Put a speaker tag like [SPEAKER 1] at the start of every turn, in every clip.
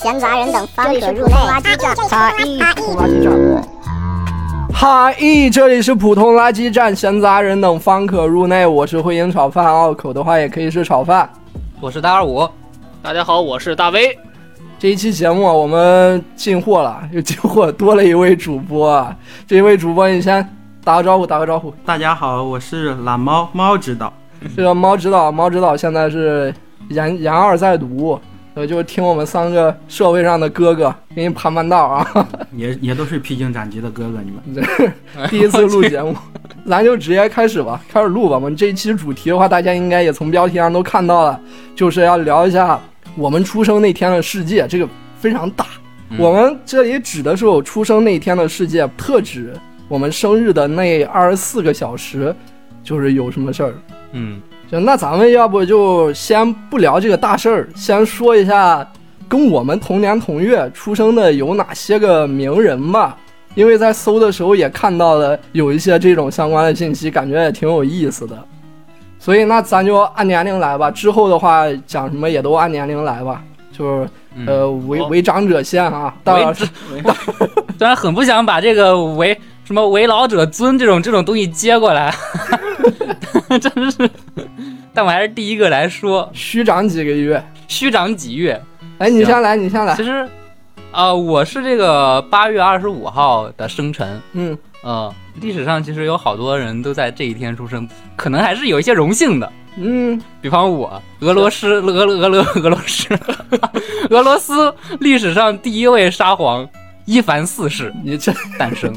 [SPEAKER 1] 等方可入内。
[SPEAKER 2] 哈一，普通垃圾站。
[SPEAKER 3] 哈咦，这里是普通垃圾站，闲杂人等方可入内。我是慧英炒饭，拗口的话也可以是炒饭。
[SPEAKER 4] 我是大二五，
[SPEAKER 5] 大家好，我是大威。
[SPEAKER 3] 这一期节目啊我们进货了，又进货多了一位主播啊。这一位主播，你先打个招呼，打个招呼。
[SPEAKER 6] 大家好，我是懒猫猫指导。
[SPEAKER 3] 这个猫指导，猫指导现在是研研二在读，呃，就是听我们三个社会上的哥哥给你盘盘道啊。
[SPEAKER 6] 也也都是披荆斩棘的哥哥，你们
[SPEAKER 3] 第一次录节目，咱就直接开始吧，开始录吧。我们这一期主题的话，大家应该也从标题上都看到了，就是要聊一下我们出生那天的世界，这个非常大。
[SPEAKER 4] 嗯
[SPEAKER 3] 我们这里指的是我出生那天的世界，特指我们生日的那二十四个小时，就是有什么事儿。
[SPEAKER 4] 嗯，
[SPEAKER 3] 行，那咱们要不就先不聊这个大事儿，先说一下跟我们同年同月出生的有哪些个名人吧。因为在搜的时候也看到了有一些这种相关的信息，感觉也挺有意思的。所以那咱就按年龄来吧，之后的话讲什么也都按年龄来吧，就是
[SPEAKER 4] 嗯
[SPEAKER 3] 呃为
[SPEAKER 5] 好
[SPEAKER 3] 为长者先啊。大
[SPEAKER 4] 为
[SPEAKER 3] 老师
[SPEAKER 4] 之，虽然很不想把这个为什么为老者尊这种这种东西接过来， 真是，但我还是第一个来说，
[SPEAKER 3] 虚长几个月？
[SPEAKER 4] 虚长几月？
[SPEAKER 3] 哎，你
[SPEAKER 4] 行
[SPEAKER 3] 先来，你先来
[SPEAKER 4] 其。实，呃，我是这个八月二十五号的生辰，
[SPEAKER 3] 嗯，
[SPEAKER 4] 呃，历史上其实有好多人都在这一天出生，可能还是有一些荣幸的。
[SPEAKER 3] 嗯，
[SPEAKER 4] 比方我，俄罗斯，俄俄俄罗俄罗斯， 俄罗斯历史上第一位沙皇伊凡四世
[SPEAKER 3] 你这
[SPEAKER 4] 诞生。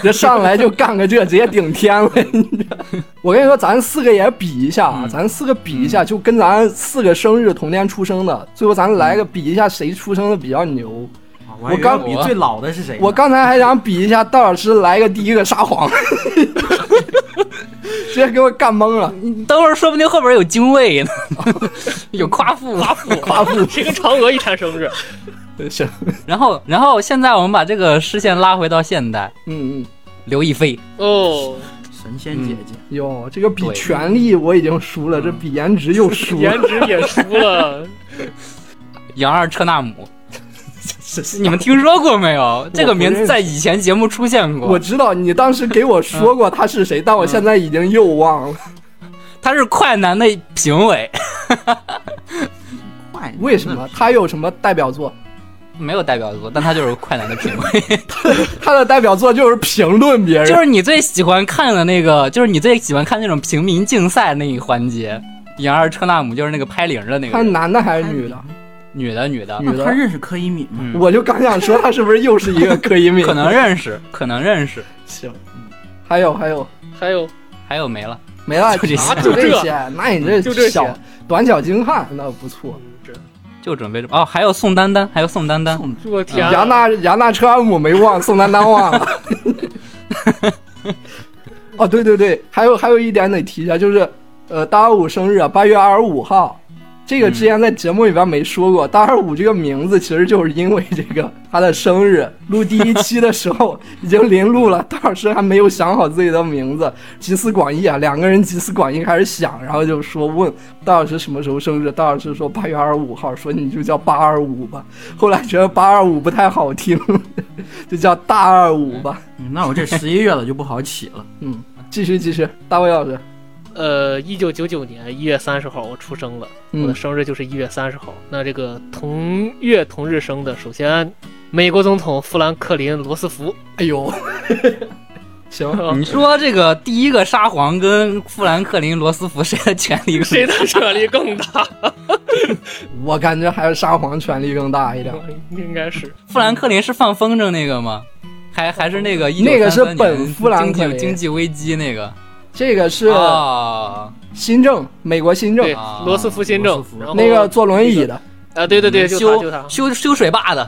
[SPEAKER 3] 这上来就干个这，直接顶天了。你这 我跟你说，咱四个也比一下啊，
[SPEAKER 4] 嗯
[SPEAKER 3] 咱四个比一下，就跟咱四个生日同年出生的，最后咱来个比一下谁出生的比较牛。
[SPEAKER 6] 啊我还以
[SPEAKER 3] 我
[SPEAKER 6] 为
[SPEAKER 3] 刚
[SPEAKER 6] 要比最老的是
[SPEAKER 4] 哎
[SPEAKER 6] 谁呢？
[SPEAKER 3] 我刚才还想比一下，戴老师来个第一个沙皇， 直接给我干懵了。
[SPEAKER 4] 等会儿说不定后边有精卫呢， 有夸父。夸父。
[SPEAKER 3] 夸父，
[SPEAKER 5] 是一个嫦娥一产生日，
[SPEAKER 3] 行，
[SPEAKER 4] 然后，然后现在我们把这个视线拉回到现代，
[SPEAKER 3] 嗯嗯，
[SPEAKER 4] 刘亦菲。
[SPEAKER 5] 哦，
[SPEAKER 6] 神仙姐姐，
[SPEAKER 3] 哟，这个比
[SPEAKER 4] 对嗯
[SPEAKER 3] 权力我已经输了，这比颜值又输了
[SPEAKER 5] 颜。值也输了，
[SPEAKER 4] 杨二车纳姆，你们听说过没 有？这个名字在以前节目出现
[SPEAKER 3] 我
[SPEAKER 4] 过。
[SPEAKER 3] 知道你当时给
[SPEAKER 4] 嗯
[SPEAKER 3] 我说过他是谁，但我现在已经又忘了。
[SPEAKER 4] 他是快男的评委，
[SPEAKER 6] 快
[SPEAKER 3] 嗯为什
[SPEAKER 4] 嗯
[SPEAKER 3] 么？他有什么代表作？
[SPEAKER 4] 没有代表作，但他就是快男的评委。
[SPEAKER 3] 他的代表作就是评论别人，
[SPEAKER 4] 就是你最喜欢看的那个，就是你最喜欢看那种平民竞赛那一环节。杨二车纳姆就是那个拍铃儿的那
[SPEAKER 3] 他
[SPEAKER 4] 个人
[SPEAKER 3] 男的还是女的？
[SPEAKER 4] 女的，女的，
[SPEAKER 3] 女
[SPEAKER 6] 那他
[SPEAKER 3] 的，
[SPEAKER 6] 认识柯以敏吗？
[SPEAKER 4] 嗯
[SPEAKER 3] 我就刚想说他是不是又是一个柯以敏？
[SPEAKER 4] 可能认识，可能认识，
[SPEAKER 3] 行。还有还有，
[SPEAKER 5] 还有
[SPEAKER 4] 还有没了。
[SPEAKER 3] 没了，
[SPEAKER 4] 就这些
[SPEAKER 3] 啊就这些。那你这
[SPEAKER 5] 就这些
[SPEAKER 3] 小短小精悍，那不错。
[SPEAKER 4] 就准备着哦，还有宋丹丹，还有宋丹丹，
[SPEAKER 6] 宋
[SPEAKER 5] 我天啊，
[SPEAKER 3] 嗯杨纳杨纳车安姆没忘，宋丹丹忘了。 哦，对对对，还有还有一点得提一下，就是呃，大二五生日啊，八月二十五号。这个之前在节目里边没说
[SPEAKER 5] 嗯
[SPEAKER 3] 过，大二五这个名字其实就是因为这个他的生日。录第一期的时候 已经临录了，大老师还没有想好自己的名字，集思广益啊，两个人集思广益开始想，然后就说问大老师什么时候生日，大老师说八月二十五号，说你就叫八二五吧。后来觉得八二五不太好听， 就叫大二五吧。
[SPEAKER 6] 嗯那我这十一月了就不好起了。
[SPEAKER 3] 嗯，继续继续，大卫老师，
[SPEAKER 5] 呃，一九九九年一月三十号我出生了，我的
[SPEAKER 3] 嗯
[SPEAKER 5] 生日就是一月三十号。那这个同月同日生的，首先美国总统富兰克林·罗斯福，
[SPEAKER 3] 哎 呦，行，
[SPEAKER 4] 你说这个第一个沙皇跟富兰克林罗斯福谁的权力
[SPEAKER 5] 谁的权力更大？
[SPEAKER 3] 我感觉还是沙皇权力更大一
[SPEAKER 5] 嗯
[SPEAKER 3] 点。
[SPEAKER 5] 应该是
[SPEAKER 4] 富兰克林是放风筝那个吗？还还是那个一
[SPEAKER 3] 那个是本富兰克
[SPEAKER 4] 经
[SPEAKER 3] 林
[SPEAKER 4] 济经济危机那个
[SPEAKER 3] 这个是
[SPEAKER 4] 哦，
[SPEAKER 3] 新政，美国新政
[SPEAKER 5] 啊对，
[SPEAKER 4] 啊
[SPEAKER 5] 罗斯福新政
[SPEAKER 6] 罗斯，福
[SPEAKER 5] 然后
[SPEAKER 3] 那个坐轮椅的，
[SPEAKER 5] 啊，对对对，
[SPEAKER 4] 嗯
[SPEAKER 5] 就他就他
[SPEAKER 4] 修修修水坝的，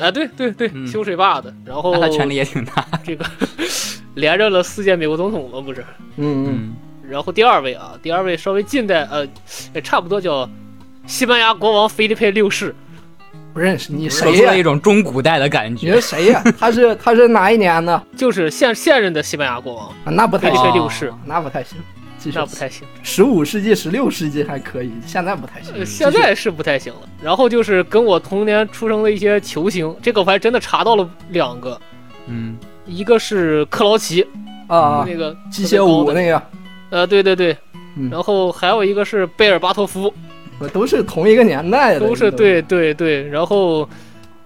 [SPEAKER 5] 啊，对对对，
[SPEAKER 4] 嗯
[SPEAKER 5] 修水坝的，然
[SPEAKER 3] 哦
[SPEAKER 5] 后
[SPEAKER 4] 那他权力也挺大。
[SPEAKER 5] 这个连任了四届美国总统了，不是？
[SPEAKER 3] 嗯嗯，
[SPEAKER 4] 嗯，
[SPEAKER 5] 然后第二位啊，第二位稍微近代，呃，也差不多叫西班牙国王菲利佩六世，
[SPEAKER 3] 不认识
[SPEAKER 5] 嗯
[SPEAKER 3] 你
[SPEAKER 4] 说
[SPEAKER 3] 谁
[SPEAKER 4] 出
[SPEAKER 3] 呀
[SPEAKER 4] 了一？种中古代的感
[SPEAKER 3] 你
[SPEAKER 4] 觉。
[SPEAKER 3] 是谁 呀？他是他是哪一年的？
[SPEAKER 5] 就是现现任的西班牙国王
[SPEAKER 3] 啊那不
[SPEAKER 5] 菲
[SPEAKER 3] 太
[SPEAKER 5] 利
[SPEAKER 3] 行，
[SPEAKER 5] 佩六世。
[SPEAKER 3] 那不太行。继续
[SPEAKER 5] 那不太行。
[SPEAKER 3] 十五世纪、十六世纪还可以，现在不太行。
[SPEAKER 5] 呃现在是不太行了。然后就是跟我同年出生的一些球星，这个我还真的查到了两个，
[SPEAKER 4] 嗯，
[SPEAKER 5] 一个是克劳奇，
[SPEAKER 3] 啊，
[SPEAKER 5] 呃那个
[SPEAKER 3] 机械舞
[SPEAKER 5] 特别高的，
[SPEAKER 3] 那个
[SPEAKER 5] 呃，对对对
[SPEAKER 3] 嗯。
[SPEAKER 5] 然后还有一个是贝尔巴托夫，
[SPEAKER 3] 我都是同一个年代的，
[SPEAKER 5] 都是对对对。然后，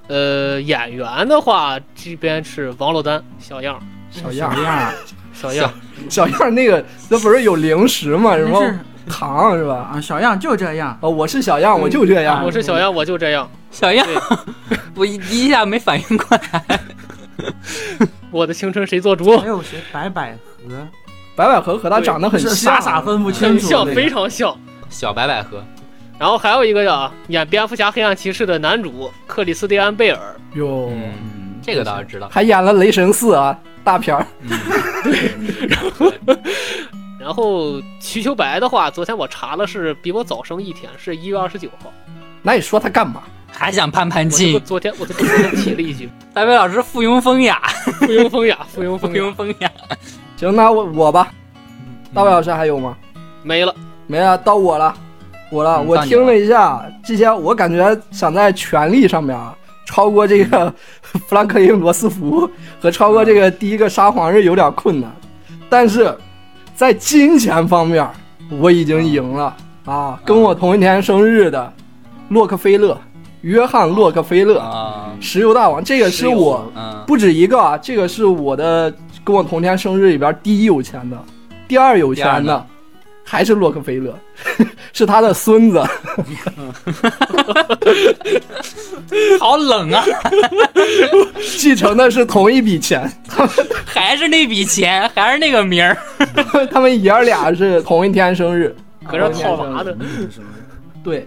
[SPEAKER 5] 呃，演员的话，这边是王珞丹，小样儿，
[SPEAKER 3] 小
[SPEAKER 6] 小
[SPEAKER 3] 样哎儿
[SPEAKER 6] 样儿，
[SPEAKER 5] 小样儿，
[SPEAKER 3] 小样儿那个，那不是有零食吗？什
[SPEAKER 6] 但
[SPEAKER 3] 么
[SPEAKER 6] 是
[SPEAKER 3] 糖是吧？
[SPEAKER 6] 啊，小样就这样。
[SPEAKER 3] 哦，我是小
[SPEAKER 5] 嗯
[SPEAKER 3] 样，我就这样。
[SPEAKER 5] 我是小样，我就这样。
[SPEAKER 4] 小样
[SPEAKER 5] 对，
[SPEAKER 4] 我一第一下没反应过来，
[SPEAKER 5] 我的青春谁做主
[SPEAKER 3] 哦
[SPEAKER 6] 还？有谁？白百合，
[SPEAKER 3] 白百合和他长得很
[SPEAKER 6] 是
[SPEAKER 3] 像，啊
[SPEAKER 6] 傻傻分不清
[SPEAKER 5] 很
[SPEAKER 6] 楚。
[SPEAKER 5] 像，
[SPEAKER 6] 那个
[SPEAKER 5] 非常像。
[SPEAKER 4] 小白百合，
[SPEAKER 5] 然后还有一个啊，演蝙蝠侠、黑暗骑士的男主克里斯蒂安·贝尔，
[SPEAKER 3] 哟，
[SPEAKER 4] 嗯，
[SPEAKER 6] 嗯
[SPEAKER 4] 这个倒是知道，
[SPEAKER 3] 还演了《雷神四》啊，大片儿。
[SPEAKER 5] 然后瞿秋白的话，昨天我查了，是比我早生一天，是一月二十九号。
[SPEAKER 3] 那你说他干嘛？
[SPEAKER 4] 还想攀攀
[SPEAKER 5] 我这个
[SPEAKER 4] 近。
[SPEAKER 5] 昨天我这个昨天提了一句，
[SPEAKER 4] 大卫老师附庸风雅，
[SPEAKER 5] 附庸风雅，附庸
[SPEAKER 4] 附
[SPEAKER 5] 风雅
[SPEAKER 4] 庸风雅，
[SPEAKER 3] 行，那我我吧，大卫老师还有吗？
[SPEAKER 5] 没了。
[SPEAKER 3] 没了，到我了，我了。
[SPEAKER 4] 嗯
[SPEAKER 3] 我
[SPEAKER 4] 到你
[SPEAKER 3] 听了一下这些，我感觉想在权力上面啊，超过这个 弗兰克林·罗斯福和超过这个第一个沙皇是有点困难，但是在金钱方面我已经赢了啊！跟我同一天生日的洛克菲勒，约翰·洛克菲勒，
[SPEAKER 4] 啊，
[SPEAKER 3] 石油大王，这个是我。
[SPEAKER 4] 嗯，
[SPEAKER 3] 不止一个啊，这个是我的跟我同天生日里边第一有钱的，第二有
[SPEAKER 4] 第二
[SPEAKER 3] 钱的
[SPEAKER 4] 呢
[SPEAKER 3] 还是洛克菲勒， 是他的孙子。
[SPEAKER 4] 好冷啊，
[SPEAKER 3] 继承的是同一笔钱，
[SPEAKER 4] 还是那笔钱，还是那个名儿，
[SPEAKER 3] 他们爷儿俩是同一天生日。
[SPEAKER 5] 搁这套娃呢，
[SPEAKER 3] 对，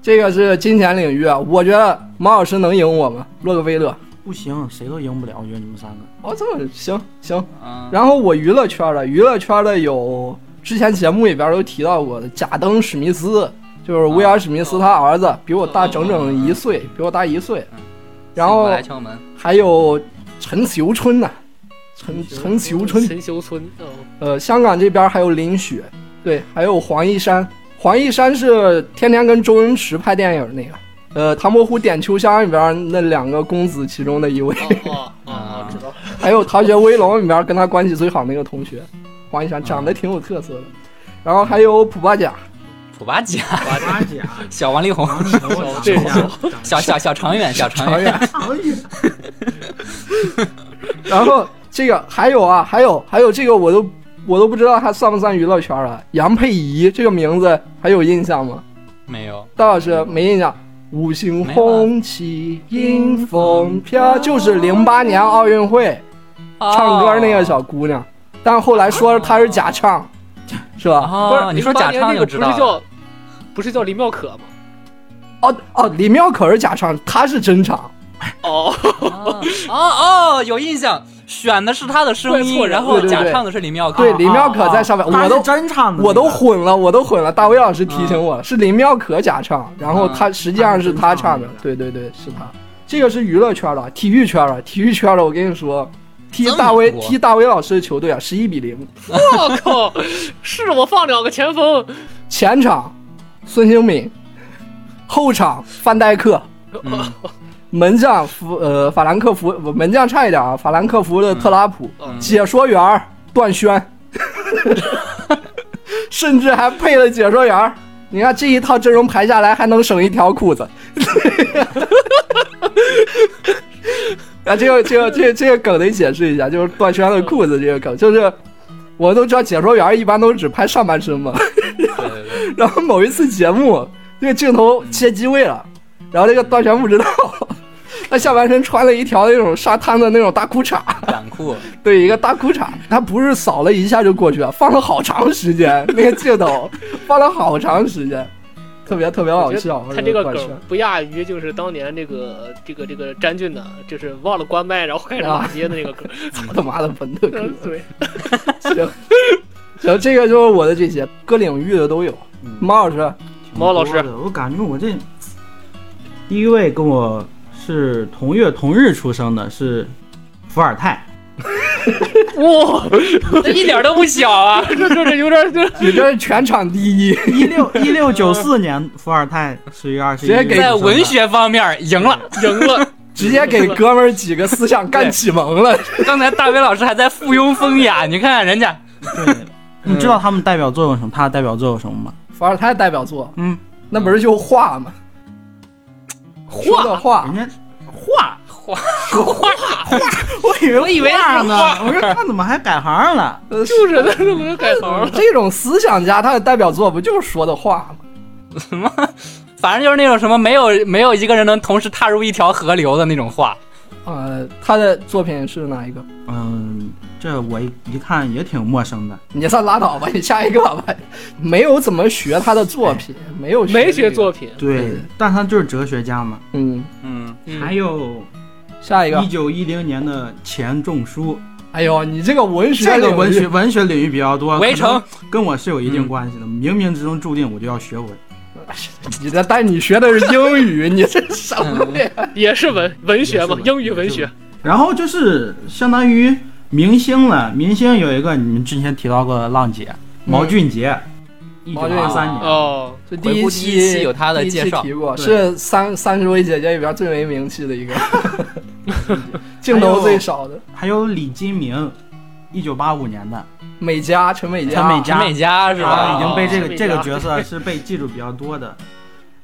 [SPEAKER 3] 这个是金钱领域啊，我觉得马老师能赢我吗？洛克菲勒，
[SPEAKER 6] 不行，谁都赢不了，我觉得你们三个。
[SPEAKER 3] 哦，这么行行。
[SPEAKER 4] 嗯，
[SPEAKER 3] 然后我娱乐圈的，娱乐圈的有之前节目里边都提到过的贾登·史密斯，就是威尔·史密斯他儿子，比我大整整一岁，比我大一岁
[SPEAKER 4] 嗯。
[SPEAKER 3] 然后
[SPEAKER 4] 我来敲门，
[SPEAKER 3] 还有陈秀春呐、陈陈秀春，
[SPEAKER 5] 陈修村，哦，
[SPEAKER 3] 呃，香港这边还有林雪，对，还有黄一山。黄一山是天天跟周星驰拍电影那个，呃，《唐伯虎点秋香》里边那两个公子其中的一位，
[SPEAKER 5] 哦哦哦，知道了。
[SPEAKER 3] 还有《逃学威龙》里面跟他关系最好那个同学黄一山，长得挺有特色的。然后还有普巴甲，
[SPEAKER 4] 普巴甲，
[SPEAKER 6] 八甲，
[SPEAKER 3] 啊
[SPEAKER 4] 小王力 宏，
[SPEAKER 6] 啊
[SPEAKER 5] 对
[SPEAKER 4] 小小小长远，小长远，
[SPEAKER 3] 然后这个还有啊，还有还有这个我都我都不知道他算不算娱乐圈了。杨佩仪这个名字还有印象吗？
[SPEAKER 4] 没有，
[SPEAKER 3] 大老师没印象。五星红旗迎风哦飘，就是零八年奥运会
[SPEAKER 4] 哦
[SPEAKER 3] 唱歌那个小姑娘，但后来说她是假唱，是吧？
[SPEAKER 5] 不
[SPEAKER 4] 哦，
[SPEAKER 5] 是
[SPEAKER 4] 你说假唱就知道
[SPEAKER 5] 不是
[SPEAKER 4] 了，
[SPEAKER 5] 叫不是叫林妙可吗？
[SPEAKER 3] 哦哦，李妙可是假唱，她是真唱。
[SPEAKER 5] 哦，
[SPEAKER 4] 哦哦，哦有印象，选的是他的声
[SPEAKER 5] 怪
[SPEAKER 4] 音
[SPEAKER 5] 错，人
[SPEAKER 4] 然后
[SPEAKER 3] 对对
[SPEAKER 4] 假
[SPEAKER 3] 对
[SPEAKER 4] 唱的是李妙可，
[SPEAKER 3] 对，李妙可在上面，我都
[SPEAKER 6] 啊真唱的，
[SPEAKER 3] 我都混了，我都混了。大威老师提醒我了，是林妙可假唱，然后他实际上是嗯他唱的
[SPEAKER 6] 嗯。
[SPEAKER 3] 对对对，是他。这个是娱乐圈的，体育圈的，体育圈的，我跟你说，踢
[SPEAKER 4] 这么
[SPEAKER 3] 大威
[SPEAKER 4] 多
[SPEAKER 3] 踢大威老师的球队啊，十一比零，
[SPEAKER 5] 我哦靠，是我放两个前锋，
[SPEAKER 3] 前场孙兴敏，后场范戴克，
[SPEAKER 4] 嗯
[SPEAKER 5] 哦
[SPEAKER 3] 门将福呃法兰克福，不门将差一点啊，法兰克福的特拉普，
[SPEAKER 5] 嗯
[SPEAKER 3] 解说员儿段轩， 甚至还配了解说员儿。你看这一套阵容排下来，还能省一条裤子。 啊，这个这个这个、这个梗得解释一下，就是段轩的裤子这个梗，就是我都知道解说员儿一般都只拍上半身嘛，
[SPEAKER 4] 对对对，
[SPEAKER 3] 然后某一次节目，那个镜头切机位了，然后这个段璇不知道，他下半身穿了一条那种沙滩的那种大裤衩，
[SPEAKER 4] 短裤，
[SPEAKER 3] 对，一个大裤衩，他不是扫了一下就过去了，放了好长时间，那个镜头放了好长时间，特别特别好笑。
[SPEAKER 5] 他这个
[SPEAKER 3] 段璇
[SPEAKER 5] 梗不亚于就是当年这个这个这个詹俊的，就是忘了关麦然后开始
[SPEAKER 3] 啊
[SPEAKER 5] 骂街的那个梗。
[SPEAKER 3] 他妈的本特克
[SPEAKER 5] 嗯，，对，嗯
[SPEAKER 3] 行行，这个就是我的这些各领域的都有。马老师，
[SPEAKER 5] 猫老师，
[SPEAKER 6] 我感觉我这第一位 跟我是同月同日出生的是伏尔泰，
[SPEAKER 5] 哇，
[SPEAKER 4] 这一点都不小 啊！
[SPEAKER 5] 这这这有点就是
[SPEAKER 3] 你这是全场第一，
[SPEAKER 6] 一六一六九四年，伏尔泰十月二十一
[SPEAKER 3] 直接
[SPEAKER 6] 日
[SPEAKER 3] 给
[SPEAKER 4] 在文学方面赢了。
[SPEAKER 5] 赢了，
[SPEAKER 3] 直接给哥们儿几个思想干启蒙了。
[SPEAKER 4] 刚才大伟老师还在附庸风雅，你看看人 家，
[SPEAKER 6] 生的。对，你知道他们代表作有什么？他的代表作有什么吗？
[SPEAKER 3] 伏尔泰代表作，
[SPEAKER 6] 嗯，
[SPEAKER 3] 那不是就画吗？说的画
[SPEAKER 6] 人，家画，我以为
[SPEAKER 4] 我以为是
[SPEAKER 6] 画呢
[SPEAKER 4] 画，
[SPEAKER 6] 我说他怎么还改行了？
[SPEAKER 3] 呃
[SPEAKER 5] 就是他怎么改行了？
[SPEAKER 3] 这种思想家他的代表作不就是说的话吗？
[SPEAKER 4] 反正就是那种什么没有没有一个人能同时踏入一条河流的那种话。
[SPEAKER 3] 呃，他的作品是哪一个？
[SPEAKER 6] 嗯，这我一一看也挺陌生的。
[SPEAKER 3] 你算拉倒吧，你下一个吧。 没有怎么学他的作品，没有
[SPEAKER 5] 没
[SPEAKER 3] 学
[SPEAKER 5] 学
[SPEAKER 3] 这个
[SPEAKER 5] 作，品，
[SPEAKER 6] 对，但他就是哲学家嘛。
[SPEAKER 3] 嗯，
[SPEAKER 4] 嗯，
[SPEAKER 5] 嗯，
[SPEAKER 6] 还有
[SPEAKER 3] 下一个
[SPEAKER 6] 一，九一零年的钱钟书，
[SPEAKER 3] 哎呦，你这个文学，
[SPEAKER 6] 这个文学，文学领域比较多，
[SPEAKER 4] 围城
[SPEAKER 6] 可能跟我是有一定关系的，冥冥之中注定我就要学文。
[SPEAKER 3] 你这但你学的是英语，你这什么呀？
[SPEAKER 5] 也是文文学嘛，
[SPEAKER 6] 也是文
[SPEAKER 5] 英语文学，
[SPEAKER 6] 然后就是相当于明星了，明星有一个你们之前提到过的浪姐毛俊杰，嗯一九
[SPEAKER 3] 毛俊
[SPEAKER 6] 八三
[SPEAKER 4] 杰
[SPEAKER 6] 年，
[SPEAKER 5] 哦，
[SPEAKER 3] 这第
[SPEAKER 4] 回顾第一
[SPEAKER 3] 期
[SPEAKER 4] 期有他的
[SPEAKER 3] 第一期
[SPEAKER 4] 介绍
[SPEAKER 3] 提过
[SPEAKER 6] 对
[SPEAKER 3] 是三三十位姐姐里边最没名气的 一个，镜头最少的
[SPEAKER 6] 还有李金铭，一九八五年的，
[SPEAKER 3] 美嘉陈美嘉，
[SPEAKER 6] 陈美嘉
[SPEAKER 4] 陈美嘉是
[SPEAKER 6] 他
[SPEAKER 4] 吧？
[SPEAKER 6] 啊已经被这个
[SPEAKER 5] 哦
[SPEAKER 6] 这个角色是被记住比较多的。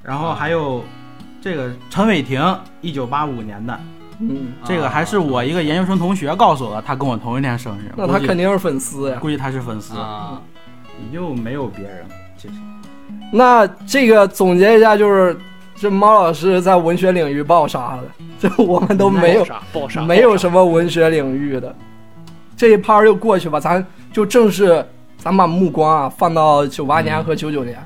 [SPEAKER 6] 然后还有这个陈伟霆，一九八五年的，
[SPEAKER 3] 嗯，
[SPEAKER 4] 啊
[SPEAKER 6] 这个还是我一个研究生同学告诉我的，他跟我同一天生日，
[SPEAKER 3] 那他
[SPEAKER 6] 估计
[SPEAKER 3] 肯定是粉丝呀。
[SPEAKER 6] 估计他是粉丝，
[SPEAKER 4] 啊，
[SPEAKER 6] 也就没有别人了。其实
[SPEAKER 3] 那这个总结一下就是，这猫老师在文学领域爆杀了，这我们都
[SPEAKER 6] 嗯
[SPEAKER 3] 没有
[SPEAKER 5] 啥爆啥，
[SPEAKER 3] 没有什
[SPEAKER 5] 么，
[SPEAKER 3] 么文学领域的。这一趴儿就过去吧，咱就正式，咱把目光啊放到九八年和九九年，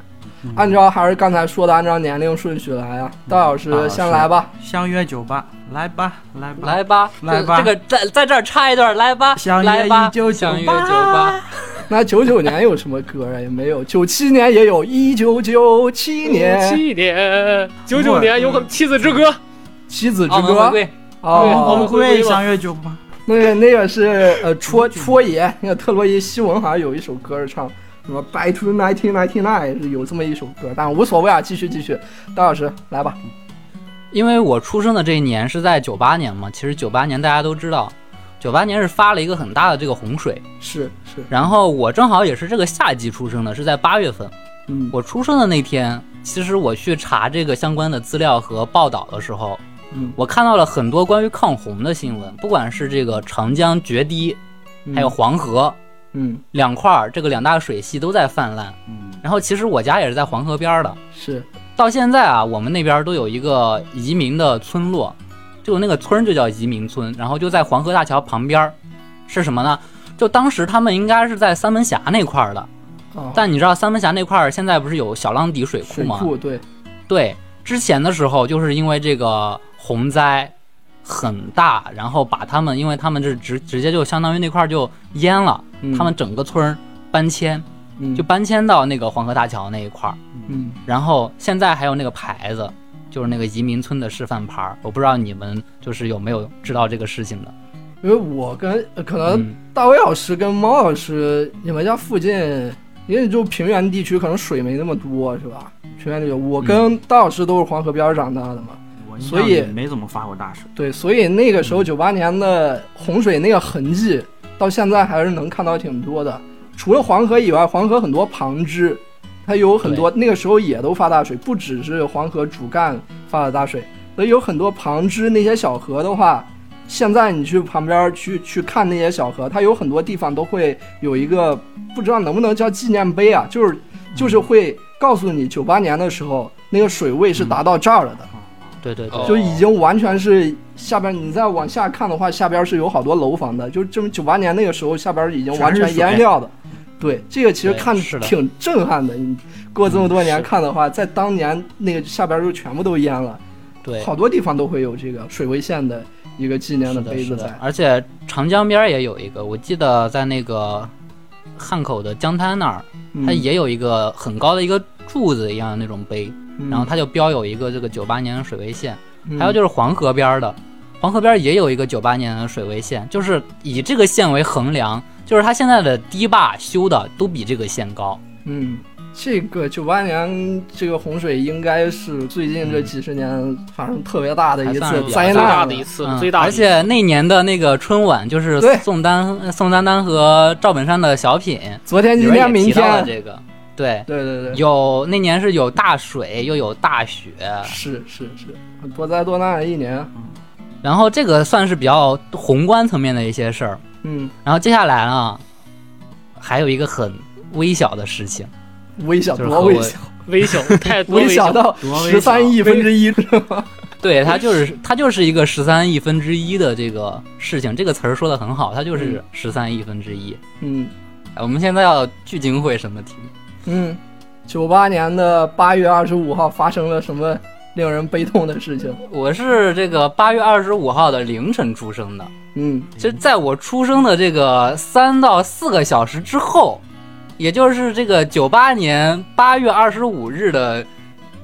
[SPEAKER 6] 嗯
[SPEAKER 3] 按照还是刚才说的，按照年龄顺序来啊。大老
[SPEAKER 6] 大
[SPEAKER 3] 师
[SPEAKER 6] 老师
[SPEAKER 3] 先来吧，
[SPEAKER 6] 相约酒吧，来吧，来吧，
[SPEAKER 4] 来吧，
[SPEAKER 6] 来
[SPEAKER 4] 这
[SPEAKER 6] 吧
[SPEAKER 4] 这个在在这儿插一段，来吧，
[SPEAKER 6] 相约
[SPEAKER 4] 来吧，
[SPEAKER 6] 1998
[SPEAKER 4] 相约九八，
[SPEAKER 3] 那九九年有什么歌啊？也没有，九七年也有，一九九七年《嗯
[SPEAKER 5] 七年，九九年有个《妻子之歌》，
[SPEAKER 3] 妻子之
[SPEAKER 4] 澳门
[SPEAKER 3] 歌
[SPEAKER 4] 回》归，
[SPEAKER 5] 澳门
[SPEAKER 3] 哦，
[SPEAKER 5] 回归
[SPEAKER 6] 贵
[SPEAKER 5] 吧
[SPEAKER 6] 相约酒吧，
[SPEAKER 3] 那个那个是呃戳戳爷，那个特洛伊西蒙好像有一首歌是唱什么 Back to 1999是有这么一首歌，但无所谓啊，继续继续，大老师来吧，
[SPEAKER 4] 因为我出生的这一年是在九八年嘛，其实九八年大家都知道，九八年是发了一个很大的这个洪水，
[SPEAKER 3] 是是，
[SPEAKER 4] 然后我正好也是这个夏季出生的，是在八月份。
[SPEAKER 3] 嗯，
[SPEAKER 4] 我出生的那天，其实我去查这个相关的资料和报道的时候，
[SPEAKER 3] 嗯
[SPEAKER 4] 我看到了很多关于抗洪的新闻，不管是这个长江决堤，还有黄河、
[SPEAKER 3] 嗯
[SPEAKER 4] 两块儿这个两大水系都在泛滥。
[SPEAKER 6] 嗯，
[SPEAKER 4] 然后其实我家也是在黄河边儿的，
[SPEAKER 3] 是
[SPEAKER 4] 到现在啊，我们那边都有一个移民的村落，就那个村就叫移民村，然后就在黄河大桥旁边儿，是什么呢？就当时他们应该是在三门峡那块儿的，
[SPEAKER 3] 啊，
[SPEAKER 4] 但你知道三门峡那块儿现在不是有小浪底水库
[SPEAKER 3] 水
[SPEAKER 4] 吗？
[SPEAKER 3] 库对，
[SPEAKER 4] 对，之前的时候就是因为这个洪灾很大，然后把他们，因为他们是直直接就相当于那块儿就淹了，
[SPEAKER 3] 嗯
[SPEAKER 4] 他们整个村儿搬迁，
[SPEAKER 3] 嗯
[SPEAKER 4] 就搬迁到那个黄河大桥那一块儿。
[SPEAKER 3] 嗯
[SPEAKER 4] 然后现在还有那个牌子，就是那个移民村的示范牌儿，我不知道你们就是有没有知道这个事情的。
[SPEAKER 3] 因为我跟呃可能
[SPEAKER 4] 嗯，
[SPEAKER 3] 大卫老师跟猫老师，你们家附近，因为就平原地区可能水没那么多，是吧？平原地区，
[SPEAKER 4] 嗯
[SPEAKER 3] 我跟大老师都是黄河边儿长大的嘛，
[SPEAKER 6] 我印
[SPEAKER 3] 所
[SPEAKER 6] 象
[SPEAKER 3] 以
[SPEAKER 6] 里没怎么发过大水。
[SPEAKER 3] 对，所以那个时候九八年的洪水那个痕迹，到现在还是能看到挺多的。除了黄河以外，黄河很多旁支，它有很多那个时候也都发大水，不只是黄河主干发的大水，所以有很多旁支那些小河的话，现在你去旁边儿去去看那些小河，它有很多地方都会有一个不知道能不能叫纪念碑啊，就是就是会告诉你九八年的时候那个水位是达到这儿了的。
[SPEAKER 4] 对对对，
[SPEAKER 5] 哦
[SPEAKER 3] 就已经完全是下边，你再往下看的话，下边是有好多楼房的，就这么九八年那个时候，下边已经完全淹掉的。对，这个其实
[SPEAKER 4] 对
[SPEAKER 3] 看
[SPEAKER 4] 是的
[SPEAKER 3] 挺震撼的。你过这么多
[SPEAKER 5] 嗯
[SPEAKER 3] 年
[SPEAKER 5] 是
[SPEAKER 3] 看的话，在当年那个下边就全部都淹了，
[SPEAKER 4] 对。
[SPEAKER 3] 好多地方都会有这个水位线的一个纪念
[SPEAKER 4] 是的，
[SPEAKER 3] 碑子
[SPEAKER 4] 是
[SPEAKER 3] 在
[SPEAKER 4] 的，。而且长江边儿也有一个，我记得在那个汉口的江滩那儿，
[SPEAKER 3] 嗯
[SPEAKER 4] 它也有一个很高的一个柱子一样的那种碑，
[SPEAKER 3] 嗯
[SPEAKER 4] 然后它就标有一个这个九八年的水位线。
[SPEAKER 3] 嗯
[SPEAKER 4] 还有就是黄河边儿的，黄河边也有一个九八年的水位线，就是以这个线为衡量，就是它现在的堤坝修的都比这个线高。
[SPEAKER 3] 嗯，这个九八年这个洪水应该是最近这几十年发生特别大的一
[SPEAKER 4] 嗯还算是
[SPEAKER 3] 次
[SPEAKER 4] 比较
[SPEAKER 3] 灾
[SPEAKER 5] 最
[SPEAKER 3] 难啊
[SPEAKER 5] 大
[SPEAKER 3] 了
[SPEAKER 5] 的一次，
[SPEAKER 4] 嗯
[SPEAKER 5] 最大的
[SPEAKER 4] 而
[SPEAKER 5] 一次。
[SPEAKER 4] 且那年的那个春晚，就是
[SPEAKER 3] 对
[SPEAKER 4] 宋丹呃宋丹丹和赵本山的小品，
[SPEAKER 3] 昨天、
[SPEAKER 4] 里
[SPEAKER 3] 今
[SPEAKER 4] 边也
[SPEAKER 3] 天、明
[SPEAKER 4] 提到了
[SPEAKER 3] 天，
[SPEAKER 4] 这个，对，
[SPEAKER 3] 对对对，
[SPEAKER 4] 有那年是有大水又有大雪，
[SPEAKER 3] 是是是，多灾多难的一年。
[SPEAKER 4] 然后这个算是比较宏观层面的一些事儿。
[SPEAKER 3] 嗯，
[SPEAKER 4] 然后接下来呢，还有一个很微小的事情，
[SPEAKER 3] 微小
[SPEAKER 4] 就是
[SPEAKER 3] 多
[SPEAKER 4] 和
[SPEAKER 3] 微
[SPEAKER 4] 我
[SPEAKER 3] 小，
[SPEAKER 5] 微小，太多
[SPEAKER 3] 微
[SPEAKER 5] 小
[SPEAKER 3] 小到
[SPEAKER 6] 多微
[SPEAKER 3] 十
[SPEAKER 6] 小
[SPEAKER 3] 三亿分之一是吗？
[SPEAKER 4] 对，它就是它就是一个十三亿分之一的这个事情，这个词儿说的很好，它就是十三亿分之一。
[SPEAKER 3] 嗯
[SPEAKER 4] 哎我们现在要聚精会神的听，
[SPEAKER 3] 嗯，九八年的八月二十五号发生了什么令人悲痛的事情？
[SPEAKER 4] 我是这个八月二十五号的凌晨出生的，
[SPEAKER 3] 嗯，
[SPEAKER 4] 其实在我出生的这个三到四个小时之后，也就是这个九八年八月二十五日的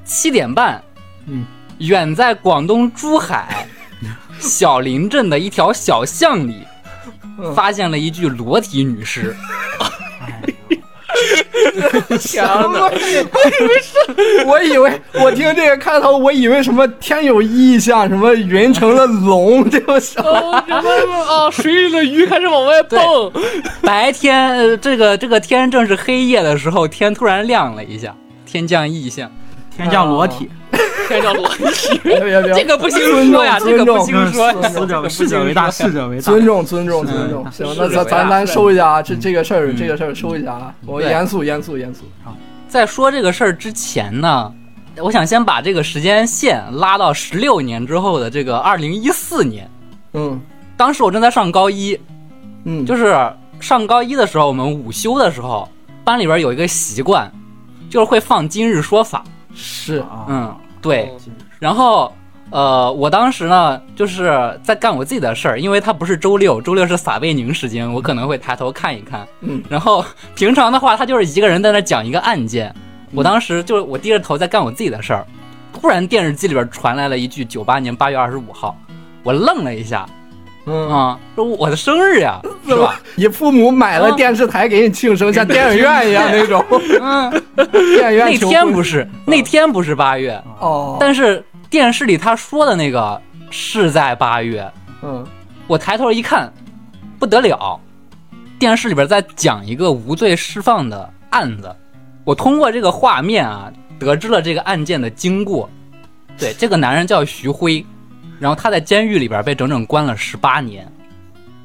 [SPEAKER 4] 七点半，
[SPEAKER 6] 嗯，
[SPEAKER 4] 远在广东 珠海小林镇的一条小巷里，
[SPEAKER 3] 嗯
[SPEAKER 4] 发现了一具裸体女尸。
[SPEAKER 3] 天 哪！我以为我听这个开头，我以为什么天有异象，什么云成了龙，这 个什么
[SPEAKER 5] 哦，什么啊？水里的鱼开始往外蹦，
[SPEAKER 4] 白天，呃，这个这个天正是黑夜的时候，天突然亮了一下，天降异象。
[SPEAKER 6] 天降裸体，
[SPEAKER 5] 天上裸体，
[SPEAKER 3] 别别别，
[SPEAKER 4] 这个不行说呀，
[SPEAKER 3] 尊
[SPEAKER 4] 这
[SPEAKER 3] 重
[SPEAKER 4] 个不
[SPEAKER 3] 尊
[SPEAKER 4] 行说呀。
[SPEAKER 6] 死 者死者为大，逝者为大。
[SPEAKER 3] 尊重尊重尊重。
[SPEAKER 6] 嗯
[SPEAKER 3] 行
[SPEAKER 5] 是，
[SPEAKER 3] 那咱
[SPEAKER 5] 是
[SPEAKER 3] 咱咱
[SPEAKER 5] 是
[SPEAKER 3] 收一下啊，这这个事儿
[SPEAKER 6] 嗯
[SPEAKER 3] 这个事儿收一下啊，我们
[SPEAKER 4] 对
[SPEAKER 3] 严肃严肃严肃。
[SPEAKER 4] 在说这个事儿之前呢，我想先把这个时间线拉到十六年之后的这个二零一四年。
[SPEAKER 3] 嗯
[SPEAKER 4] 当时我正在上高一，
[SPEAKER 3] 嗯，
[SPEAKER 4] 就是是上高一的时候，我们午休的时候，班里边有一个习惯，就是会放《今日说法》。
[SPEAKER 3] 是
[SPEAKER 6] 啊，
[SPEAKER 4] 嗯，对。
[SPEAKER 5] 哦
[SPEAKER 4] 然后，呃，我当时呢，就是在干我自己的事儿，因为它不是周六，周六是撒贝宁时间，我可能会抬头看一看。
[SPEAKER 3] 嗯
[SPEAKER 4] 然后平常的话，他就是一个人在那讲一个案件。
[SPEAKER 3] 嗯
[SPEAKER 4] 我当时就是我低着头在干我自己的事儿，突然电视机里边传来了一句“九八年八月二十五号”，我愣了一下，
[SPEAKER 3] 嗯，
[SPEAKER 4] 啊、说我的生日呀，是吧？
[SPEAKER 3] 你父母买了
[SPEAKER 4] 啊
[SPEAKER 3] 电视台给你庆生，像电影院一 样那种。
[SPEAKER 4] 嗯，
[SPEAKER 3] 电影院
[SPEAKER 4] 那
[SPEAKER 3] 求
[SPEAKER 4] 天
[SPEAKER 3] 婚嗯
[SPEAKER 4] 不是那天不是八月，
[SPEAKER 3] 哦，
[SPEAKER 4] 但是电视里他说的那个是在八月。
[SPEAKER 3] 嗯
[SPEAKER 4] 我抬头一看，不得了，电视里边在讲一个无罪释放的案子。我通过这个画面啊，得知了这个案件的经过。对，这个男人叫徐辉，然后他在监狱里边被整整关了十八年，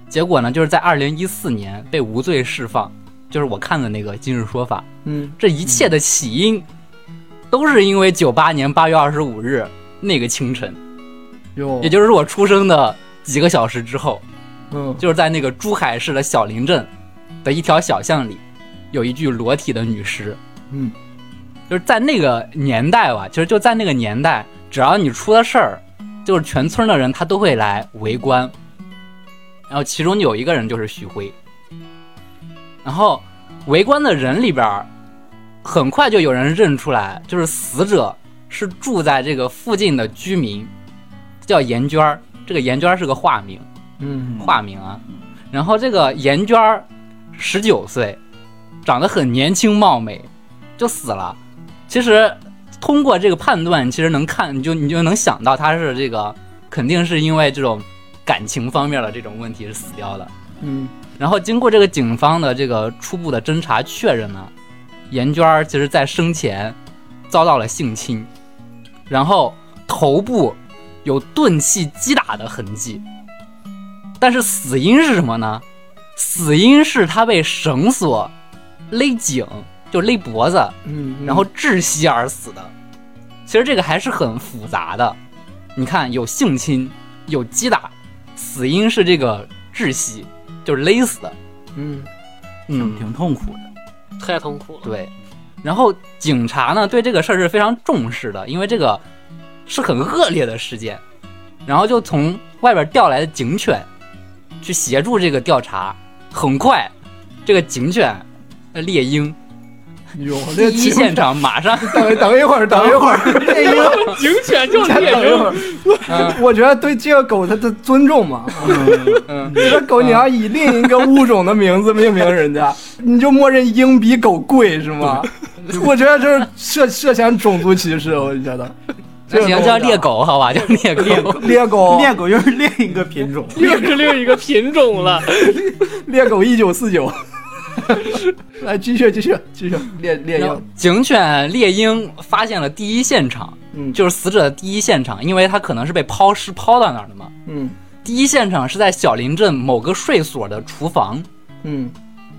[SPEAKER 4] 结果呢，就是在二零一四年被无罪释放。就是我看的那个《今日说法》，
[SPEAKER 3] 嗯
[SPEAKER 4] 这一切的起因，都是因为九八年八月二十五日那个清晨，
[SPEAKER 3] 哟，
[SPEAKER 4] 也就是我出生的几个小时之后。
[SPEAKER 3] 嗯
[SPEAKER 4] 就是在那个珠海市的小林镇的一条小巷里，有一具裸体的女尸。
[SPEAKER 3] 嗯，
[SPEAKER 4] 就是在那个年代吧，其实就在那个年代，只要你出了事儿，就是全村的人他都会来围观。然后其中有一个人就是许辉，然后围观的人里边儿，很快就有人认出来，就是死者是住在这个附近的居民，叫严娟儿。这个严娟儿是个化名。
[SPEAKER 3] 嗯
[SPEAKER 4] 化名啊。然后这个严娟儿，十九岁，长得很年轻貌美，就死了。其实通过这个判断，其实能看你就你就能想到她是这个肯定是因为这种感情方面的这种问题是死掉的。
[SPEAKER 3] 嗯
[SPEAKER 4] 然后经过这个警方的这个初步的侦查确认呢，严娟儿其实在生前遭到了性侵，然后头部有钝器击打的痕迹，但是死因是什么呢？死因是她被绳索勒颈，就勒脖子，
[SPEAKER 3] 嗯，
[SPEAKER 4] 然后窒息而死的。其实这个还是很复杂的，你看有性侵，有击打，死因是这个窒息，就是勒死的。
[SPEAKER 3] 嗯
[SPEAKER 6] 挺
[SPEAKER 4] 嗯，
[SPEAKER 6] 挺痛苦的。
[SPEAKER 5] 太痛苦了。
[SPEAKER 4] 对。然后警察呢对这个事儿是非常重视的，因为这个是很恶劣的事件，然后就从外边调来的警犬去协助这个调查。很快，这个警犬呃猎鹰
[SPEAKER 3] 哟，
[SPEAKER 4] 第
[SPEAKER 3] 这
[SPEAKER 4] 一
[SPEAKER 3] 警
[SPEAKER 4] 现场马上，
[SPEAKER 3] 等等一会儿，等一 会儿，这个
[SPEAKER 5] 警犬就
[SPEAKER 3] 先
[SPEAKER 5] 猎
[SPEAKER 3] 等一会
[SPEAKER 5] 鹰，
[SPEAKER 3] 儿。
[SPEAKER 4] 嗯
[SPEAKER 3] 我觉得对这个狗它的尊重嘛，
[SPEAKER 4] 嗯，
[SPEAKER 3] 这个狗你要以另一个物种的名字命名人家，你就默认鹰比狗贵是吗？我觉得这是涉涉嫌种族歧视，我觉得。这个
[SPEAKER 4] 行，
[SPEAKER 3] 狗
[SPEAKER 4] 叫猎狗好吧，叫猎狗。
[SPEAKER 3] 猎狗，
[SPEAKER 6] 猎狗又是另一个品种。
[SPEAKER 5] 又是另一个品种了。
[SPEAKER 3] 猎狗一九四 九。来，继续，继续，继续，猎猎
[SPEAKER 4] 然后
[SPEAKER 3] 鹰，
[SPEAKER 4] 警犬猎鹰发现了第一现场，
[SPEAKER 3] 嗯，
[SPEAKER 4] 就是死者的第一现场，因为他可能是被抛尸抛到那儿的嘛。
[SPEAKER 3] 嗯
[SPEAKER 4] 第一现场是在小林镇某个税所的厨房。
[SPEAKER 3] 嗯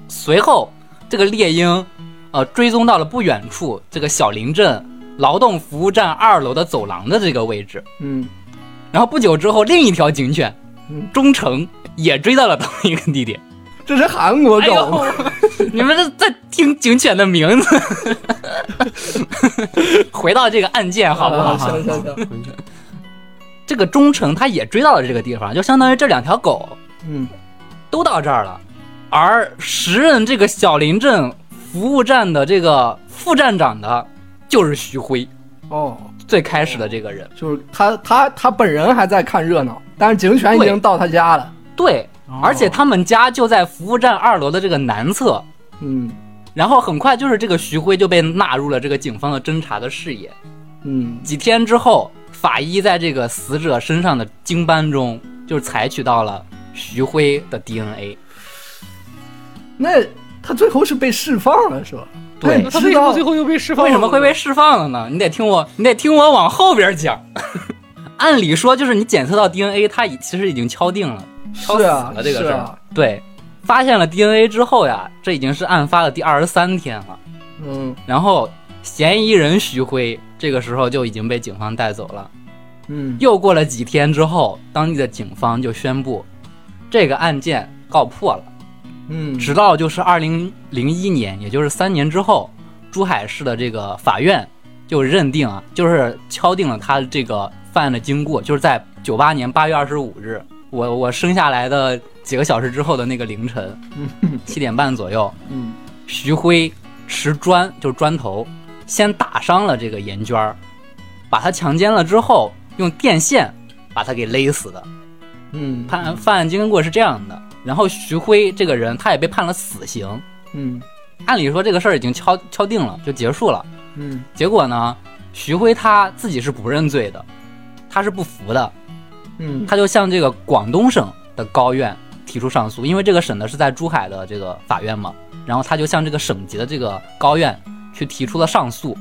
[SPEAKER 4] 随后，这个猎鹰，呃，追踪到了不远处这个小林镇劳动服务站二楼的走廊的这个位置。
[SPEAKER 3] 嗯
[SPEAKER 4] 然后不久之后，另一条警犬
[SPEAKER 3] 嗯，
[SPEAKER 4] 忠诚也追到了同一个地点。
[SPEAKER 3] 这是韩国
[SPEAKER 4] 哎
[SPEAKER 3] 狗吗，
[SPEAKER 4] 呦， 你们这在听警犬的名字。 回到这个案件好不好？
[SPEAKER 3] 啊行行行，
[SPEAKER 4] 这个忠诚他也追到了这个地方，就相当于这两条狗
[SPEAKER 3] 嗯
[SPEAKER 4] 都到这儿了，而时任这个小林镇服务站的这个副站长的，就是徐辉，
[SPEAKER 3] 哦，
[SPEAKER 4] 最开始的这个人。
[SPEAKER 3] 就是他他他本人还在看热闹，但是警犬已经到他家了，
[SPEAKER 4] 对，
[SPEAKER 6] 哦
[SPEAKER 4] 而且他们家就在服务站二楼的这个南侧，
[SPEAKER 3] 嗯
[SPEAKER 4] 然后很快就是这个徐辉就被纳入了这个警方的侦查的视野。
[SPEAKER 3] 嗯
[SPEAKER 4] 几天之后，法医在这个死者身上的精斑中，就是采取到了徐辉的 DNA。
[SPEAKER 3] 那他最后是被释放了是吧？
[SPEAKER 4] 对
[SPEAKER 3] 那
[SPEAKER 5] 他
[SPEAKER 3] 你
[SPEAKER 5] 为
[SPEAKER 3] 知
[SPEAKER 5] 什么
[SPEAKER 3] 道啊
[SPEAKER 5] 最后又被释放了？
[SPEAKER 4] 为什么会被释放了呢？你得听我，你得听我往后边讲。 按理说，就是你检测到 DNA，它已其实已经敲定了，敲
[SPEAKER 3] 是
[SPEAKER 4] 死
[SPEAKER 3] 啊
[SPEAKER 4] 了这个
[SPEAKER 3] 是
[SPEAKER 4] 事儿。
[SPEAKER 3] 啊，
[SPEAKER 4] 对，发现了 DNA 之后呀，这已经是案发的第二十三天了。
[SPEAKER 3] 嗯
[SPEAKER 4] 然后，嫌疑人徐辉这个时候就已经被警方带走了。
[SPEAKER 3] 嗯
[SPEAKER 4] 又过了几天之后，当地的警方就宣布这个案件告破了。
[SPEAKER 3] 嗯，
[SPEAKER 4] 直到就是二零零一年，也就是三年之后，珠海市的这个法院就认定啊，就是敲定了他这个犯案的经过，就是在九八年八月二十五日，我我生下来的几个小时之后的那个凌晨
[SPEAKER 3] 嗯
[SPEAKER 4] 七点半左右，
[SPEAKER 3] 嗯
[SPEAKER 4] 徐辉持砖就是砖头，先打伤了这个严娟儿，把她强奸了之后，用电线把她给勒死的。
[SPEAKER 3] 嗯
[SPEAKER 4] 判犯案经过是这样的，然后徐辉这个人他也被判了死刑。
[SPEAKER 3] 嗯
[SPEAKER 4] 按理说这个事儿已经敲敲定了，就结束了。
[SPEAKER 3] 嗯
[SPEAKER 4] 结果呢，徐辉他自己是不认罪的，他是不服的，
[SPEAKER 3] 嗯
[SPEAKER 4] 他就向这个广东省的高院提出上诉，因为这个省呢是在珠海的这个法院嘛，然后他就向这个省级的这个高院去提出了上诉，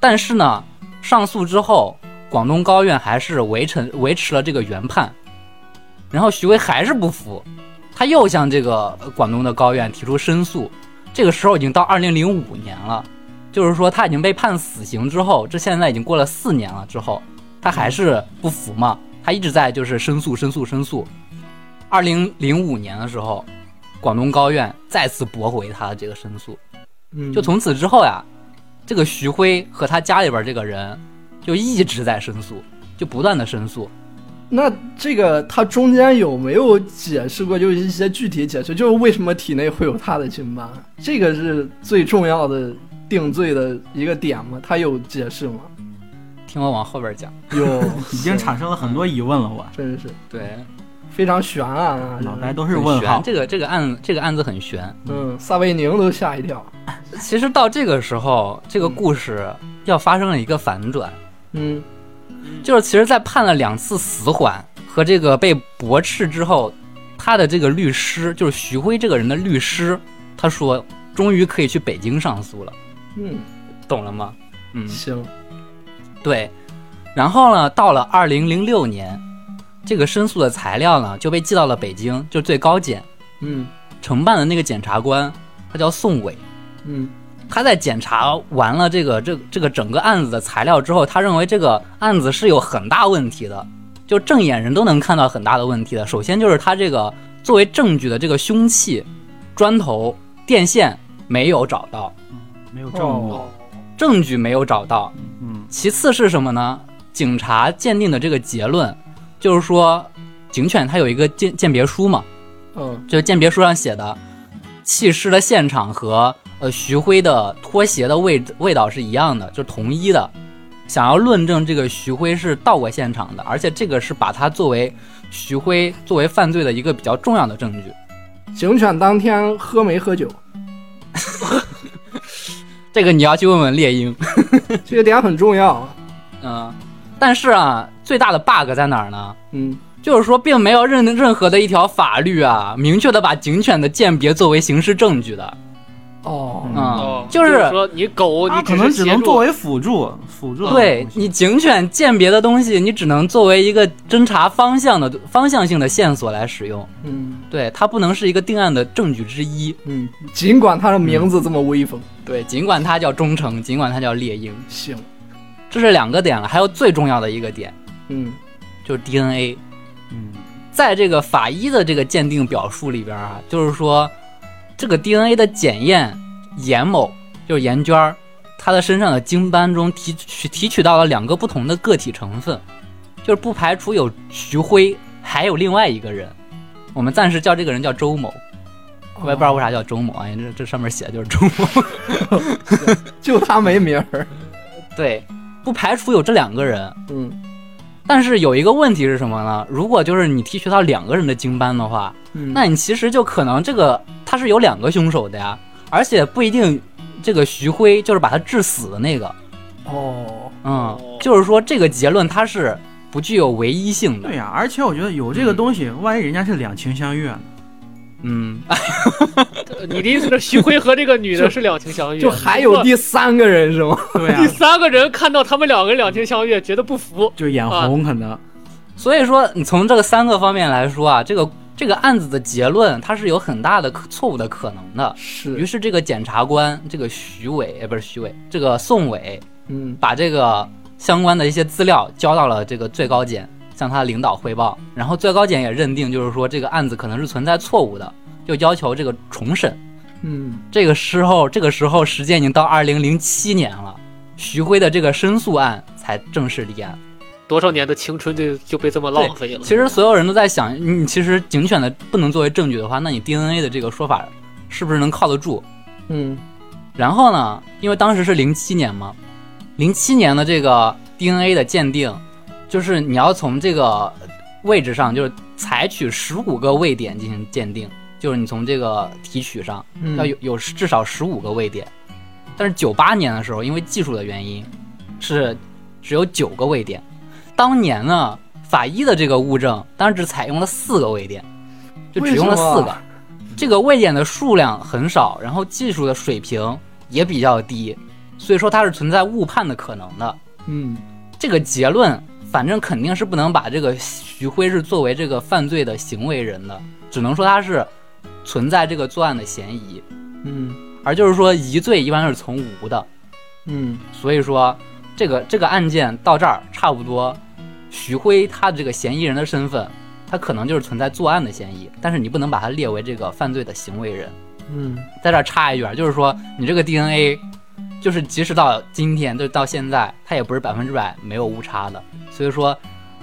[SPEAKER 4] 但是呢，上诉之后，广东高院还是维持维持了这个原判，然后徐威还是不服，他又向这个呃广东的高院提出申诉，这个时候已经到二零零五年了。就是说，他已经被判死刑之后，这现在已经过了四年了。之后，他还是不服嘛，他一直在就是申诉、申诉、申诉。二零零五年的时候，广东高院再次驳回他的这个申诉，
[SPEAKER 3] 嗯，
[SPEAKER 4] 就从此之后呀，这个徐辉和他家里边这个人就一直在申诉，就不断的申诉。
[SPEAKER 3] 那这个他中间有没有解释过，就是一些具体解释，就是为什么体内会有他的精斑，这个是最重要的定罪的一个点吗？他有解释吗？
[SPEAKER 4] 听我往后边讲，
[SPEAKER 3] 有，
[SPEAKER 6] 已经产生了很多疑问了，我
[SPEAKER 3] 真是
[SPEAKER 4] 对，
[SPEAKER 3] 非常悬案啊！
[SPEAKER 6] 脑袋都是
[SPEAKER 4] 很
[SPEAKER 6] 问
[SPEAKER 4] 悬
[SPEAKER 6] 号。
[SPEAKER 4] 这个这个案这个案子很悬。
[SPEAKER 3] 嗯，撒贝宁都吓一跳。
[SPEAKER 4] 其实到这个时候，这个
[SPEAKER 3] 嗯
[SPEAKER 4] 故事要发生了一个反转。
[SPEAKER 3] 嗯
[SPEAKER 4] 就是其实，在判了两次死缓和这个被驳斥之后，他的这个律师，就是徐辉这个人的律师，他说终于可以去北京上诉了，
[SPEAKER 3] 嗯，
[SPEAKER 4] 懂了吗？嗯，
[SPEAKER 3] 行，
[SPEAKER 4] 对。然后呢，到了二零零六年，这个申诉的材料呢就被寄到了北京，就是最高检
[SPEAKER 3] 嗯
[SPEAKER 4] 承办的那个检察官，他叫宋伟。
[SPEAKER 3] 嗯
[SPEAKER 4] 他在检查完了这个这这个整个案子的材料之后，他认为这个案子是有很大问题的，就正眼人都能看到很大的问题的。首先就是他这个作为证据的这个凶器、砖头、电线没有找到，
[SPEAKER 6] 没有证据
[SPEAKER 3] 哦，
[SPEAKER 4] 证据没有找到。
[SPEAKER 6] 嗯，
[SPEAKER 4] 其次是什么呢？警察鉴定的这个结论，就是说警犬它有一个鉴鉴别书嘛，
[SPEAKER 3] 嗯
[SPEAKER 4] 就是鉴别书上写的弃尸的现场和呃徐辉的拖鞋的味味道是一样的，就是同一的。想要论证这个徐辉是到过现场的，而且这个是把他作为徐辉作为犯罪的一个比较重要的证据。
[SPEAKER 3] 警犬当天喝没喝 酒？
[SPEAKER 4] 这个你要去问问猎鹰。
[SPEAKER 3] 这个点很重要啊。
[SPEAKER 4] 嗯，但是啊，最大的 bug 在哪儿呢？
[SPEAKER 3] 嗯，
[SPEAKER 4] 就是说，并没有任任何的一条法律啊，明确的把警犬的鉴别作为刑事证据的。
[SPEAKER 3] 哦，
[SPEAKER 6] 嗯
[SPEAKER 4] 嗯
[SPEAKER 5] 哦，，
[SPEAKER 4] 就是是
[SPEAKER 5] 说你狗，哦你
[SPEAKER 6] 它啊可能只
[SPEAKER 5] 只
[SPEAKER 6] 能作
[SPEAKER 5] 为
[SPEAKER 6] 为辅助，辅助的
[SPEAKER 4] 对
[SPEAKER 6] 东西
[SPEAKER 4] 你警犬鉴别的东西，你只能作为一个侦查方向的方向性的线索来使用。
[SPEAKER 3] 嗯
[SPEAKER 4] 对，它不能是一个定案的证据之一。
[SPEAKER 3] 嗯，尽管它的名字这么威风，
[SPEAKER 4] 对，尽管它叫忠诚，尽管它叫猎鹰，
[SPEAKER 3] 行，
[SPEAKER 4] 这是两个点了。还有最重要的一个点
[SPEAKER 3] 嗯
[SPEAKER 4] 就是 DNA，
[SPEAKER 6] 嗯，
[SPEAKER 4] 在这个法医的这个鉴定表述里边啊，就是说这个 DNA 的检验，严某就是严娟儿，她的身上的精斑中提取提取到了两个不同的个体成分，就是不排除有徐辉，还有另外一个人，我们暂时叫这个人叫周某，
[SPEAKER 3] 哦
[SPEAKER 4] 我也不知道为啥叫周某啊，因为这这上面写的就是周某。
[SPEAKER 3] 就它没名儿。
[SPEAKER 4] 对，不排除有这两个人，
[SPEAKER 3] 嗯
[SPEAKER 4] 但是有一个问题是什么呢？如果就是你提取到两个人的精斑的话，
[SPEAKER 3] 嗯，
[SPEAKER 4] 那你其实就可能这个他是有两个凶手的呀，而且不一定这个徐辉就是把他致死的那个，
[SPEAKER 3] 哦，
[SPEAKER 4] 嗯
[SPEAKER 5] 哦，
[SPEAKER 4] 就是说这个结论它是不具有唯一性的
[SPEAKER 6] 对，呀、而且我觉得有这个东西，万一人家是两情相悦呢？
[SPEAKER 4] 嗯，
[SPEAKER 5] 你的意思是徐辉和这个女的是两情相悦，
[SPEAKER 3] 就还有
[SPEAKER 5] 第
[SPEAKER 3] 第三哎个人是吗？
[SPEAKER 6] 对啊 呀、
[SPEAKER 5] 第三个人看到他们两个人两情相悦，觉得不服，
[SPEAKER 6] 就眼红可能。
[SPEAKER 4] 所以说你从这个三个方面来说啊，这个这个案子的结论它是有很大的可错误的可能的。于
[SPEAKER 3] 是，
[SPEAKER 4] 是这个检察官，这个徐伟，呃，不是徐伟，这个宋伟，
[SPEAKER 3] 嗯
[SPEAKER 4] 把这个相关的一些资料交到了这个最高检，向他领导汇报，然后最高检也认定，就是说这个案子可能是存在错误的，就要求这个重审。
[SPEAKER 3] 嗯，
[SPEAKER 4] 这个时候，这个时候时间已经到二零零七年了，徐辉的这个申诉案才正式立案。
[SPEAKER 5] 多少年的青春就就被这么浪费了。
[SPEAKER 4] 其实所有人都在想，你其实警犬的不能作为证据的话，那你 DNA 的这个说法是不是能靠得住？
[SPEAKER 3] 嗯
[SPEAKER 4] 然后呢，因为当时是零七年嘛，零七年的这个 DNA 的鉴定，就是你要从这个位置上，就是采取十五个位点进行鉴定，就是你从这个提取上
[SPEAKER 3] 嗯，
[SPEAKER 4] 要有有至少十五个位点。但是九八年的时候，因为技术的原因，是只有九个位点。当年呢，法医的这个物证，当时只采用了四个位点，就只用了四
[SPEAKER 3] 为什
[SPEAKER 4] 个
[SPEAKER 3] 么。啊
[SPEAKER 4] 这个位点的数量很少，然后技术的水平也比较低，所以说它是存在误判的可能的。
[SPEAKER 3] 嗯
[SPEAKER 4] 这个结论，反正肯定是不能把这个徐辉是作为这个犯罪的行为人的，只能说他是存在这个作案的嫌疑。
[SPEAKER 3] 嗯
[SPEAKER 4] 而就是说，疑罪一般都是从无的，
[SPEAKER 3] 嗯，
[SPEAKER 4] 所以说这个这个案件到这儿差不多，徐辉他的这个嫌疑人的身份，他可能就是存在作案的嫌疑，但是你不能把他列为这个犯罪的行为人。
[SPEAKER 3] 嗯
[SPEAKER 4] 在这儿插一句啊，就是说你这个 DNA，就是即使到今天，就到现在，它也不是百分之百没有误差的。所以说，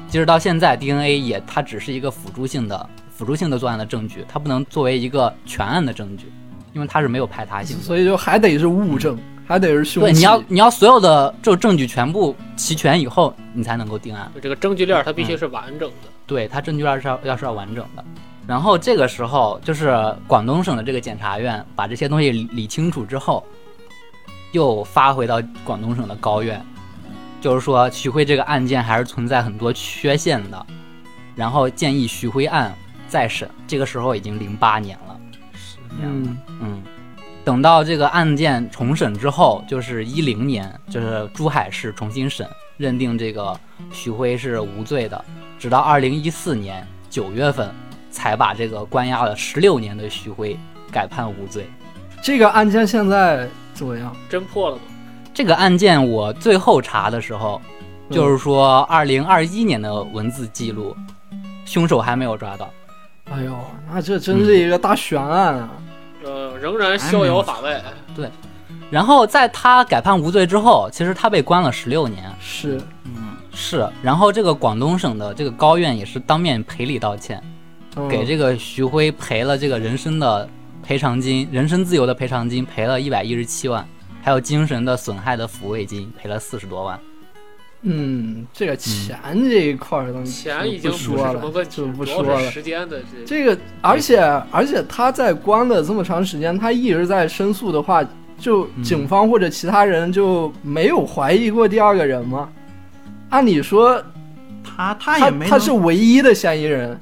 [SPEAKER 4] 即使到现在，DNA 也它只是一个辅助性的、辅助性的作案的证据，它不能作为一个全案的证据，因为它是没有排他性
[SPEAKER 3] 嗯
[SPEAKER 4] 的。
[SPEAKER 3] 所以就还得是物证，还得是凶器。嗯
[SPEAKER 4] 对，你要你要所有的这证据全部齐全以后，你才能够定案。
[SPEAKER 5] 这个证据链它必须是完整的。
[SPEAKER 4] 对他证据要是要要是要完整的。然后这个时候，就是广东省的这个检察院把这些东西理理清楚之后，又发回到广东省的高院，就是说徐辉这个案件还是存在很多缺陷的，然后建议徐辉案再审。这个时候已经零八年了，
[SPEAKER 3] 嗯
[SPEAKER 4] 嗯，等到这个案件重审之后，就是一零年，就是珠海市重新审，认定这个徐辉是无罪的，直到二零一四年九月份才把这个关押了十六年的徐辉改判无罪。
[SPEAKER 3] 这个案件现在怎么样？
[SPEAKER 5] 侦破了吗？
[SPEAKER 4] 这个案件我最后查的时候，
[SPEAKER 3] 嗯
[SPEAKER 4] 就是说二零二一年的文字记录，凶手还没有抓到。
[SPEAKER 3] 哎呦，那这真是一个大悬案啊！
[SPEAKER 5] 呃，仍然逍
[SPEAKER 3] 哎
[SPEAKER 5] 遥法外。
[SPEAKER 4] 然后在他改判无罪之后，其实他被关了十六年。
[SPEAKER 3] 是，
[SPEAKER 6] 嗯，
[SPEAKER 4] 是，然后这个广东省的这个高院也是当面赔礼道歉，
[SPEAKER 3] 嗯
[SPEAKER 4] 给这个徐辉赔了这个人身的赔偿金、人身自由的赔偿金赔了一百一十七万，还有精神的损害的抚慰金赔了四十多万。
[SPEAKER 3] 嗯，这个钱这一块儿的东西
[SPEAKER 5] 钱已经
[SPEAKER 3] 不
[SPEAKER 5] 是
[SPEAKER 3] 说
[SPEAKER 5] 什么
[SPEAKER 3] 了，
[SPEAKER 5] 问题，
[SPEAKER 3] 就不
[SPEAKER 5] 主
[SPEAKER 3] 说
[SPEAKER 5] 要是
[SPEAKER 3] 了。
[SPEAKER 5] 时间的这
[SPEAKER 3] 这个，而且而且他在关了这么长时间，他一直在申诉的话，就
[SPEAKER 4] 嗯
[SPEAKER 3] 警方或者其他人就没有怀疑过第二个人吗？按理说，
[SPEAKER 6] 他他
[SPEAKER 3] 他
[SPEAKER 6] 也没
[SPEAKER 3] 他
[SPEAKER 6] 能
[SPEAKER 3] 是唯一的嫌疑人。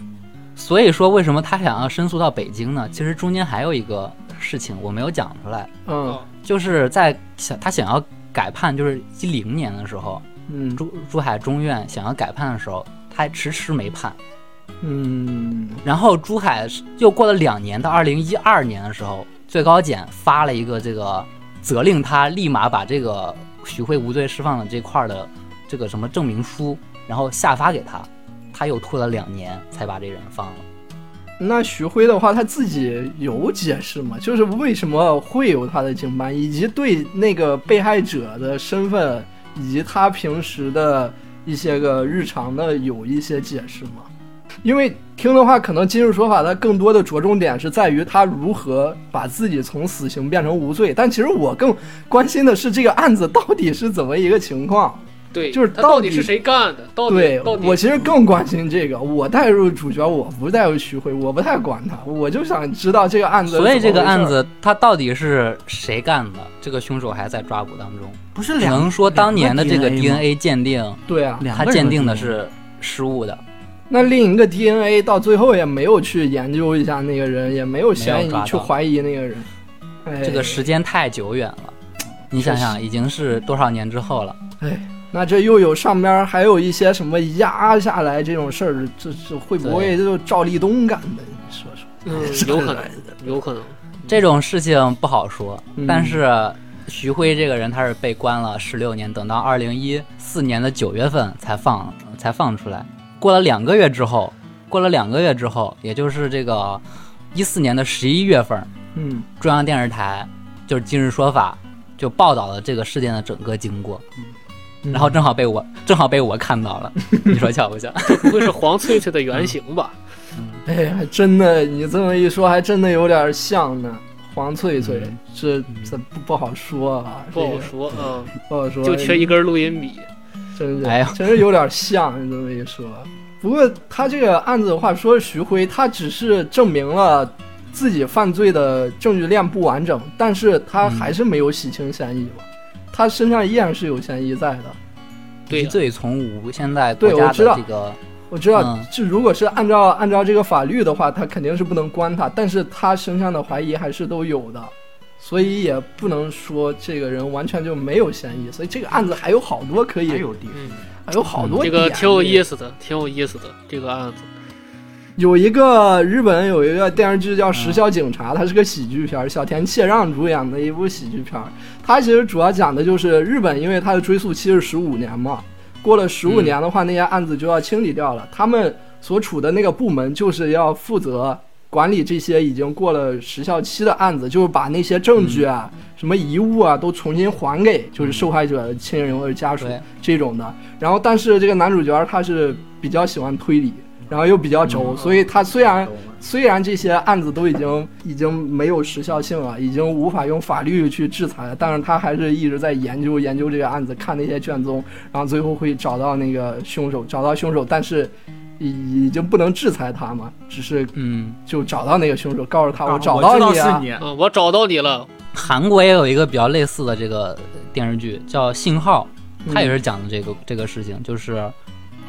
[SPEAKER 4] 所以说，为什么他想要申诉到北京呢？其实中间还有一个事情我没有讲出来，
[SPEAKER 3] 嗯
[SPEAKER 5] 哦
[SPEAKER 4] 就是在想他想要改判，就是一零年的时候，
[SPEAKER 3] 嗯
[SPEAKER 4] 珠珠海中院想要改判的时候，他迟迟没判。
[SPEAKER 3] 嗯
[SPEAKER 4] 然后珠海又过了两年，到二零一二年的时候，最高检发了一个这个责令他立马把这个许慧无罪释放的这块儿的这个什么证明书，然后下发给他，他又拖了两年才把这人放了。
[SPEAKER 3] 那徐辉的话，他自己有解释吗？就是为什么会有他的经班，以及对那个被害者的身份，以及他平时的一些个日常的有一些解释吗？因为听的话，可能今日说法它更多的着重点是在于他如何把自己从死刑变成无罪，但其实我更关心的是这个案子到底是怎么一个情况。
[SPEAKER 5] 对，
[SPEAKER 3] 就是
[SPEAKER 5] 他
[SPEAKER 3] 到
[SPEAKER 5] 到底
[SPEAKER 3] 底
[SPEAKER 5] 是谁干的？到底
[SPEAKER 3] 对
[SPEAKER 5] 到底
[SPEAKER 3] 我其实更关心这个，我带入主角，我不带入徐辉，我不太管他，我就想知道这个案子。
[SPEAKER 4] 所以这个案，子他到底是谁干的？这个凶手还在抓捕当中。
[SPEAKER 6] 不是
[SPEAKER 4] 只
[SPEAKER 6] 两
[SPEAKER 4] 能说当年的这个
[SPEAKER 6] 两个 DNA 吗
[SPEAKER 4] DNA 鉴定，
[SPEAKER 3] 对啊，
[SPEAKER 6] 两
[SPEAKER 4] 他
[SPEAKER 6] 个人
[SPEAKER 4] 鉴定的
[SPEAKER 6] DNA
[SPEAKER 4] 是失误的，
[SPEAKER 3] 那另一个 DNA 到最后也没有去研究一下那个人，也没有嫌疑
[SPEAKER 4] 没有抓到
[SPEAKER 3] 去怀疑那个人。哎，
[SPEAKER 4] 这个时间太久远了。你想想，已经是多少年之后了？
[SPEAKER 3] 哎，那这又有上边还有一些什么压下来这种事儿，这这会不会就赵立东干的？你说说，
[SPEAKER 5] 嗯 有可能，有可能。
[SPEAKER 4] 这种事情不好说，
[SPEAKER 3] 嗯
[SPEAKER 4] 但是徐辉这个人他是被关了十六年，等到二零一四年的九月份才放才放出来。过了两个月之后，过了两个月之后，也就是这个一四年的十一月份，
[SPEAKER 3] 嗯
[SPEAKER 4] 中央电视台就是《今日说法》就报道了这个事件的整个经过，
[SPEAKER 3] 嗯
[SPEAKER 4] 然后正好被我正好被我看 到了，你说巧不巧？
[SPEAKER 5] 不会是黄翠翠的原型吧？
[SPEAKER 3] 哎，还真的，你这么一说，还真的有点像呢。黄翠翠，这这不不好说啊，
[SPEAKER 5] 嗯不
[SPEAKER 3] 这
[SPEAKER 5] 好
[SPEAKER 3] 个
[SPEAKER 5] 说啊，
[SPEAKER 3] 不好说，
[SPEAKER 5] 就缺一根录音笔。
[SPEAKER 3] 真是，
[SPEAKER 4] 哎呦
[SPEAKER 3] 真是有点像你这么一说。不过他这个案子的话，说徐辉，他只是证明了自己犯罪的证据链不完整，但是
[SPEAKER 5] 嗯
[SPEAKER 3] 他还是没有洗清嫌疑嘛，他身上依然是有嫌疑在的。
[SPEAKER 5] 对
[SPEAKER 4] 疑
[SPEAKER 5] 啊
[SPEAKER 4] 罪从无，现在国
[SPEAKER 3] 对
[SPEAKER 4] 家
[SPEAKER 3] 我知道
[SPEAKER 4] 的这个
[SPEAKER 3] 我知道
[SPEAKER 4] 嗯，
[SPEAKER 3] 这、如果是按照按照这个法律的话，他肯定是不能关他，但是他身上的怀疑还是都有的，所以也不能说这个人完全就没有嫌疑，所以这个案子还有好多可以，
[SPEAKER 6] 还有地方。
[SPEAKER 5] 嗯，
[SPEAKER 3] 还有好多
[SPEAKER 5] 这个 E
[SPEAKER 3] 点
[SPEAKER 5] 挺有
[SPEAKER 3] 可以
[SPEAKER 5] 意思的，挺有意思的这个案子。
[SPEAKER 3] 有一个日本有一个电视剧叫《时效警察》，它是个喜剧片儿，小田切让主演的一部喜剧片儿。它其实主要讲的就是日本，因为它的追溯期是十五年嘛，过了十五
[SPEAKER 4] 嗯
[SPEAKER 3] 年的话，那些案子就要清理掉了。他们所处的那个部门就是要负责管理这些已经过了时效期的案子，就是把那些证据啊、什么遗物啊都重新还给就是受害者的亲人或者家属
[SPEAKER 4] 嗯对
[SPEAKER 3] 这种的。然后，但是这个男主角他是比较喜欢推理，
[SPEAKER 4] 嗯
[SPEAKER 3] 然后又比较
[SPEAKER 6] 嗯
[SPEAKER 3] 轴，所以他虽然虽然这些案子都已经已经没有时效性了，已经无法用法律去制裁了，但是他还是一直在研究研究这个案子，看那些卷宗，然后最后会找到那个凶手，找到凶手，但是已已经不能制裁他嘛，只是
[SPEAKER 4] 嗯，
[SPEAKER 3] 就找到那个凶手，告诉他
[SPEAKER 6] 啊
[SPEAKER 3] 找
[SPEAKER 6] 我知
[SPEAKER 3] 到
[SPEAKER 6] 道
[SPEAKER 3] 你
[SPEAKER 6] 是
[SPEAKER 3] 啊，
[SPEAKER 6] 你，
[SPEAKER 5] 嗯，我找到你 了，
[SPEAKER 4] 韩国也有一个比较类似的这个电视剧叫《信号》，
[SPEAKER 3] 嗯
[SPEAKER 4] 它也是讲的这个、这个事情，就是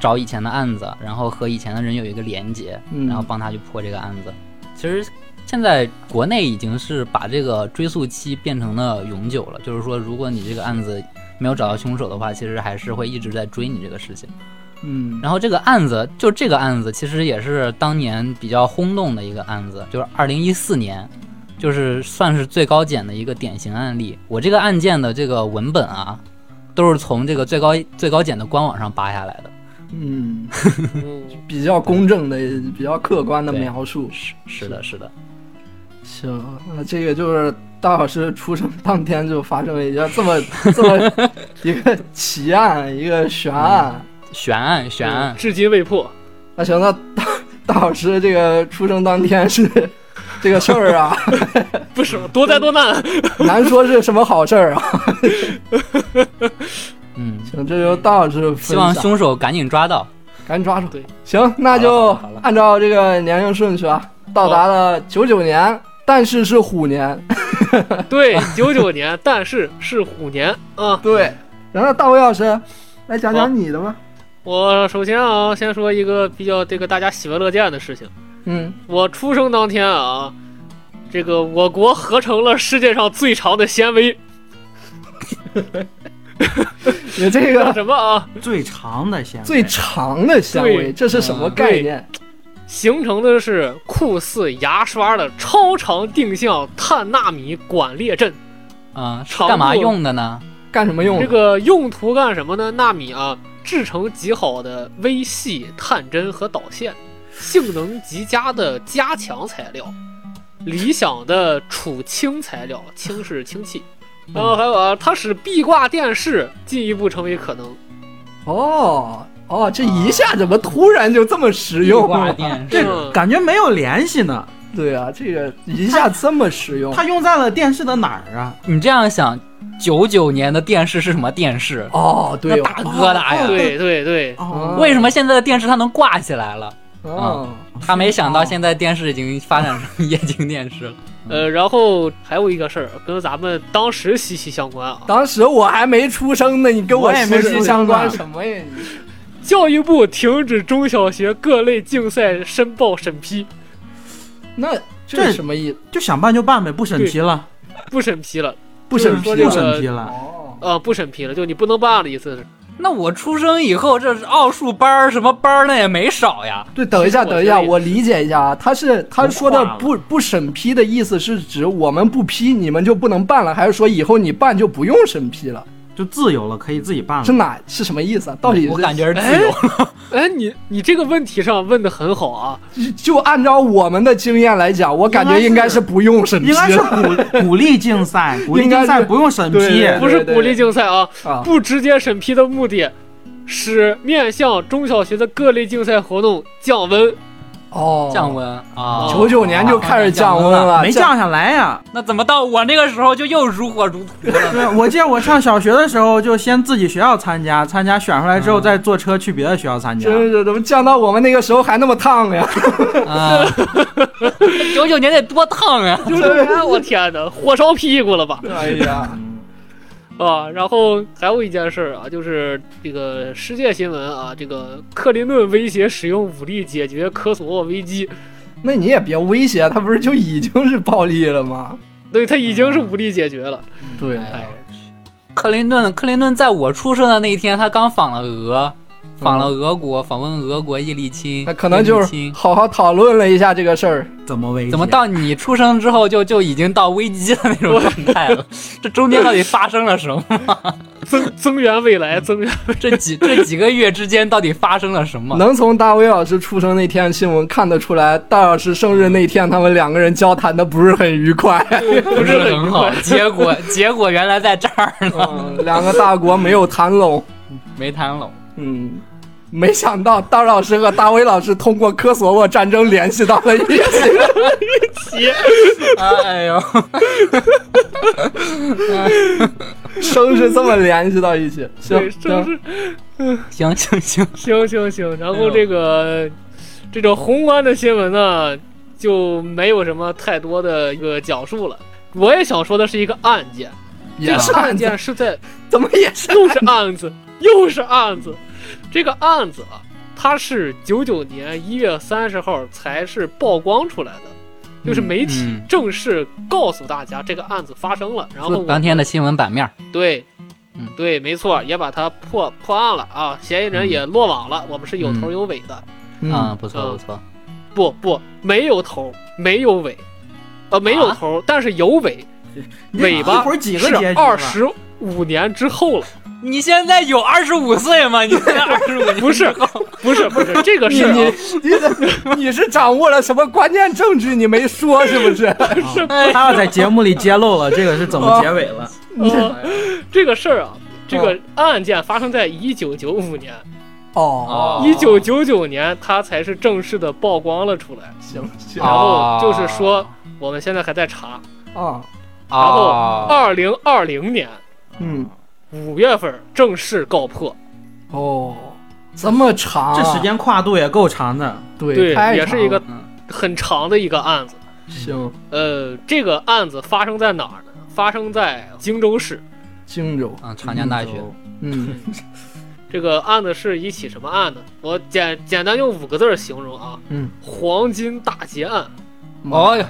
[SPEAKER 4] 找以前的案子，然后和以前的人有一个连接，
[SPEAKER 3] 嗯
[SPEAKER 4] 然后帮他去破这个案子。其实现在国内已经是把这个追溯期变成了永久了，就是说，如果你这个案子没有找到凶手的话，其实还是会一直在追你这个事情。
[SPEAKER 3] 嗯
[SPEAKER 4] 然后这个案子，就这个案子，其实也是当年比较轰动的一个案子，就是二零一四年，就是算是最高检的一个典型案例。我这个案件的这个文本啊，都是从这个最高最高检的官网上扒下来的。
[SPEAKER 3] 嗯，
[SPEAKER 5] 嗯，
[SPEAKER 3] 比较公正的、比较客观的
[SPEAKER 4] 对
[SPEAKER 3] 描述，
[SPEAKER 4] 是是的，是的，
[SPEAKER 3] 行，那这个就是大老师出生当天就发生了一个这 么这么一个奇案，一个悬案。
[SPEAKER 4] 悬案悬 案
[SPEAKER 5] 嗯，至今未破。
[SPEAKER 3] 那行，那大大老师这个出生当天是 这个事儿 啊，
[SPEAKER 5] 不是多灾多 难，
[SPEAKER 3] 难说是什么好事儿啊。
[SPEAKER 4] 嗯，
[SPEAKER 3] 行，这就大老师分享
[SPEAKER 4] 希望凶手赶紧抓到。
[SPEAKER 3] 赶紧抓住
[SPEAKER 5] 对。
[SPEAKER 3] 行，那就
[SPEAKER 4] 好了好了
[SPEAKER 3] 按照这个年龄顺序啊，到达了九九年，但是是虎年。
[SPEAKER 5] 对，九九年，但是是虎年啊。
[SPEAKER 3] 对，然后大卫老师来讲讲你的吧。
[SPEAKER 5] 我首先啊，先说一个比较这个大家喜闻乐见的事情。
[SPEAKER 3] 嗯，
[SPEAKER 5] 我出生当天啊，这个我国合成了世界上最长的纤维，
[SPEAKER 3] 你这
[SPEAKER 5] 叫
[SPEAKER 3] 个
[SPEAKER 5] 什么啊？
[SPEAKER 6] 最长的先
[SPEAKER 3] 最长的香味，
[SPEAKER 5] 对
[SPEAKER 3] 这是什么
[SPEAKER 4] 嗯
[SPEAKER 3] 概念？
[SPEAKER 5] 形成的是酷似牙刷的超长定向碳纳米管列阵。
[SPEAKER 4] 嗯，是
[SPEAKER 5] 长
[SPEAKER 4] 干嘛
[SPEAKER 5] 度
[SPEAKER 4] 用的呢？
[SPEAKER 3] 干什么用
[SPEAKER 5] 这
[SPEAKER 3] 的？
[SPEAKER 5] 个用途干什么呢？纳米啊，制成极好的微细探针和导线，性能极佳的加强材料，理想的储氢材料，氢是氢气。然后还有啊，它使壁挂电视进一步成为可能。
[SPEAKER 3] 哦哦，这
[SPEAKER 6] 啊
[SPEAKER 3] 一下怎么突然就这么实用
[SPEAKER 4] 挂
[SPEAKER 3] 了？
[SPEAKER 4] 电视，
[SPEAKER 5] 嗯
[SPEAKER 6] 感觉没有联系呢。
[SPEAKER 3] 对啊，这个一下这么实
[SPEAKER 4] 哦
[SPEAKER 3] 用。
[SPEAKER 6] 它用在了电视的哪儿啊？
[SPEAKER 4] 你这样想，九九年的电视是什么电视？
[SPEAKER 3] 哦，对哦，
[SPEAKER 4] 那大疙瘩 呀！
[SPEAKER 5] 对对对，
[SPEAKER 6] 哦，
[SPEAKER 4] 为什么现在的电视它能挂起来了？
[SPEAKER 6] 啊
[SPEAKER 3] 哦，
[SPEAKER 4] 他没想到现在电视已经发展成液晶电视了。
[SPEAKER 5] 呃，然后还有一个事儿跟咱们当时息息相关啊。
[SPEAKER 3] 当时我还没出生呢，你跟
[SPEAKER 6] 我也没
[SPEAKER 3] 息息
[SPEAKER 6] 出
[SPEAKER 3] 相
[SPEAKER 6] 生
[SPEAKER 3] 关
[SPEAKER 6] 呢
[SPEAKER 3] 什么呀？你
[SPEAKER 5] 教育部停止中小学各类竞赛申报审批，
[SPEAKER 3] 那这
[SPEAKER 6] 这
[SPEAKER 3] 是什么意思？
[SPEAKER 6] 就想办就办呗，不审批了，
[SPEAKER 5] 不审批了，
[SPEAKER 3] 不
[SPEAKER 5] 就是
[SPEAKER 3] 审
[SPEAKER 5] 说
[SPEAKER 3] 批
[SPEAKER 5] 这
[SPEAKER 6] 不
[SPEAKER 5] 个
[SPEAKER 6] 审批了。
[SPEAKER 3] 哦，
[SPEAKER 5] 呃，不审批了，就你不能办了，意思是。
[SPEAKER 4] 那我出生以后，这是奥数班儿什么班儿，那也没少呀。
[SPEAKER 3] 对，等一下，
[SPEAKER 5] 其实我
[SPEAKER 3] 等一下，
[SPEAKER 5] 觉得也
[SPEAKER 3] 我理解一下啊，他是他说的
[SPEAKER 6] 同化了
[SPEAKER 3] 不不审批的意思是指我们不批，你们就不能办了，还是说以后你办就不用审批了？
[SPEAKER 6] 就自由了，可以自己办
[SPEAKER 3] 是
[SPEAKER 6] 了。
[SPEAKER 3] 哪是什么意思啊？到底
[SPEAKER 4] 我
[SPEAKER 3] 是
[SPEAKER 4] 感觉是自由。
[SPEAKER 5] 哎，你你这个问题上问的很好啊，
[SPEAKER 3] 就就按照我们的经验来讲，我感觉应
[SPEAKER 6] 应
[SPEAKER 3] 该
[SPEAKER 6] 该
[SPEAKER 3] 是
[SPEAKER 6] 是
[SPEAKER 3] 不用审批
[SPEAKER 6] 应
[SPEAKER 3] 了，
[SPEAKER 6] 该是鼓鼓励竞赛， 鼓励竞赛不用审批。
[SPEAKER 3] 对
[SPEAKER 5] 不是鼓励竞赛啊，
[SPEAKER 3] 啊，
[SPEAKER 5] 不直接审批的目的，使面向中小学的各类竞赛活动降 温。
[SPEAKER 3] 哦，
[SPEAKER 4] 降温啊，
[SPEAKER 3] 九九年就开始降温了，
[SPEAKER 6] 没降下来呀、
[SPEAKER 4] 那怎么到我那个时候就又如火如 荼了？
[SPEAKER 6] 对，我记得我上小学的时候，就先自己学校参加，参加选出来之后，
[SPEAKER 4] 嗯
[SPEAKER 6] 再坐车去别的学校参加。
[SPEAKER 3] 真是怎么降到我们那个时候还那么烫呀？
[SPEAKER 4] 啊，九九年得多烫 啊！
[SPEAKER 5] 哎，我天哪，火烧屁股了吧？
[SPEAKER 3] 哎呀，
[SPEAKER 5] 啊，然后还有一件事儿啊，就是这个世界新闻啊，这个克林顿威胁使用武力解决科索沃危机，
[SPEAKER 3] 那你也别威胁他，不是就已经是暴力了吗？
[SPEAKER 5] 对他已经是武力解决了。
[SPEAKER 3] 对
[SPEAKER 5] 哎，
[SPEAKER 4] 克林顿，克林顿在我出生的那一天，他刚访了俄，访了俄国，访问俄国叶利
[SPEAKER 3] 嗯
[SPEAKER 4] 钦。
[SPEAKER 3] 那可能就
[SPEAKER 4] 叶利
[SPEAKER 3] 是
[SPEAKER 4] 钦
[SPEAKER 3] 好好讨论了一下这个事儿。
[SPEAKER 6] 怎么危险？
[SPEAKER 4] 怎么到你出生之后就就已经到危机的那种状态了？这中间到底发生了 什么？
[SPEAKER 5] 增增援未来，增援
[SPEAKER 4] 这几这几个月之间到底发生了什么？
[SPEAKER 3] 能从大威老师出生那天的新闻看得出来，大老师生日那天他们两个人交谈的不是很愉快，
[SPEAKER 5] 不
[SPEAKER 4] 不
[SPEAKER 5] 是
[SPEAKER 4] 是
[SPEAKER 5] 很
[SPEAKER 4] 很
[SPEAKER 5] 愉
[SPEAKER 4] 好
[SPEAKER 5] 快，。
[SPEAKER 4] 结果结果原来在这儿呢，
[SPEAKER 3] 嗯两个大国没有谈拢。
[SPEAKER 4] 没谈拢。
[SPEAKER 3] 嗯，没想到大老师和大威老师通过科索沃战争联系到了一起。
[SPEAKER 4] 哎呦，
[SPEAKER 3] 生是这么联系到一起，行
[SPEAKER 5] 对，正
[SPEAKER 3] 行，
[SPEAKER 5] 是
[SPEAKER 4] 行行行，
[SPEAKER 5] 行行行，然
[SPEAKER 4] 哎
[SPEAKER 5] 后
[SPEAKER 4] 呦
[SPEAKER 5] 这个这种宏观的新闻呢，就没有什么太多的一个讲述了。我也想说的是一个案件，这
[SPEAKER 3] 也
[SPEAKER 5] 个
[SPEAKER 3] 是
[SPEAKER 5] 案
[SPEAKER 3] 案子，
[SPEAKER 5] 件是在
[SPEAKER 3] 怎么也是
[SPEAKER 5] 又是案子，又是案子。这个案子啊，它是九九年一月三十号才是曝光出来的，就是媒体
[SPEAKER 4] 嗯
[SPEAKER 5] 正式告诉大家这个案子发生了，然后我
[SPEAKER 4] 当天的新闻版面，
[SPEAKER 5] 对
[SPEAKER 4] 嗯，
[SPEAKER 5] 对，没错，也把它破破案了啊，嫌疑人也落网了，我们是有头有尾的。
[SPEAKER 4] 嗯，不错不错，
[SPEAKER 5] 不不，没有头，没有尾，呃，没有
[SPEAKER 4] 啊
[SPEAKER 5] 头，但是有尾，
[SPEAKER 6] 你
[SPEAKER 5] 尾巴
[SPEAKER 6] 一会儿几个
[SPEAKER 5] 是
[SPEAKER 6] 结局了
[SPEAKER 5] 二十五年之后了。
[SPEAKER 4] 你现在有二十五岁吗？你二 十五
[SPEAKER 5] 不是，不是，不是，这个
[SPEAKER 3] 你
[SPEAKER 5] 事儿啊、
[SPEAKER 3] 你你怎你是掌握了什么关键证据？你没说是 不是？
[SPEAKER 6] 他要在节目里揭露了这个是怎
[SPEAKER 3] 哦
[SPEAKER 6] 么结尾了。
[SPEAKER 5] 哦
[SPEAKER 3] 啊
[SPEAKER 5] 呃这个事儿啊，这个案件发生在一九九五年，
[SPEAKER 3] 哦，
[SPEAKER 5] 一九九九年它才是正式的曝光了出来。
[SPEAKER 3] 行行
[SPEAKER 5] 然
[SPEAKER 3] 啊
[SPEAKER 5] 后就是说我们现在还在查，
[SPEAKER 3] 啊，
[SPEAKER 5] 然后
[SPEAKER 3] 哦
[SPEAKER 4] 啊，
[SPEAKER 5] 二零二零年
[SPEAKER 3] 嗯，
[SPEAKER 5] 五月份正式告破，
[SPEAKER 3] 哦，这么长、啊
[SPEAKER 6] 这时间跨度也够长的。
[SPEAKER 3] 对
[SPEAKER 5] 对
[SPEAKER 3] 太
[SPEAKER 5] 也
[SPEAKER 3] 长
[SPEAKER 5] 是一个
[SPEAKER 3] 了嗯
[SPEAKER 5] 很长的一个案子。
[SPEAKER 3] 行
[SPEAKER 5] 呃，这个案子发生在哪儿呢？发生在荆州市。
[SPEAKER 3] 荆州
[SPEAKER 4] 嗯长江大学，
[SPEAKER 3] 嗯
[SPEAKER 5] 这个案子是一起什么案呢？我简简单用五个字儿形容啊，
[SPEAKER 3] 嗯，
[SPEAKER 5] 黄金大劫案，
[SPEAKER 6] 嗯
[SPEAKER 5] 嗯
[SPEAKER 4] 哦哟，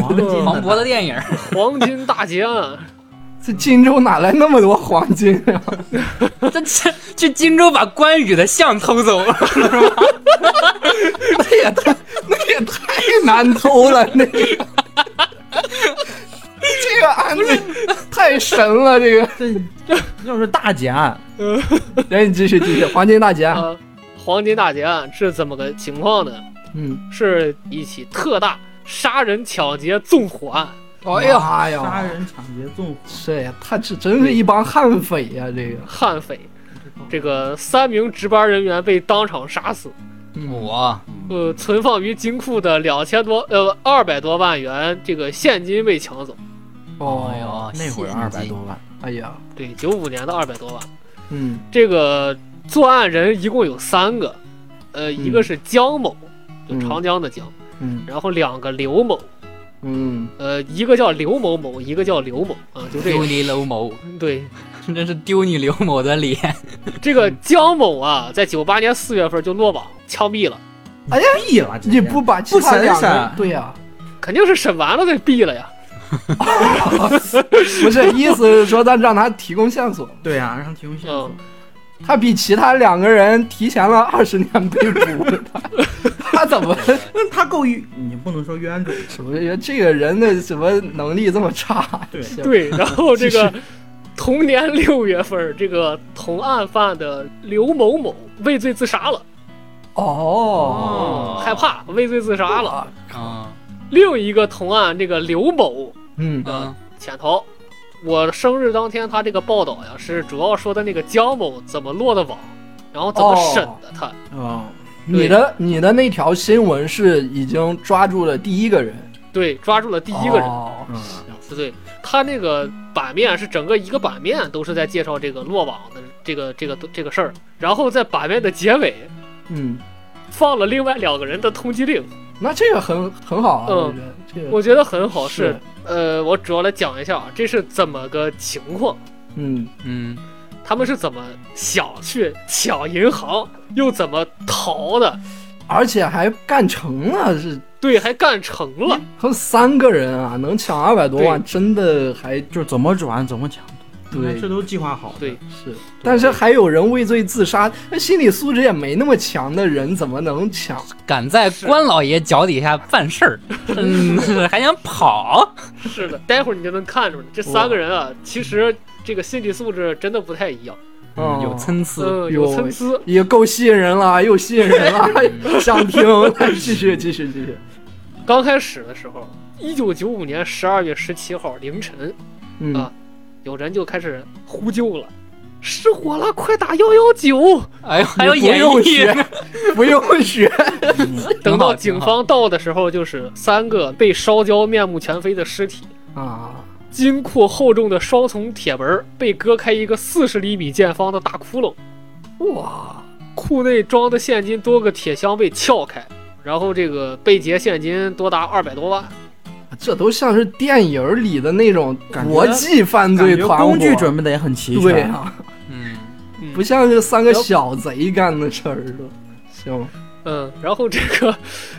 [SPEAKER 6] 黄金
[SPEAKER 4] 黄渤的电影，
[SPEAKER 5] 黄金大劫案，
[SPEAKER 3] 这荆州哪来那么多黄金啊？
[SPEAKER 4] 这这去荆州把关羽的像偷走了，
[SPEAKER 3] 那也太那也太难偷了，那个这个案子太神了，这个。
[SPEAKER 6] 这要是大劫案，
[SPEAKER 3] 来，哎你继续继续，黄金大劫案，
[SPEAKER 5] 啊，黄金大劫案是怎么个情况呢？
[SPEAKER 3] 嗯，
[SPEAKER 5] 是一起特大杀人抢劫纵火案。
[SPEAKER 3] 哎呀妈
[SPEAKER 6] 杀
[SPEAKER 3] 呀，
[SPEAKER 6] 人抢劫纵火，
[SPEAKER 3] 这也太这真是一帮悍匪呀、这个，
[SPEAKER 5] 悍匪，这个三名值班人员被当场杀死，
[SPEAKER 3] 嗯，
[SPEAKER 4] 我
[SPEAKER 5] 呃，存放于金库的两千多呃二百多万元这个现金被抢走，
[SPEAKER 4] 哎呦
[SPEAKER 3] 哦，
[SPEAKER 6] 那会
[SPEAKER 4] 现金
[SPEAKER 6] 儿二百多万，
[SPEAKER 3] 哎呀，
[SPEAKER 5] 对，九五年的二百多万。
[SPEAKER 3] 嗯
[SPEAKER 5] 这个作案人一共有三个，呃，一个是江某，就
[SPEAKER 3] 嗯
[SPEAKER 5] 长江的江，
[SPEAKER 3] 嗯
[SPEAKER 5] 然后两个刘某，
[SPEAKER 3] 嗯，
[SPEAKER 5] 呃，一个叫刘某某，一个叫刘某啊，就这
[SPEAKER 4] 丢
[SPEAKER 5] 个。
[SPEAKER 4] 你刘某，
[SPEAKER 5] 对，
[SPEAKER 4] 真是丢你刘某的脸。
[SPEAKER 5] 这个江某啊，在九八年四月份就落网枪毙了，
[SPEAKER 3] 哎呀
[SPEAKER 6] 毙了，直接
[SPEAKER 3] 你不啊把其
[SPEAKER 6] 不
[SPEAKER 3] 他
[SPEAKER 6] 审
[SPEAKER 3] 两个
[SPEAKER 6] 审
[SPEAKER 3] 对呀、
[SPEAKER 5] 肯定是审完了再毙了呀。
[SPEAKER 3] 不是，意思是说咱让他提供线索，
[SPEAKER 6] 对呀、让提供线索
[SPEAKER 3] 哦
[SPEAKER 5] 嗯，
[SPEAKER 3] 他比其他两个人提前了二十年被捕，他他怎么
[SPEAKER 6] 那他够冤，你不能说冤种，
[SPEAKER 3] 什么这个人的什么能力这么差？
[SPEAKER 6] 对
[SPEAKER 3] 行
[SPEAKER 5] 对，然后这个同年六月份儿，这个同案犯的刘某某畏罪自杀了，
[SPEAKER 3] 哦，
[SPEAKER 4] 哦
[SPEAKER 5] 害怕畏罪自杀
[SPEAKER 3] 啊
[SPEAKER 5] 了。
[SPEAKER 4] 嗯
[SPEAKER 5] 另一个同案这个刘某
[SPEAKER 3] 嗯
[SPEAKER 4] 嗯
[SPEAKER 5] 潜逃。我生日当天，他这个报道呀，是主要说的那个江某怎么落的网，然后怎么审的他。
[SPEAKER 6] 哦，
[SPEAKER 3] 你的你的那条新闻是已经抓住了第一个人，
[SPEAKER 5] 对，抓住了第一个人，
[SPEAKER 3] 哦
[SPEAKER 6] 嗯，
[SPEAKER 5] 不对，他那个版面是整个一个版面都是在介绍这个落网的这个这个这个事儿，然后在版面的结尾
[SPEAKER 3] 嗯，
[SPEAKER 5] 放了另外两个人的通缉令。
[SPEAKER 3] 那这个很很好啊，
[SPEAKER 5] 嗯
[SPEAKER 3] 我觉得这个
[SPEAKER 5] 我觉得很好，
[SPEAKER 3] 是
[SPEAKER 5] 是呃，我主要来讲一下啊，这是怎么个情况，
[SPEAKER 3] 嗯
[SPEAKER 4] 嗯，
[SPEAKER 5] 他们是怎么想去抢银行，又怎么逃的，
[SPEAKER 3] 而且还干成了，是
[SPEAKER 5] 对，还干成了，
[SPEAKER 3] 他们三个人啊，能抢二百多万，真的还
[SPEAKER 6] 就是怎么转怎么抢，
[SPEAKER 3] 对
[SPEAKER 6] 这都计划好的，
[SPEAKER 5] 对
[SPEAKER 3] 是，但是还有人畏罪自杀，那心理素质也没那么强的人怎么能抢？
[SPEAKER 4] 敢在关老爷脚底下办事儿，嗯，还想跑？
[SPEAKER 5] 是的，待会儿你就能看出来，这三个人啊，其实这个心理素质真的不太一样，
[SPEAKER 3] 嗯
[SPEAKER 4] 有参差。
[SPEAKER 5] 嗯，
[SPEAKER 3] 有
[SPEAKER 5] 有参差，
[SPEAKER 3] 也够吸引人了，又吸引 人了，想听，来继续继续继续，
[SPEAKER 5] 刚开始的时候，一九九五年十二月十七号凌晨，
[SPEAKER 3] 嗯
[SPEAKER 5] 啊，有人就开始呼救了，失火了，快打幺幺九！
[SPEAKER 4] 哎呦，还有
[SPEAKER 3] 你
[SPEAKER 4] 演
[SPEAKER 3] 不用
[SPEAKER 4] 绎，
[SPEAKER 3] 学，不用 学，
[SPEAKER 5] 等
[SPEAKER 4] 挺好
[SPEAKER 5] 到警方到的时候，就是三个被烧焦、面目全非的尸体，
[SPEAKER 3] 啊，
[SPEAKER 5] 金库厚重的双重铁门儿被割开一个四十厘米见方的大窟窿，
[SPEAKER 3] 哇，
[SPEAKER 5] 库内装的现金多个铁箱被撬开，然后这个被劫现金多达二百多万。
[SPEAKER 3] 这都像是电影里的那种
[SPEAKER 6] 感觉
[SPEAKER 3] 国际犯罪
[SPEAKER 6] 感觉
[SPEAKER 3] 团伙，
[SPEAKER 6] 工具准备的也很齐全，
[SPEAKER 3] 对啊，
[SPEAKER 4] 嗯，
[SPEAKER 5] 嗯
[SPEAKER 3] 不像是三个小贼干的事儿了。行，
[SPEAKER 5] 嗯，然后这个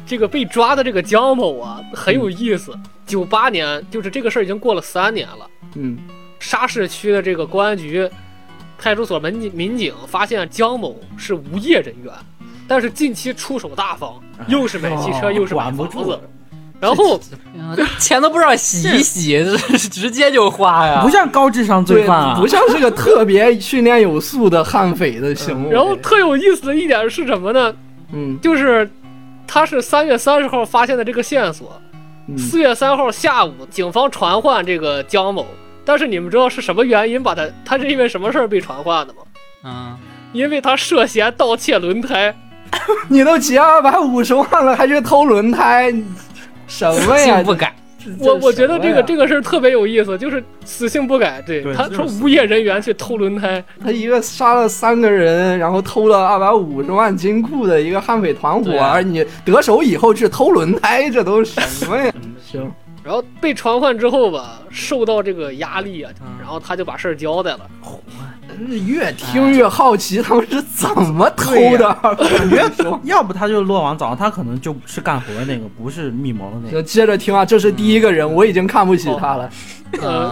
[SPEAKER 5] 这个被抓的这个江某啊，很
[SPEAKER 6] 嗯
[SPEAKER 5] 有意思。九八年，就是这个事儿已经过了三年了。
[SPEAKER 3] 嗯
[SPEAKER 5] 沙市区的这个公安局派出所民警民警发现江某是无业人员，但是近期出手大方，又是买汽车、
[SPEAKER 3] 哦
[SPEAKER 5] 又是买
[SPEAKER 6] 哎管不
[SPEAKER 5] 房
[SPEAKER 6] 住
[SPEAKER 5] 子，，然后
[SPEAKER 4] 嗯钱都不知道洗一洗，直接就花呀
[SPEAKER 6] 不。像高智商罪
[SPEAKER 3] 对，
[SPEAKER 6] 犯啊，
[SPEAKER 3] 不像是个特别训练有素的悍匪的行为。
[SPEAKER 5] 嗯然后特有意思的一点是什么呢？
[SPEAKER 3] 嗯
[SPEAKER 5] 就是他是三月三十号发现的这个线索，
[SPEAKER 3] 嗯，
[SPEAKER 5] 四月三号下午警方传唤这个江某，但是你们知道是什么原因把他他是因为什么事儿被传唤的吗？
[SPEAKER 4] 嗯，
[SPEAKER 5] 因为他涉嫌盗窃轮胎。
[SPEAKER 3] 你都结二百五十万了，还去偷轮胎，你什么呀
[SPEAKER 4] 竟？不改。
[SPEAKER 5] 我我觉得这个这
[SPEAKER 3] 个
[SPEAKER 5] 个事儿特别有意思，就是死性不改。对，
[SPEAKER 6] 对
[SPEAKER 5] 他
[SPEAKER 6] 就是
[SPEAKER 5] 说
[SPEAKER 6] 死
[SPEAKER 5] 无业人员去偷轮胎，
[SPEAKER 3] 他一个杀了三个人，然后偷了二百五十万金库的一个悍匪团伙
[SPEAKER 4] 对，啊
[SPEAKER 3] 你得手以后去偷轮胎，这都什么呀？行，
[SPEAKER 5] 然后被传唤之后吧，受到这个压力啊
[SPEAKER 4] 嗯，
[SPEAKER 5] 然后他就把事儿交代了。
[SPEAKER 3] 越听越好奇他们是怎么偷的。
[SPEAKER 6] 感觉 要不他就落网早，他可能就是干活的那个，不是密谋的那
[SPEAKER 3] 就
[SPEAKER 6] 个。
[SPEAKER 3] 接着听啊，这是第一个人，我已经看不起他了。
[SPEAKER 5] 呃，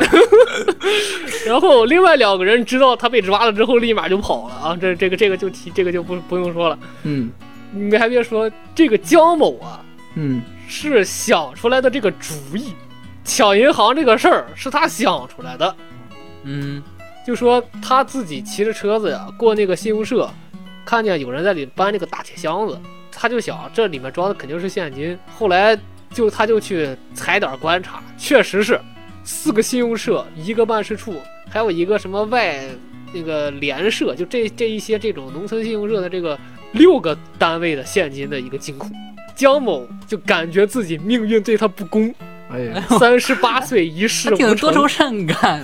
[SPEAKER 5] 然后另外两个人知道他被抓了之后，立马就跑了啊。这这个这个就提这个就不不用说了。
[SPEAKER 3] 嗯
[SPEAKER 5] 你还别说，这个江某啊
[SPEAKER 3] 嗯，
[SPEAKER 5] 是想出来的这个主意，抢银行这个事儿是他想出来的。
[SPEAKER 4] 嗯，
[SPEAKER 5] 就说他自己骑着车子呀、过那个信用社，看见有人在里搬那个大铁箱子，他就想这里面装的肯定是现金。后来就他就去踩点观察，确实是四个信用社、一个办事处，还有一个什么外那个联社，就这这一些这种农村信用社的这个六个单位的现金的一个金库。江某就感觉自己命运对他不公，
[SPEAKER 3] 哎 呀，
[SPEAKER 5] 三十八岁一事
[SPEAKER 4] 他
[SPEAKER 5] 无
[SPEAKER 4] 挺
[SPEAKER 5] 成，嗯
[SPEAKER 4] 多愁善感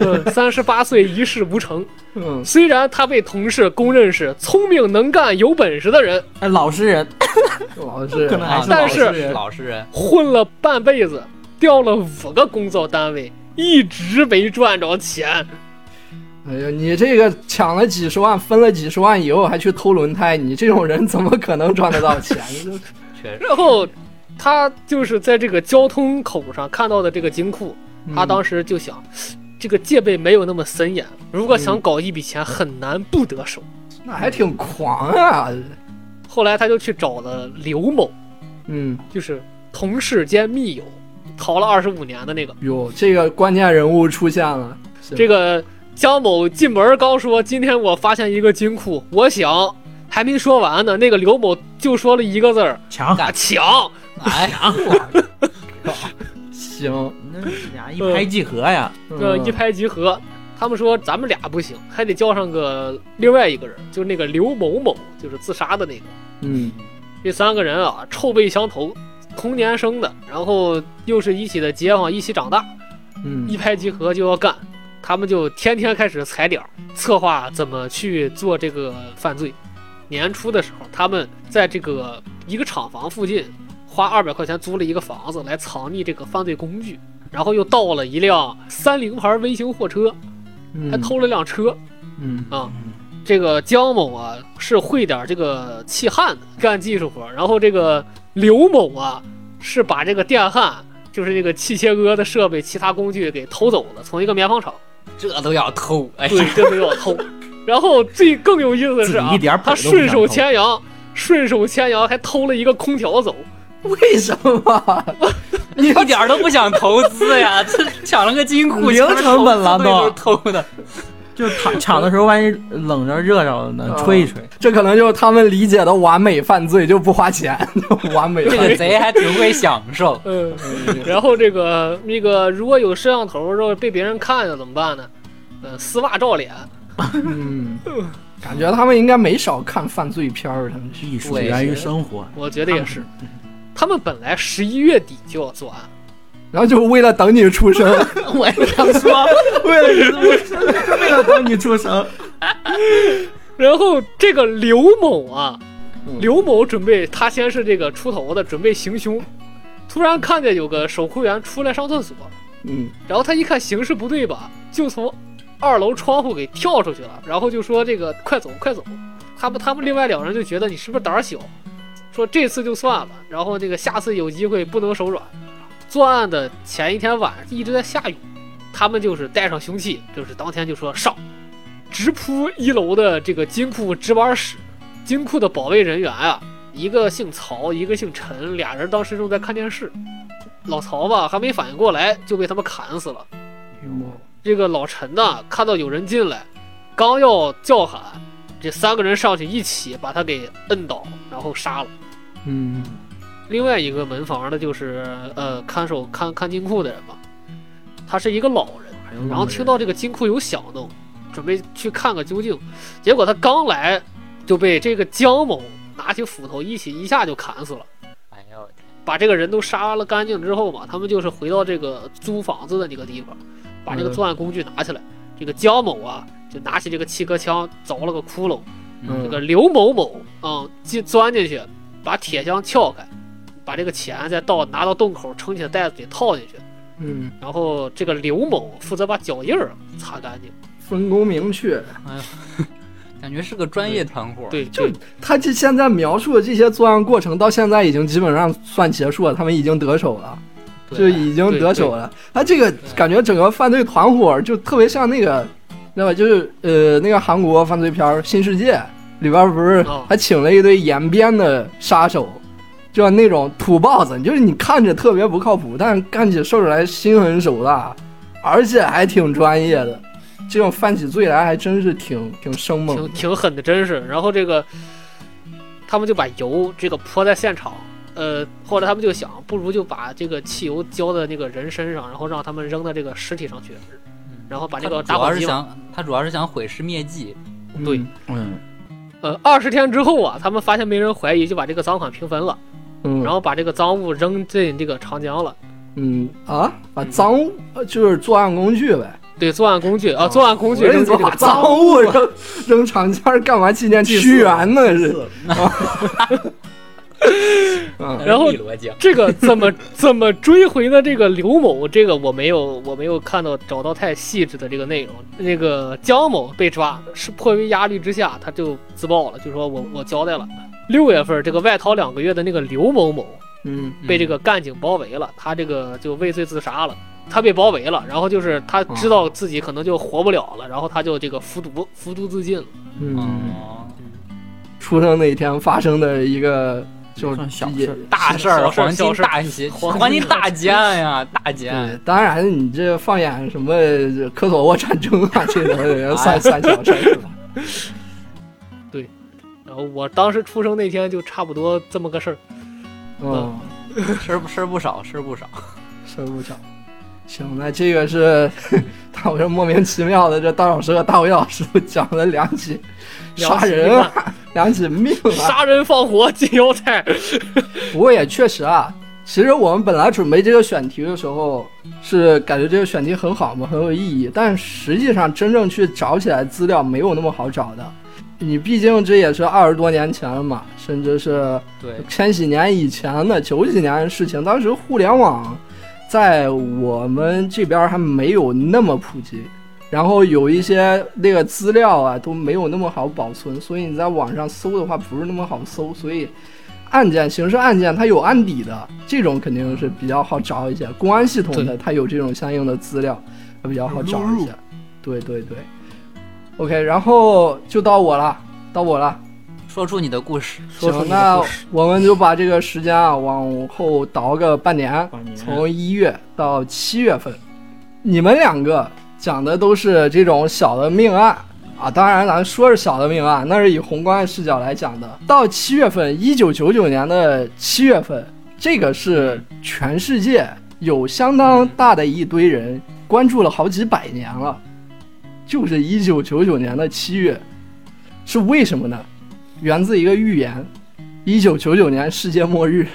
[SPEAKER 4] 的。
[SPEAKER 5] 三十八岁一事无成。
[SPEAKER 3] 嗯，
[SPEAKER 5] 虽然他被同事公认是聪明能干、有本事的人，
[SPEAKER 6] 哎，老实人，
[SPEAKER 3] 老是
[SPEAKER 6] 可能还
[SPEAKER 4] 啊
[SPEAKER 6] 是
[SPEAKER 5] 但
[SPEAKER 4] 老
[SPEAKER 5] 是
[SPEAKER 4] 实人老实人，
[SPEAKER 5] 混了半辈子，调了五个工作单位，一直没赚着钱。
[SPEAKER 3] 哎呀，你这个抢了几十万，分了几十万以后还去偷轮胎，你这种人怎么可能赚得到 钱？
[SPEAKER 4] 确实
[SPEAKER 5] 然后，他就是在这个交通口上看到的这个金库，
[SPEAKER 3] 嗯
[SPEAKER 5] 他当时就想，这个戒备没有那么森严，如果想搞一笔钱，很难不得手。
[SPEAKER 3] 那还挺狂啊。
[SPEAKER 5] 后来他就去找了刘某，
[SPEAKER 3] 嗯，
[SPEAKER 5] 就是同事兼密友，逃了二十五年的那个。
[SPEAKER 3] 哟，这个关键人物出现了。
[SPEAKER 5] 这个江某进门刚说：“今天我发现一个金库，我想。”还没说完呢，那个刘某就说了一个字儿啊
[SPEAKER 6] 强
[SPEAKER 4] 干：“
[SPEAKER 5] 抢
[SPEAKER 4] 哎 呀，
[SPEAKER 3] 行，
[SPEAKER 6] 那俩一拍即合呀。！”
[SPEAKER 5] 呃，
[SPEAKER 3] 嗯
[SPEAKER 5] 一拍即合。他们说咱们俩不行，还得叫上个另外一个人，就是那个刘某某，就是自杀的那个。
[SPEAKER 3] 嗯，
[SPEAKER 5] 这三个人啊，臭味相投，同年生的，然后又是一起的街坊，一起长大，
[SPEAKER 3] 嗯
[SPEAKER 5] 一拍即合就要干。他们就天天开始踩点儿，策划怎么去做这个犯罪。年初的时候，他们在这个一个厂房附近花二百块钱租了一个房子来藏匿这个犯罪工具，然后又盗了一辆三菱牌微型货车，
[SPEAKER 3] 嗯，
[SPEAKER 5] 还偷啊了辆车。
[SPEAKER 3] 嗯，
[SPEAKER 5] 这个江某啊是会点儿这个气焊的，干技术活儿。然后这个刘某啊是把这个电焊，就是那个气切割的设备、其他工具给偷走了，从一个棉纺厂。
[SPEAKER 4] 这都要偷，哎呀，
[SPEAKER 5] 对，真的要偷。 然后最更有意思的是啊
[SPEAKER 6] 自己一点，本
[SPEAKER 5] 他
[SPEAKER 6] 儿都不
[SPEAKER 5] 顺
[SPEAKER 6] 想偷
[SPEAKER 5] 手牵羊，顺手牵羊还偷了一个空调走。，
[SPEAKER 3] 为什么？
[SPEAKER 4] 一点儿都不想投资呀，这抢了个金库，
[SPEAKER 6] 零成本了
[SPEAKER 4] 都
[SPEAKER 6] 都
[SPEAKER 4] 是偷的。
[SPEAKER 6] 就抢抢的时候，万一冷着热着了呢，
[SPEAKER 3] 嗯
[SPEAKER 6] 吹一吹。
[SPEAKER 3] 这可能就是他们理解的完美犯罪，就不花钱， 完美
[SPEAKER 4] 这
[SPEAKER 3] 犯
[SPEAKER 4] 个
[SPEAKER 3] 罪。
[SPEAKER 4] 贼还挺会享受
[SPEAKER 5] 嗯，然后这个那个如果有摄像头，如果被别人看见怎么办呢？呃，丝袜罩脸，
[SPEAKER 3] 嗯，感觉他们应该没少看犯罪片儿，他们是
[SPEAKER 6] 艺术
[SPEAKER 4] 对
[SPEAKER 6] 源于生活，
[SPEAKER 5] 我觉得也是。
[SPEAKER 6] 嗯
[SPEAKER 5] 他们本来十一月底就要作案，
[SPEAKER 3] 然后就为了等你 出生，
[SPEAKER 4] 我也想说，
[SPEAKER 6] 为了 为了等你出生，
[SPEAKER 5] 然后这个刘某啊，刘某准备他先是这个出头的，准备行凶，突然看见有个守库员出来上厕所，
[SPEAKER 3] 嗯
[SPEAKER 5] 然后他一看形势不对吧，就从二楼窗户给跳出去了，然后就说这个快走快走，他们他们另外两人就觉得你是不是胆儿小，说这次就算了，然后这个下次有机会不能手软。作案的前一天晚上一直在下雨，他们就是带上凶器，就是当天就说上，直扑一楼的这个金库值班室，金库的保卫人员啊，一个姓曹，一个姓陈，俩人当时正在看电视，老曹吧还没反应过来就被他们砍死了。这个老陈呐，看到有人进来，刚要叫喊，这三个人上去一起把他给摁倒，然后杀了。
[SPEAKER 3] 嗯，
[SPEAKER 5] 另外一个门房的就是呃看守看看金库的人嘛，他是一个老人，然后听到这个金库有响动，准备去看个究竟。结果他刚来就被这个江某拿起斧头一起一下就砍死了。
[SPEAKER 4] 哎呦，
[SPEAKER 5] 把这个人都杀了干净之后嘛，他们就是回到这个租房子的那个地方，把这个
[SPEAKER 3] 嗯
[SPEAKER 5] 作案工具拿起来。这个焦某啊，就拿起这个气壳枪凿了个窟窿。这个
[SPEAKER 3] 嗯
[SPEAKER 5] 刘某某啊，嗯进、钻进去，把铁箱撬开，把这个钱再倒拿到洞口撑起来袋子里套进去。
[SPEAKER 3] 嗯，
[SPEAKER 5] 然后这个刘某负责把脚印儿擦干净。
[SPEAKER 3] 分工明确。
[SPEAKER 4] 感觉是个专业团伙。，
[SPEAKER 5] 对，嗯
[SPEAKER 3] 就
[SPEAKER 5] 对
[SPEAKER 3] 他这现在描述的这些作案过程，到现在已经基本上算结束了，他们已经得手了，就已经得手了。他这个感觉整个犯罪团伙就特别像那个，知道吧？就是呃，那个韩国犯罪片儿《新世界》里边儿不是
[SPEAKER 5] 哦
[SPEAKER 3] 还请了一堆延边的杀手，就那种土豹子，就是你看着特别不靠谱，但是干起事儿来心狠手辣，而且还挺专业的。这种犯起罪来还真是挺挺生猛的
[SPEAKER 5] 挺，挺狠的，真是。然后这个，他们就把油这个泼在现场，呃，后来他们就想，不如就把这个汽油浇在那个人身上，然后让他们扔到这个尸体上去，然后把
[SPEAKER 4] 嗯他
[SPEAKER 5] 这个
[SPEAKER 4] 主
[SPEAKER 5] 打火
[SPEAKER 4] 要是
[SPEAKER 5] 机嘛。
[SPEAKER 4] 想他主要是想毁尸灭迹。
[SPEAKER 5] 对
[SPEAKER 3] 嗯
[SPEAKER 6] 嗯，
[SPEAKER 5] 呃，二十天之后啊，他们发现没人怀疑，就把这个赃款平分了，
[SPEAKER 3] 嗯，
[SPEAKER 5] 然后把这个赃物扔进这个长江了。
[SPEAKER 3] 嗯啊，把赃物呃就是作案工具呗，
[SPEAKER 5] 对，作案工具
[SPEAKER 4] 哦
[SPEAKER 5] 啊，作案工具
[SPEAKER 3] 我
[SPEAKER 5] 扔
[SPEAKER 3] 跟
[SPEAKER 5] 进
[SPEAKER 3] 你说
[SPEAKER 5] 这个
[SPEAKER 3] 把赃物扔扔长江干嘛纪念屈原呢？是， 嗯
[SPEAKER 5] 然后
[SPEAKER 4] 一逻辑，
[SPEAKER 5] 这个怎么 怎么追回呢？这个刘某，这个我没有我没有看到找到太细致的这个内容。那个江某被抓是迫于压力之下，他就自爆了，就说我我交代了。六月份，这个外逃两个月的那个刘某某
[SPEAKER 3] 嗯
[SPEAKER 5] 被这个干警包围了，他这个就畏罪自杀了。他被包围了，然后就是他知道自己可能就活不了了，然后他就这个服毒服毒自尽了。
[SPEAKER 3] 嗯，
[SPEAKER 4] 哦
[SPEAKER 3] 出生那天发生的一个就
[SPEAKER 6] 算小
[SPEAKER 3] 也
[SPEAKER 6] 事儿
[SPEAKER 4] 大事
[SPEAKER 5] 小
[SPEAKER 4] 儿，
[SPEAKER 5] 事儿
[SPEAKER 4] 黄金
[SPEAKER 5] 小事儿
[SPEAKER 4] 大劫，
[SPEAKER 5] 黄金
[SPEAKER 4] 黄金大劫案呀，大劫案
[SPEAKER 3] 对，。当然你这放眼什么科索沃战争 啊，这种也算算小事儿吧。
[SPEAKER 5] 然后我当时出生那天就差不多这么个事儿。
[SPEAKER 3] 嗯，
[SPEAKER 4] 吃不吃不少，吃不少。
[SPEAKER 3] 事儿不少。行，那这个是 大伙儿莫名其妙的，这大老师和大伟老师都讲了两起杀人
[SPEAKER 5] 两起
[SPEAKER 3] 啊，两起命啊。
[SPEAKER 5] 杀人放火金腰 带，
[SPEAKER 3] 不过也确实啊，其实我们本来准备这个选题的时候，是感觉这个选题很好嘛，很有意义。但实际上真正去找起来资料没有那么好找的，你毕竟这也是二十多年前了嘛，甚至是
[SPEAKER 4] 对，
[SPEAKER 3] 千禧年以前的九几年的事情，当时互联网在我们这边还没有那么普及，然后有一些那个资料啊都没有那么好保存，所以你在网上搜的话不是那么好搜，所以案件刑事案件它有案底的这种肯定是比较好找一些，公安系统的它有这种相应的资料，它比较好找一
[SPEAKER 6] 录入
[SPEAKER 3] 些。对对对，OK，然后就到我了，到我了。
[SPEAKER 4] 说出你的故 事。
[SPEAKER 5] 说出
[SPEAKER 3] 行，
[SPEAKER 5] 你的
[SPEAKER 3] 那
[SPEAKER 5] 故事。
[SPEAKER 3] 我们就把这个时间啊往后倒个半年，
[SPEAKER 6] 半年
[SPEAKER 3] 从一月到七月份。你们两个讲的都是这种小的命案啊，当然咱说是小的命案，那是以宏观视角来讲的。到七月份，一九九九年的七月份，这个是全世界有相
[SPEAKER 5] 嗯
[SPEAKER 3] 当大的一堆人关注了好几百年了，就是一九九九年的七月，是为什么呢？源自一个预言，一九九九年世界末日，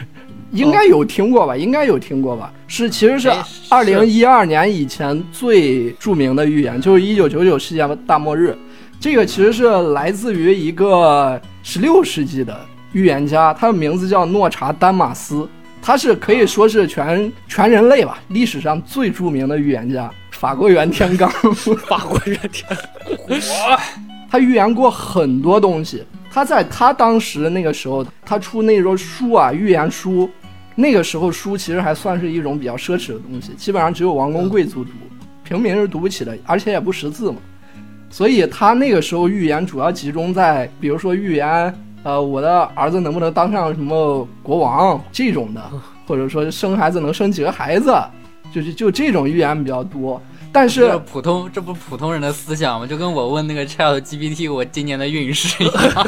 [SPEAKER 3] 应该有听过吧？应该有听过吧？是，其实是
[SPEAKER 4] 哎
[SPEAKER 3] 二零一二年以前最著名的预言，就是一九九九世界大末日。这个其实是来自于一个十六世纪的预言家，他的名字叫诺查丹马斯，他是可以说是全全人类吧历史上最著名的预言家，法国原天罡。
[SPEAKER 5] 法国人天，
[SPEAKER 3] 他预言过很多东西。他在他当时那个时候，他出那种书啊，预言书，那个时候书其实还算是一种比较奢侈的东西，基本上只有王公贵族读，平民是读不起的，而且也不识字嘛。所以他那个时候预言主要集中在，比如说预言，呃，我的儿子能不能当上什么国王这种的，或者说生孩子能生几个孩子，就是就这种预言比较多。但
[SPEAKER 4] 这
[SPEAKER 3] 是
[SPEAKER 4] 普通， 这不是普通人的思想吗？就跟我问那个 Chat GPT 我今年的运势 一样，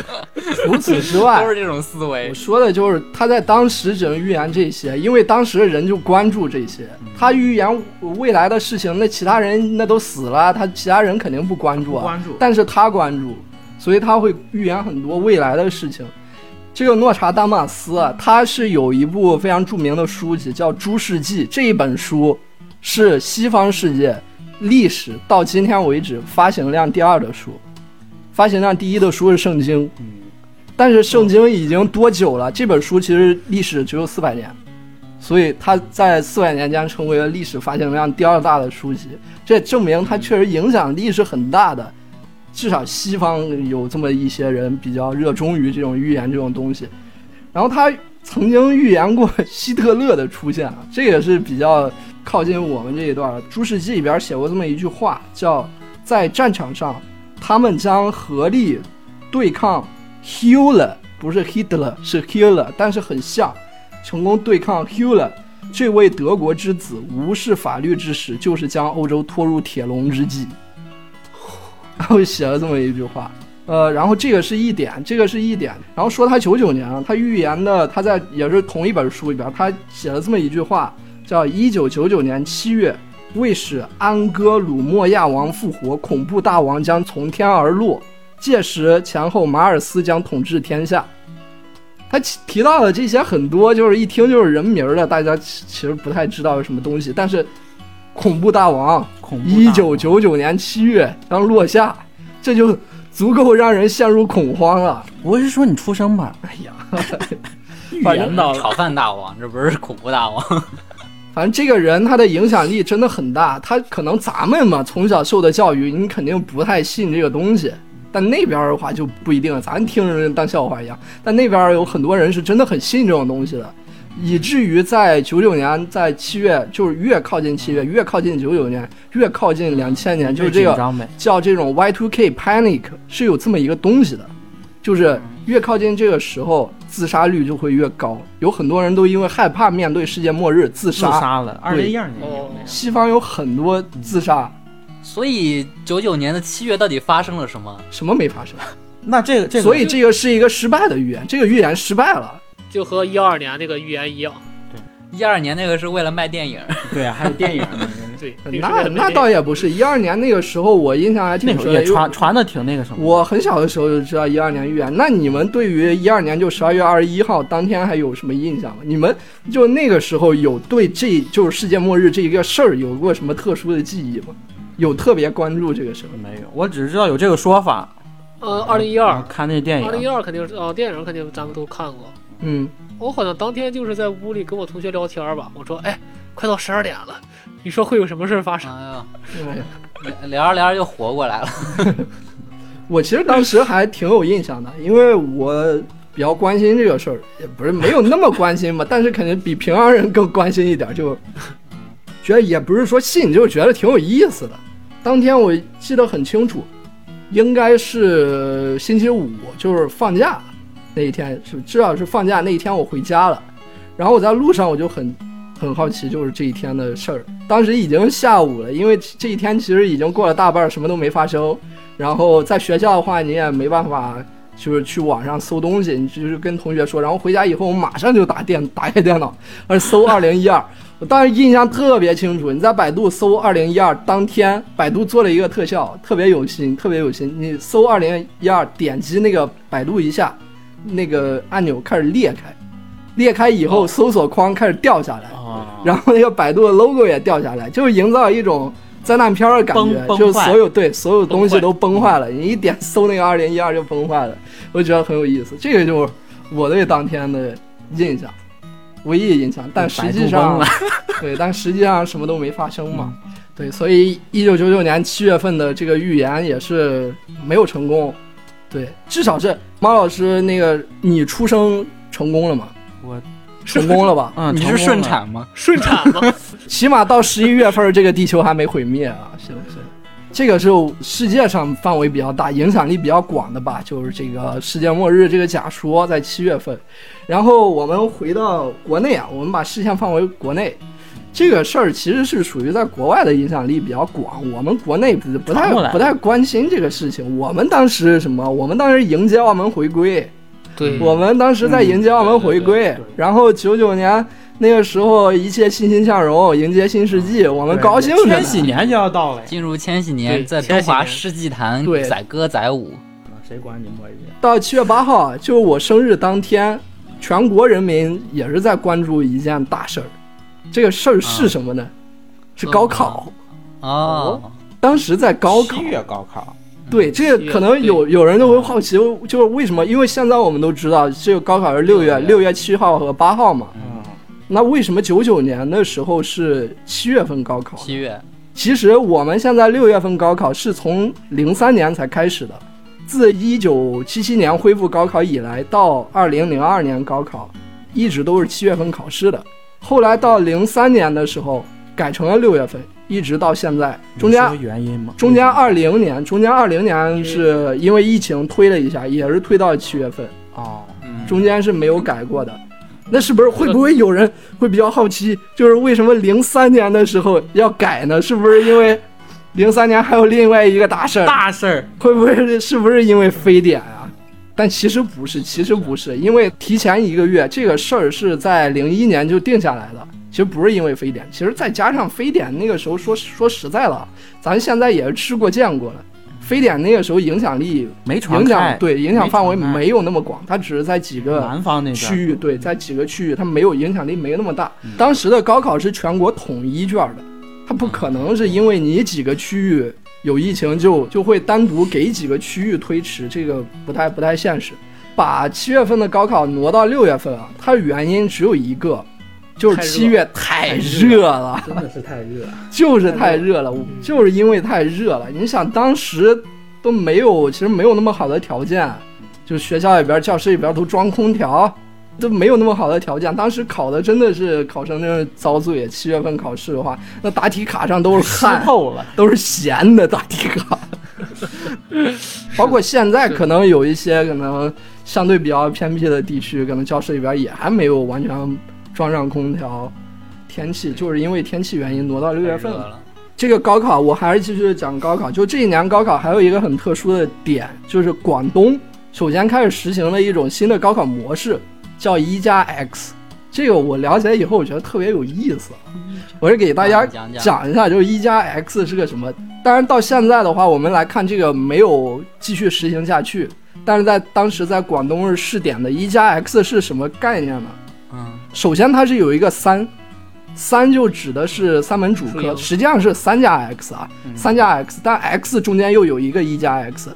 [SPEAKER 3] 除此之外
[SPEAKER 4] 都，是这种思维
[SPEAKER 3] 我。说的就是他在当时只能预言这些，因为当时的人就关注这些。他预言未来的事情，那其他人那都死了，他其他人肯定不关注
[SPEAKER 6] 不
[SPEAKER 3] 啊。
[SPEAKER 6] 关注。
[SPEAKER 3] 但是他关注，所以他会预言很多未来的事情。这个诺查丹马斯啊，他是有一部非常著名的书籍叫《诸世纪》，这一本书是西方世界历史到今天为止发行量第二的书，发行量第一的书是《圣经》，但是《圣经》已经多久了？这本书其实历史只有四百年，所以它在四百年间成为了历史发行量第二大的书籍，这证明它确实影响力是很大的。至少西方有这么一些人比较热衷于这种预言这种东西。然后他曾经预言过希特勒的出现啊，这也是比较靠近我们这一段儿。《诸世纪》里边写过这么一句话，叫“在战场上，他们将合力对抗 Hitler，不是 Hitler，是 Hitler，但是很像，成功对抗 Hitler。”这位德国之子无视法律之时，就是将欧洲拖入铁笼之际。然后写了这么一句话。呃，然后这个是一点，这个是一点。然后说他九九年，啊他预言的，他在也是同一本书里边，他写了这么一句话，叫“一九九九年七月，为使安哥鲁莫亚王复活，恐怖大王将从天而落，届时前后马尔斯将统治天下。”他提提到的这些很多，就是一听就是人名儿的，大家其其实不太知道是什么东西。但是，恐怖大王
[SPEAKER 6] 恐怖大
[SPEAKER 3] 一九九九年七月将落下，这就足够让人陷入恐慌了。
[SPEAKER 6] 我是说你出生吧，
[SPEAKER 3] 哎 呀，
[SPEAKER 6] 预
[SPEAKER 3] 反
[SPEAKER 6] 言
[SPEAKER 3] 正
[SPEAKER 6] 到了，
[SPEAKER 4] 炒饭大王，这不是恐怖大王。
[SPEAKER 3] 反正这个人他的影响力真的很大，他可能咱们嘛从小受的教育，你肯定不太信这个东西。但那边儿的话就不一定了，咱听着当笑话一样。但那边儿有很多人是真的很信这种东西的，以至于在九九年，在七月，就是越靠近七月，越靠近九九年，越靠近两千年，就是这个
[SPEAKER 6] 紧张呗。
[SPEAKER 3] 叫这种 Y2K panic 是有这么一个东西的，就是越靠近这个时候，自杀率就会越高。有很多人都因为害怕面对世界末日自
[SPEAKER 6] 自
[SPEAKER 3] 杀。
[SPEAKER 6] 杀了，二零一二年有
[SPEAKER 5] 哦
[SPEAKER 6] 那，
[SPEAKER 3] 西方有很多自杀，
[SPEAKER 4] 所以九九年的七月到底发生了什么？
[SPEAKER 3] 什么没发生，
[SPEAKER 6] 那这个这个，
[SPEAKER 3] 所以这个是一个失败的预言，这个预言失败了。
[SPEAKER 5] 就和一二年那个预言一样。
[SPEAKER 4] 一二年那个是为了 卖电影，
[SPEAKER 6] 对啊，还有电影呢，
[SPEAKER 5] 对，
[SPEAKER 3] 那那倒也不是，一二年那个时候我印象还挺
[SPEAKER 6] 那会
[SPEAKER 3] 深
[SPEAKER 6] 儿也
[SPEAKER 3] 的，因为
[SPEAKER 6] 传传的挺那个什么。
[SPEAKER 3] 我很小的时候就知道一二年预言。那你们对于一二年就十二月二十一号当天还有什么印象吗？你们就那个时候有对这就是世界末日这一个事儿有过什么特殊的记忆吗？有特别关注这个事儿吗？
[SPEAKER 6] 没有，我只是知道有这个说法。
[SPEAKER 5] 呃，二零一二
[SPEAKER 6] 我，看那电
[SPEAKER 5] 二零一
[SPEAKER 6] 影，
[SPEAKER 5] 二肯定是哦，电影肯定咱们都看过。
[SPEAKER 3] 嗯，
[SPEAKER 5] 我好像当天就是在屋里跟我同学聊天吧，我说，哎，快到十二点了，你说会有什么事儿发生？
[SPEAKER 4] 哎呀，
[SPEAKER 3] 哎呀
[SPEAKER 4] 聊着聊着就活过来了。
[SPEAKER 3] 我其实当时还挺有印象的，因为我比较关心这个事儿，也不是没有那么关心吧，但是肯定比平常人更关心一点，就觉得也不是说信，就觉得挺有意思的。当天我记得很清楚，应该是星期五，就是放假那一天，是至少是放假那一天我回家了。然后我在路上我就很很好奇，就是这一天的事儿。当时已经下午了，因为这一天其实已经过了大半儿，什么都没发生。然后在学校的话，你也没办法，就是去网上搜东西，你就是跟同学说，然后回家以后，我马上就打电 打开电脑，而搜二零一二。我当时印象特别清楚，你在百度搜二零一二，当天百度做了一个特效，特别有心，特别有心。你搜二零一二，点击那个百度一下，那个按钮开始裂开，裂开以后，搜索框开始掉下来。
[SPEAKER 6] 啊
[SPEAKER 3] 然后那个百度的 logo 也掉下来，就是营造一种灾难片儿的感觉
[SPEAKER 6] 崩，崩
[SPEAKER 3] 就是
[SPEAKER 6] 坏
[SPEAKER 3] 所有对所有东西
[SPEAKER 5] 崩坏
[SPEAKER 3] 都崩坏了。你一点搜那个二零一二就崩坏了，我觉得很有意思。这个就是我对当天的印象，唯一印象。但实际
[SPEAKER 6] 百度崩
[SPEAKER 3] 上
[SPEAKER 6] 了，嗯
[SPEAKER 3] 对，但实际上什么都没发生嘛。对，所以一九九九年七月份的这个预言也是没有成功。对，至少是马老师那个你出生成功了吗？
[SPEAKER 6] 我
[SPEAKER 3] 成功了吧？
[SPEAKER 6] 嗯，
[SPEAKER 4] 你
[SPEAKER 6] 成
[SPEAKER 4] 是
[SPEAKER 6] 功
[SPEAKER 4] 顺
[SPEAKER 6] 了，
[SPEAKER 4] 产吗？
[SPEAKER 5] 顺产 吗？
[SPEAKER 3] 起码到十一月份儿，这个地球还没毁灭啊， 是不是？这个是世界上范围比较大、影响力比较广的吧，就是这个世界末日这个假说在七月份。然后我们回到国内啊，我们把视线放回国内，这个事儿其实是属于在国外的影响力比较广，我们国内不不太
[SPEAKER 1] 传过来
[SPEAKER 3] 不太关心这个事情。我们当时是什么？我们当时迎接澳门回归，
[SPEAKER 5] 对，
[SPEAKER 3] 我们当时在迎接澳门回归，然后九九年那个时候一切欣欣向荣，迎接新世纪，我们高兴着
[SPEAKER 1] 千
[SPEAKER 3] 呢。
[SPEAKER 1] 禧年就要到了呀，
[SPEAKER 4] 进入千禧年，
[SPEAKER 5] 对
[SPEAKER 4] 在
[SPEAKER 5] 千
[SPEAKER 4] 中
[SPEAKER 5] 禧
[SPEAKER 4] 华
[SPEAKER 5] 年
[SPEAKER 4] 世纪坛
[SPEAKER 5] 对
[SPEAKER 4] 载歌载舞，
[SPEAKER 6] 谁管你墨鱼？
[SPEAKER 3] 到七月八号，就是我生日当天，全国人民也是在关注一件大事儿。这个事儿是什么呢？是高考。
[SPEAKER 4] 哦，
[SPEAKER 3] 当时在高考
[SPEAKER 1] 七，月高考，
[SPEAKER 3] 对，这
[SPEAKER 5] 七
[SPEAKER 3] 个
[SPEAKER 5] 月
[SPEAKER 3] 可能有有人就会好奇，就是为什么？因为现在我们都知道，这个高考是六月
[SPEAKER 1] 对
[SPEAKER 3] 六月七号和八号嘛。
[SPEAKER 1] 嗯，
[SPEAKER 3] 那为什么九九年的时候是七月份高考呢？
[SPEAKER 4] 七月，
[SPEAKER 3] 其实我们现在六月份高考是从零三年才开始的，自一九七七年恢复高考以来，到二零零二年高考，一直都是七月份考试的。后来到零三年的时候改成了六月份，一直到现在，中间
[SPEAKER 6] 有什么原因吗？嗯
[SPEAKER 3] 中间二零年，中间二零年是因为疫情推了一下，也是推到了七月份，
[SPEAKER 6] 哦，
[SPEAKER 4] 嗯，
[SPEAKER 3] 中间是没有改过的。那是不是会不会有人会比较好奇，就是为什么零三年的时候要改呢？是不是因为零三年还有另外一个大事儿？
[SPEAKER 6] 大事儿，
[SPEAKER 3] 会不会是是不是因为非典啊？但其实不是，其实不是，因为提前一个月这个事儿是在零一年就定下来的。其实不是因为非典，其实再加上非典那个时候说说实在了，咱现在也是吃过见过了。非典那个时候影响力、
[SPEAKER 6] 没传
[SPEAKER 3] 影
[SPEAKER 6] 开
[SPEAKER 3] 响，对影响范围
[SPEAKER 6] 没传开嗯
[SPEAKER 3] 没有那么广，它只是在几个
[SPEAKER 6] 南方那边
[SPEAKER 3] 区 域，对，在几个区域它没有影响力没那么大。当时的高考是全国统一卷的，它不可能是因为你几个区域有疫情就就会单独给几个区域推迟，这个不太不太现实。把七月份的高考挪到六月份啊，它原因只有一个，就是
[SPEAKER 5] 太热
[SPEAKER 3] 七月太热了，
[SPEAKER 6] 真的是太热嗯了。
[SPEAKER 3] 就是太热了，就是因为太热了。你想当时都没有，其实没有那么好的条件，就学校里边、教室里边都装空调，都没有那么好的条件。当时考的真的是考生真是遭罪。七月份考试的话，那答题卡上都是汗，
[SPEAKER 6] 透了，
[SPEAKER 3] 都是咸的答题卡。包括现在可能有一些可能相对比较偏僻的地区，可能教室里边也还没有完全装上空调。天气就是因为天气原因挪到六月份
[SPEAKER 4] 太热
[SPEAKER 3] 了。
[SPEAKER 4] 了，
[SPEAKER 3] 这个高考，我还是继续讲高考。就这一年高考还有一个很特殊的点，就是广东首先开始实行了一种新的高考模式，叫一加 X。这个我了解以后，我觉得特别有意思。我是给大家
[SPEAKER 4] 啊讲讲
[SPEAKER 3] 讲一下，就是一加 X 是个什么。当然到现在的话，我们来看这个没有继续实行下去，但是在当时在广东是试点的一加 X 是什么概念呢？
[SPEAKER 4] 嗯，
[SPEAKER 3] 首先它是有一个三，三就指的是三门主
[SPEAKER 5] 数
[SPEAKER 3] 科，
[SPEAKER 5] 由
[SPEAKER 3] 实际上是三加 x 啊，
[SPEAKER 6] 嗯
[SPEAKER 3] 三加 x，但 x 中间又有一个一加 x，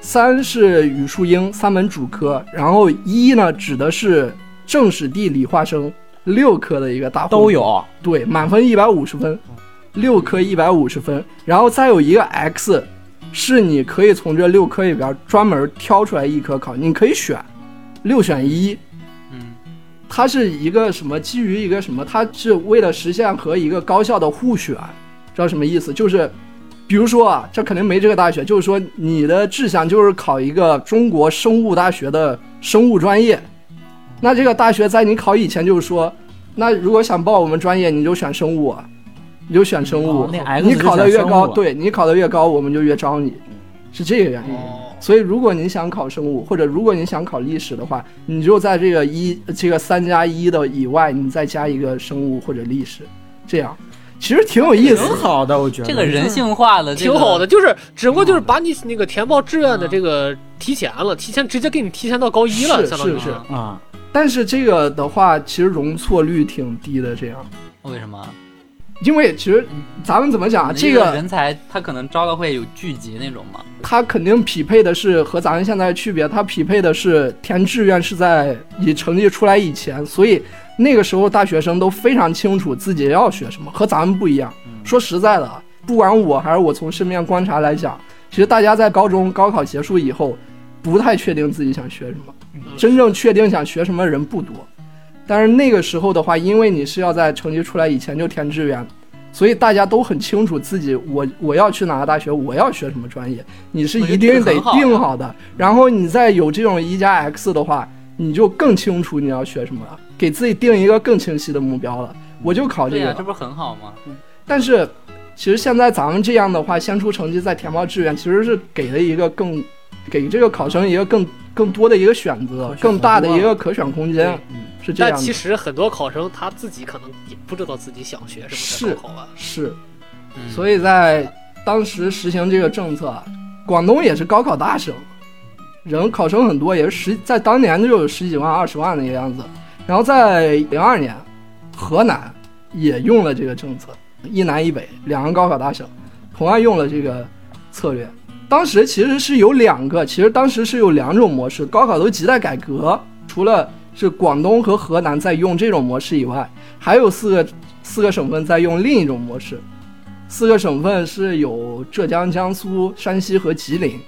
[SPEAKER 3] 三是语数英三门主科，然后一呢指的是政史地理化生六科的一个大混
[SPEAKER 6] 都，有
[SPEAKER 3] 对，满分一百五十分，六科一百五十分，然后再有一个 x，是你可以从这六科里边专门挑出来一科考，你可以选六选一，
[SPEAKER 4] 嗯，
[SPEAKER 3] 它是一个什么基于一个什么，它是为了实现和一个高校的互选，知道什么意思？就是，比如说啊，这肯定没这个大学，就是说你的志向就是考一个中国生物大学的生物专业，那这个大学在你考以前就是说，那如果想报我们专业，你就选生物啊，你就选生物，
[SPEAKER 6] 哦那 X
[SPEAKER 3] 你考的越高，
[SPEAKER 6] 就选生物啊
[SPEAKER 3] 对你考的越高，我们就越招你，是这个原因。
[SPEAKER 5] 哦，
[SPEAKER 3] 所以，如果你想考生物，或者如果你想考历史的话，你就在这个一这个三加一的以外，你再加一个生物或者历史，这样其实挺有意思
[SPEAKER 6] 挺
[SPEAKER 3] 的。
[SPEAKER 6] 好的，我觉得
[SPEAKER 4] 这个人性化的，
[SPEAKER 5] 嗯
[SPEAKER 4] 这
[SPEAKER 5] 挺
[SPEAKER 4] 个
[SPEAKER 5] 好的，，就是只不过就是把你那个填报志愿的这个提前了，提前直接给你提前到高一了，
[SPEAKER 3] 嗯是
[SPEAKER 5] 相当于
[SPEAKER 3] 是是
[SPEAKER 6] 啊，
[SPEAKER 3] 但是这个的话，其实容错率挺低的。这样，
[SPEAKER 4] 为什么？
[SPEAKER 3] 因为其实咱们怎么讲啊，这
[SPEAKER 4] 一
[SPEAKER 3] 个
[SPEAKER 4] 人才他可能招到会有聚集那种嘛，
[SPEAKER 3] 它肯定匹配的是和咱们现在的区别，它匹配的是填志愿是在你成绩出来以前，所以那个时候大学生都非常清楚自己要学什么，和咱们不一样。说实在的，啊，不管我还是我从身边观察来讲，其实大家在高中高考结束以后，不太确定自己想学什么，真正确定想学什么人不多。但是那个时候的话，因为你是要在成绩出来以前就填志愿，所以大家都很清楚自己我我要去哪个大学，我要学什么专业，你是一定得定好的。然后你再有这种一加 X 的话，你就更清楚你要学什么了，给自己定一个更清晰的目标了。我就考啊这
[SPEAKER 4] 对啊
[SPEAKER 3] 个
[SPEAKER 4] 呀、
[SPEAKER 3] 了。
[SPEAKER 4] 这不是很好吗？
[SPEAKER 3] 但是其实现在咱们这样的话，先出成绩再填报志愿，其实是给了一个更给这个考生一个更更多的一个选择，
[SPEAKER 6] 可选
[SPEAKER 3] 更大的
[SPEAKER 6] 多
[SPEAKER 3] 一
[SPEAKER 6] 了
[SPEAKER 3] 个可选空间，
[SPEAKER 6] 嗯，
[SPEAKER 3] 是这
[SPEAKER 5] 但
[SPEAKER 3] 样
[SPEAKER 5] 其
[SPEAKER 3] 的。
[SPEAKER 5] 实很多考生他自己可能也不知道自己想学什么
[SPEAKER 3] 是
[SPEAKER 5] 在高考完。
[SPEAKER 3] 是，
[SPEAKER 4] 嗯、
[SPEAKER 3] 所以在当时实行这个政策，广东也是高考大省，人考生很多，也是十在当年就有十几万、二十万那个样子。然后在零二年，河南也用了这个政策，一南一北两个高考大省，同样用了这个策略。当时其实是有两个，其实当时是有两种模式，高考都亟待改革，除了是广东和河南在用这种模式以外，还有四个四个省份在用另一种模式，四个省份是有浙江、江苏、山西和吉林，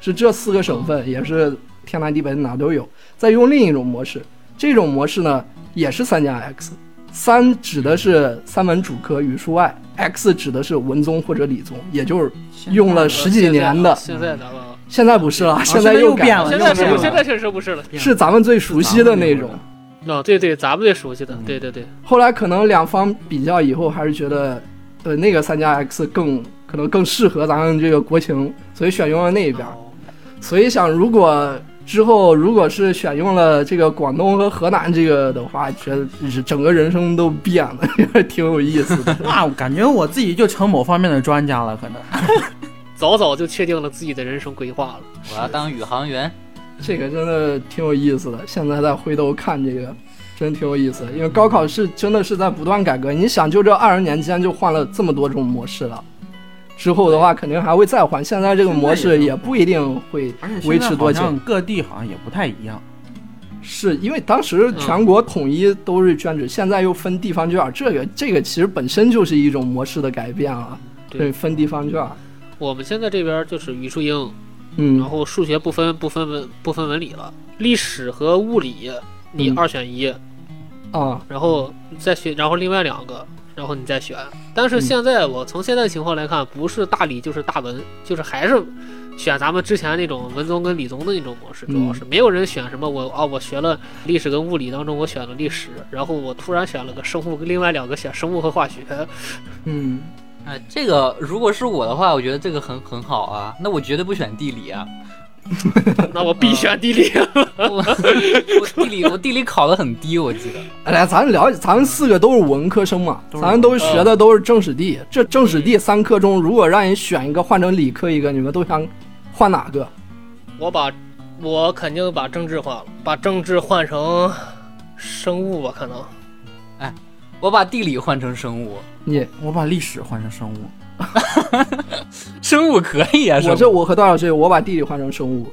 [SPEAKER 3] 是这四个省份也是天南地北哪都有。再用另一种模式，这种模式呢也是三加 X，三指的是三门主科语数外，X 指的是文综或者理综，也就是用了十几年
[SPEAKER 6] 啊
[SPEAKER 3] 的。
[SPEAKER 5] 呃现在咱们
[SPEAKER 3] 现在不是了，在
[SPEAKER 6] 哦现在又
[SPEAKER 3] 改
[SPEAKER 6] 变了
[SPEAKER 5] 现
[SPEAKER 6] 又
[SPEAKER 5] 在
[SPEAKER 6] 变
[SPEAKER 5] 是
[SPEAKER 3] 嗯
[SPEAKER 6] 了
[SPEAKER 5] 现在确实不是了。
[SPEAKER 3] 是咱们最熟悉的那
[SPEAKER 6] 是咱们那
[SPEAKER 3] 种
[SPEAKER 6] 会儿。
[SPEAKER 5] 哦，对对，咱们最熟悉
[SPEAKER 3] 嗯
[SPEAKER 5] 的，对对对，
[SPEAKER 3] 后来可能两方比较以后，还是觉得，呃，那个三加 X 更可能更适合咱们这个国情，所以选用了那一边。
[SPEAKER 5] 哦
[SPEAKER 3] 所以想，如果之后如果是选用了这个广东和河南这个的话，觉得整个人生都变了， 挺有意思的。
[SPEAKER 6] 那我感觉我自己就成某方面的专家了，可能。
[SPEAKER 5] 早早就确定了自己的人生规划了。
[SPEAKER 4] 我要当宇航员，
[SPEAKER 3] 这个真的挺有意思的。现在再回头看这个，真挺有意思的。因为高考是真的是在不断改革，你想，就这二十年间就换了这么多种模式了。之后的话，肯定还会再换。现在这个模
[SPEAKER 6] 现在
[SPEAKER 3] 式
[SPEAKER 6] 也
[SPEAKER 3] 也不一定会
[SPEAKER 6] 而且
[SPEAKER 3] 维持多久
[SPEAKER 6] 现在好像各地好像也不太一样。
[SPEAKER 3] 是因为当时全国统一都是卷纸，现在又分地方卷儿，这个这个其实本身就是一种模式的改变了。
[SPEAKER 5] 对
[SPEAKER 3] 对，分地方卷儿，
[SPEAKER 5] 我们现在这边就是语数英，然
[SPEAKER 3] 嗯，
[SPEAKER 5] 后数学不分不分文不分文理了，历史和物理你
[SPEAKER 3] 嗯
[SPEAKER 5] 二选一，
[SPEAKER 3] 啊，
[SPEAKER 5] 然后再选，然后另外两个，然后你再选。但是现在我从现在情况来看，不是大理就是大文，就是还是选咱们之前那种文综跟理综的那种模式，
[SPEAKER 3] 嗯
[SPEAKER 5] 主要是没有人选什么我啊，我学了历史跟物理当中我选了历史，然后我突然选了个生物，跟另外两个选生物和化学，
[SPEAKER 3] 嗯，
[SPEAKER 4] 哎，这个如果是我的话，我觉得这个很很好啊，那我绝对不选地理啊，
[SPEAKER 5] 那我必选地 理。啊
[SPEAKER 4] 我 我地理我地理考的很低，我记得。
[SPEAKER 3] 来，哎咱聊，咱们四个都是文科生嘛，
[SPEAKER 6] 都是嗯
[SPEAKER 3] 咱们都是学的都是政史地。这政史地三科中，如果让你选一个换成理科一个，你们都想换哪个？
[SPEAKER 1] 我把我肯定把政治换了，把政治换成生物吧，可能。
[SPEAKER 4] 我把地理换成生物，
[SPEAKER 3] 你，
[SPEAKER 6] 我把历史换成生物，
[SPEAKER 4] 生物可以啊，
[SPEAKER 3] 我
[SPEAKER 4] 生
[SPEAKER 3] 这
[SPEAKER 4] 物
[SPEAKER 3] 我和段老师，我把地理换成生物，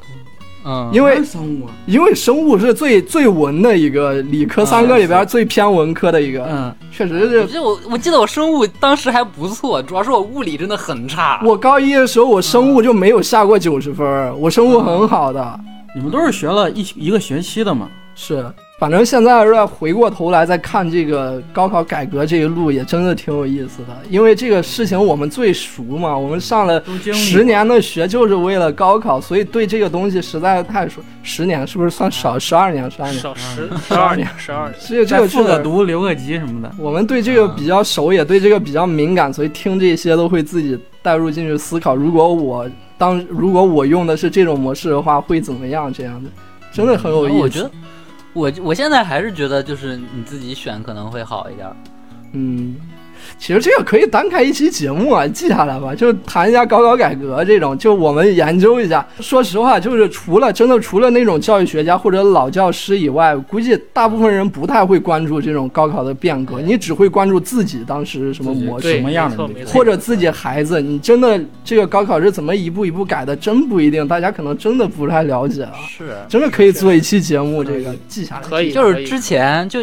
[SPEAKER 4] 嗯，
[SPEAKER 3] 因为
[SPEAKER 6] 生物，
[SPEAKER 3] 因为生物是最最文的一个，理科三个里边最偏文科的一个，
[SPEAKER 6] 嗯，
[SPEAKER 3] 确实
[SPEAKER 4] 我
[SPEAKER 3] 是
[SPEAKER 4] 记得我我记得我生物当时还不错，主要是我物理真的很差。
[SPEAKER 3] 我高一的时候，我生物就没有下过九十分儿，我生物很好的，
[SPEAKER 6] 你们都是学了一一个学期的嘛？
[SPEAKER 3] 是。反正现在再回过头来再看这个高考改革这一路，也真的挺有意思的，因为这个事情我们最熟嘛，我们上了
[SPEAKER 6] 都经历
[SPEAKER 3] 十年的学就是为了高考，所以对这个东西实在是太熟。十年是不是算少？十二年，十二年，
[SPEAKER 5] 少十十二年，十二年。
[SPEAKER 3] 所以这
[SPEAKER 6] 再
[SPEAKER 3] 个
[SPEAKER 6] 复
[SPEAKER 3] 这
[SPEAKER 6] 个
[SPEAKER 3] 个
[SPEAKER 6] 读留个级什么的。
[SPEAKER 3] 我们对这个比较熟，也对这个比较敏感，所以听这些都会自己带入进去思考。如果我当如果我用的是这种模式的话，会怎么样？这样的真的很有意思。
[SPEAKER 4] 然后嗯我觉得，我我现在还是觉得就是你自己选可能会好一点。
[SPEAKER 3] 嗯，其实这个可以单开一期节目啊，记下来吧，就是谈一下高考改革这种，就我们研究一下。说实话，就是除了真的除了那种教育学家或者老教师以外，估计大部分人不太会关注这种高考的变革，你只会关注自己当时什么模式
[SPEAKER 5] 对，
[SPEAKER 6] 什么样
[SPEAKER 5] 没
[SPEAKER 6] 的
[SPEAKER 5] 错
[SPEAKER 6] 那种
[SPEAKER 5] 没错
[SPEAKER 3] 或者自己孩子。你真的这个高考是怎么一步一步改的，真不一定，大家可能真的不太了解啊。
[SPEAKER 4] 是，
[SPEAKER 3] 真的可以做一期节目，这个记下来。
[SPEAKER 5] 可以，
[SPEAKER 4] 就
[SPEAKER 5] 可
[SPEAKER 4] 是
[SPEAKER 5] 以
[SPEAKER 4] 之前就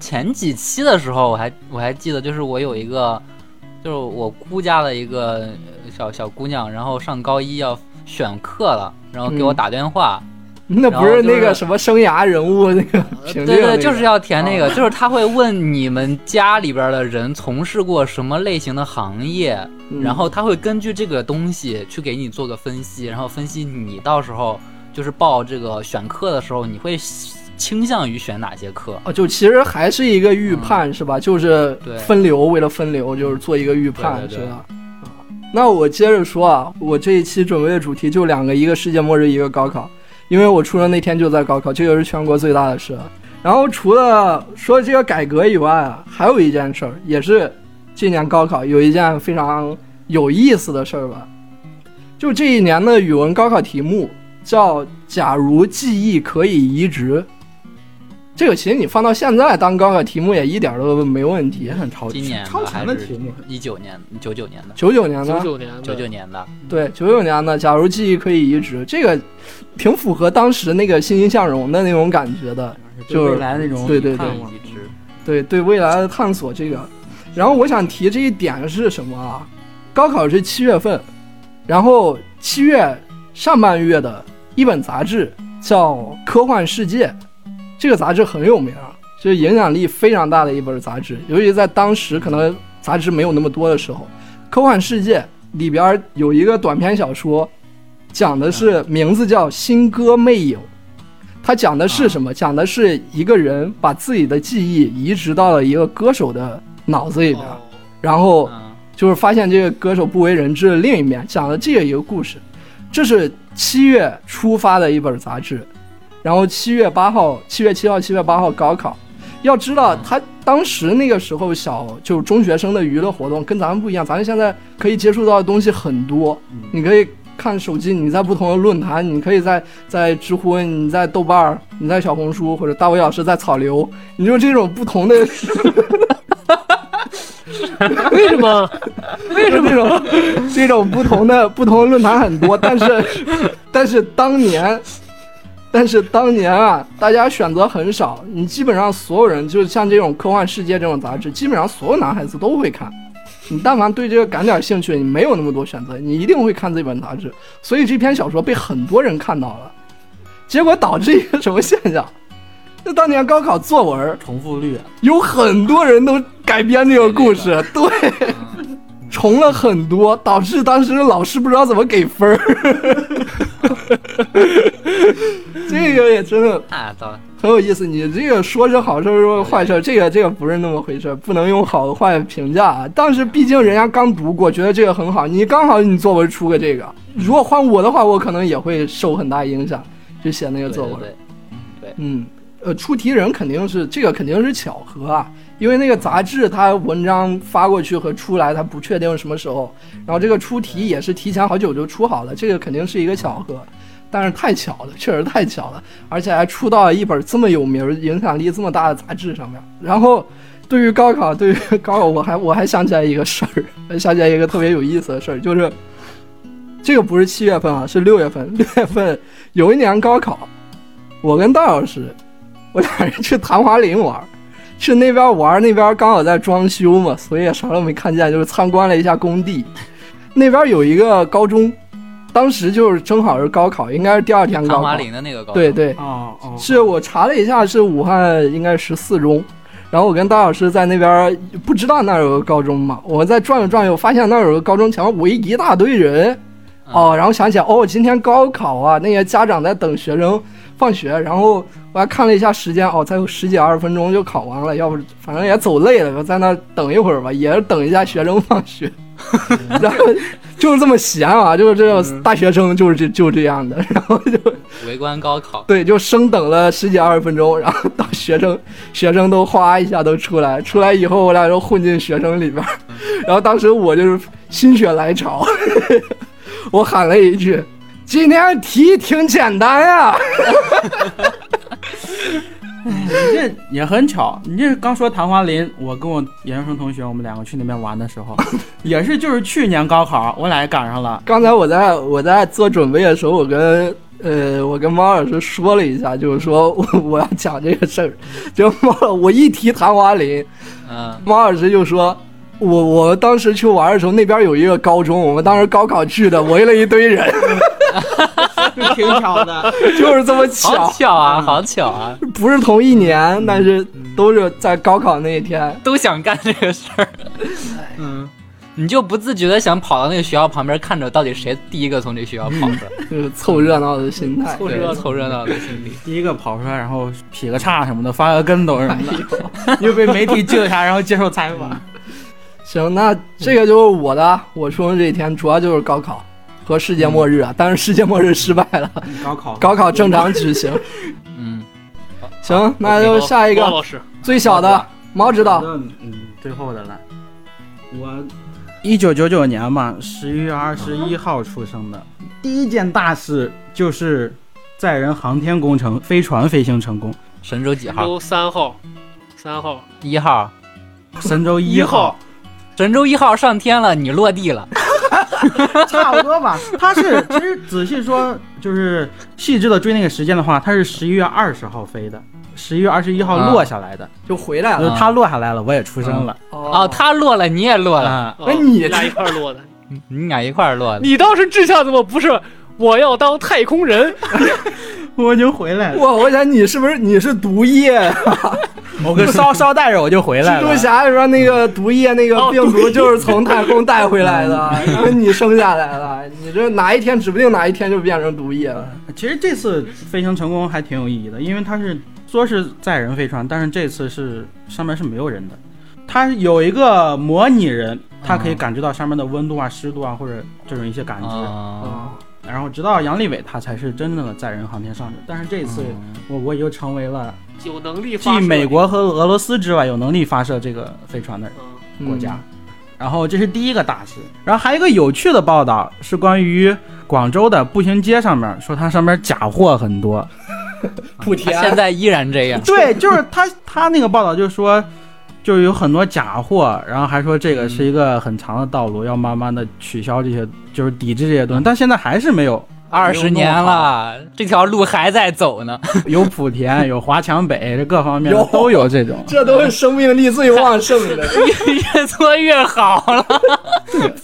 [SPEAKER 4] 前几期的时候，我还我还记得，就是我有一个，就是我姑家的一个呃小小姑娘，然后上高一要选课了，然后给我
[SPEAKER 3] 嗯
[SPEAKER 4] 打电话，
[SPEAKER 3] 那不是
[SPEAKER 4] 然后就是呃
[SPEAKER 3] 那个什么生涯人物那个评定、那
[SPEAKER 4] 对
[SPEAKER 3] 个，
[SPEAKER 4] 对，就是要填那个，
[SPEAKER 5] 哦
[SPEAKER 4] 就是他会问你们家里边的人从事过什么类型的行业，
[SPEAKER 3] 嗯
[SPEAKER 4] 然后他会根据这个东西去给你做个分析，然后分析你到时候就是报这个选课的时候，你会倾向于选哪些课？
[SPEAKER 3] 啊，就其实还是一个预判、是吧？就是
[SPEAKER 4] 嗯对
[SPEAKER 3] 分流，为了分流，就是做一个预判，
[SPEAKER 4] 对对
[SPEAKER 3] 是
[SPEAKER 4] 对
[SPEAKER 3] 吧？啊那我接着说啊，我这一期准备的主题就两个，一个世界末日，一个高考，因为我出生那天就在高考，这个是全国最大的事。然后除了说这个改革以外啊，还有一件事儿，也是今年高考有一件非常有意思的事儿吧，就这一年的语文高考题目叫“假如记忆可以移植”。这个其实你放到现在当高考题目也一点儿都没问题
[SPEAKER 6] 也。很超
[SPEAKER 4] 今年的
[SPEAKER 6] 超前的
[SPEAKER 4] 还是
[SPEAKER 6] 题目，
[SPEAKER 4] 一九年、九九年的、
[SPEAKER 3] 九九年
[SPEAKER 5] 九
[SPEAKER 3] 呢？
[SPEAKER 5] 九年的
[SPEAKER 4] 九九年的，
[SPEAKER 3] 对，九九年呢？假如记忆可以移植，这个挺符合当时那个欣欣向荣的那种感觉的。就是
[SPEAKER 6] 对未来那种
[SPEAKER 3] 对对
[SPEAKER 6] 看
[SPEAKER 3] 对
[SPEAKER 6] 望
[SPEAKER 4] 一直
[SPEAKER 3] 对对未来的探索这个。然后我想提这一点是什么啊？高考是七月份，然后七月上半月的一本杂志叫《科幻世界》，这个杂志很有名啊，就是影响力非常大的一本杂志，尤其在当时可能杂志没有那么多的时候，《科幻世界》里边有一个短篇小说，讲的是名字叫《新歌魅影》。它讲的是什么？讲的是一个人把自己的记忆移植到了一个歌手的脑子里边，
[SPEAKER 5] 哦
[SPEAKER 3] 然后
[SPEAKER 4] 嗯
[SPEAKER 3] 就是发现这个歌手不为人知的另一面，讲了这样一个故事。这是七月初发的一本杂志，然后七月八号、七月七号、七月八号高考。要知道，他当时那个时候小，就是中学生的娱乐活动跟咱们不一样，咱们现在可以接触到的东西很多，你可以看手机，你在不同的论坛，你可以在在知乎，你在豆瓣儿，你在小红书，或者大伟老师在草流，你就这种不同的
[SPEAKER 5] 为什 么？
[SPEAKER 3] 为什么这种这种不同的不同的论坛很多？但 是但是当年，但是当年啊，大家选择很少，你基本上所有人，就像这种科幻世界这种杂志，基本上所有男孩子都会看。你但凡对这个感点兴趣，你没有那么多选择，你一定会看这本杂志。所以这篇小说被很多人看到了，结果导致一个什么现象？就当年高考作文儿
[SPEAKER 6] 重复率，啊
[SPEAKER 3] 有很多人都改编这个故事，对，重了很多，导致当时老师不知道怎么给分儿。这个也真的
[SPEAKER 4] 那倒
[SPEAKER 3] 很有意思。你这个说是好事儿，说是坏事儿，这个这个不是那么回事儿，不能用好和坏评价啊。当时毕竟人家刚读过，觉得这个很好，你刚好你作文出个这个，如果换我的话，我可能也会受很大影响，就写那个
[SPEAKER 4] 对
[SPEAKER 3] 作文
[SPEAKER 4] 对。对，
[SPEAKER 3] 嗯，呃，出题人肯定是这个肯定是巧合啊，因为那个杂志它文章发过去和出来，它不确定什么时候，然后这个出题也是提前好久就出好了，这个肯定是一个巧合，但是太巧了，确实太巧了，而且还出到了一本这么有名儿、影响力这么大的杂志上面。然后，对于高考，对于 高考，我还我还想起来一个事儿，还想起来一个特别有意思的事儿，就是这个不是七月份啊，是六月份，六月份有一年高考。我跟戴老师，我俩人去昙华林玩儿，去那边玩儿，那边刚好在装修嘛，所以也啥都没看见，就是参观了一下工地。那边有一个高中，当时就是正好是高考，应该是第二天
[SPEAKER 4] 唐
[SPEAKER 3] 高
[SPEAKER 4] 华
[SPEAKER 3] 考。
[SPEAKER 4] 林的那个高中
[SPEAKER 3] 对，对，
[SPEAKER 6] 哦哦，
[SPEAKER 3] 是我查了一下，是武汉应该十四中。然后我跟戴老师在那边儿不知道那儿有个高中嘛，我们在转悠转悠，发现那儿有个高中前面围一大堆人，
[SPEAKER 4] 嗯
[SPEAKER 3] 哦，然后想起来哦，今天高考啊，那些家长在等学生放学，然后我还看了一下时间，哦，才有十几二十分钟就考完了，要不反正也走累了，我在那儿等一会儿吧，也是等一下学生放学，然后就是这么闲啊，就是这种大学生就是这就这样的，然后就
[SPEAKER 4] 围观高考，
[SPEAKER 3] 对，就升等了十几二十分钟，然后到学生，学生都哗一下都出来，出来以后我俩就混进学生里边儿， 然后当时我就是心血来潮， 我喊了一句：“今天题挺简单呀、
[SPEAKER 6] 你这也很巧，你这刚说昙华林，我跟我研究生同学，我们两个去那边玩的时候，也是就是去年高考，我俩也赶上 了。
[SPEAKER 3] 刚才我在我在做准备的时候，我跟呃我跟猫老师说了一下，就是说我 我要讲这个事儿，就猫老我一提昙华林，
[SPEAKER 4] 嗯，
[SPEAKER 3] 猫老师就说。我我当时去玩的时候，那边有一个高中，我们当时高考去的，围了一堆人。
[SPEAKER 6] 挺巧的，
[SPEAKER 3] 就是这么巧
[SPEAKER 4] 好，巧啊，好巧啊，
[SPEAKER 3] 不是同一年，但是都是在高考那一天。
[SPEAKER 4] 都想干这个事儿，嗯你就不自觉的想跑到那个学校旁边，看着到底谁第一个从这学校跑出来，
[SPEAKER 3] 就是凑嗯热闹的心态。
[SPEAKER 1] 凑热
[SPEAKER 4] 对
[SPEAKER 1] 闹
[SPEAKER 4] 凑热闹的心理。
[SPEAKER 6] 第一个跑出来，然后劈个叉什么的，翻个跟斗什么的，又被媒体救下，然后接受采访。
[SPEAKER 3] 行，那这个就是我的，我出生这一天主要就是高考和世界末日啊，但是世界末日失败了，
[SPEAKER 6] 高 考
[SPEAKER 3] 高考正常举行。
[SPEAKER 4] 嗯，
[SPEAKER 3] 行，那就下一
[SPEAKER 1] 汪
[SPEAKER 3] 个
[SPEAKER 1] 老师，
[SPEAKER 3] 最小的毛指导，
[SPEAKER 6] 嗯，最后的了。我一九九九年嘛，十一月二十一号出生的。第一件大事就是载人航天工程飞船飞行成功，
[SPEAKER 4] 神舟几号？
[SPEAKER 1] 周三号，三号，
[SPEAKER 4] 一号。
[SPEAKER 6] 神舟一号，
[SPEAKER 4] 神舟一号上天了，你落地了。
[SPEAKER 6] 差不多吧。它是其实仔细说，就是细致的追那个时间的话，它是十一月二十号飞的，十一月二十一号
[SPEAKER 4] 啊
[SPEAKER 6] 落下来的。
[SPEAKER 3] 就回来
[SPEAKER 6] 就
[SPEAKER 3] 了。
[SPEAKER 6] 是它落下来了，我也出生了。
[SPEAKER 4] 哦，他落了，你也落了，
[SPEAKER 6] 啊，
[SPEAKER 1] 哦
[SPEAKER 3] 哎你
[SPEAKER 1] 俩一块儿 落的，
[SPEAKER 4] 你俩一块儿落的。
[SPEAKER 1] 你当时志向怎么不是我要当太空人？
[SPEAKER 6] 我已经回来了，
[SPEAKER 3] 我我想你是不是你是毒液？
[SPEAKER 6] 我跟捎捎带着我就回来
[SPEAKER 3] 蜘蛛
[SPEAKER 6] 了。
[SPEAKER 3] 侠里边那个毒液那个
[SPEAKER 1] 哦
[SPEAKER 3] 病毒就是从太空带回来的，然后你生下来了，你这哪一天指不定哪一天就变成毒液了。
[SPEAKER 6] 其实这次飞行成功还挺有意义的，因为它是说是载人飞船，但是这次是上面是没有人的，它有一个模拟人，它可以感知到上面的温度啊、湿度啊，或者这种一些感知。
[SPEAKER 4] 啊，
[SPEAKER 6] 然后直到杨利伟，他才是真正的载人航天上去。但是这次
[SPEAKER 4] 嗯
[SPEAKER 6] 我国又成为了
[SPEAKER 1] 有能力
[SPEAKER 6] 继
[SPEAKER 1] 发射
[SPEAKER 6] 美国和俄罗斯之外有能力发射这个飞船的人。
[SPEAKER 1] 嗯
[SPEAKER 3] 嗯
[SPEAKER 6] 国家。然后这是第一个大事，然后还有一个有趣的报道是关于广州的步行街上面，说它上面假货很多。
[SPEAKER 3] 莆
[SPEAKER 4] 他现
[SPEAKER 3] 田
[SPEAKER 4] 在依然 这样。
[SPEAKER 6] 对，就是他他那个报道就说，就是有很多假货，然后还说这个是一个很长的道路，要慢慢的取消这些，就是抵制这些东西。但现在还是没有，
[SPEAKER 4] 二十年了， 这条路还在走呢。
[SPEAKER 6] 有莆田，有华强北，这各方面
[SPEAKER 3] 有
[SPEAKER 6] 都有这 种。
[SPEAKER 3] 这都是生命力最旺盛的，
[SPEAKER 4] 越做越好 了。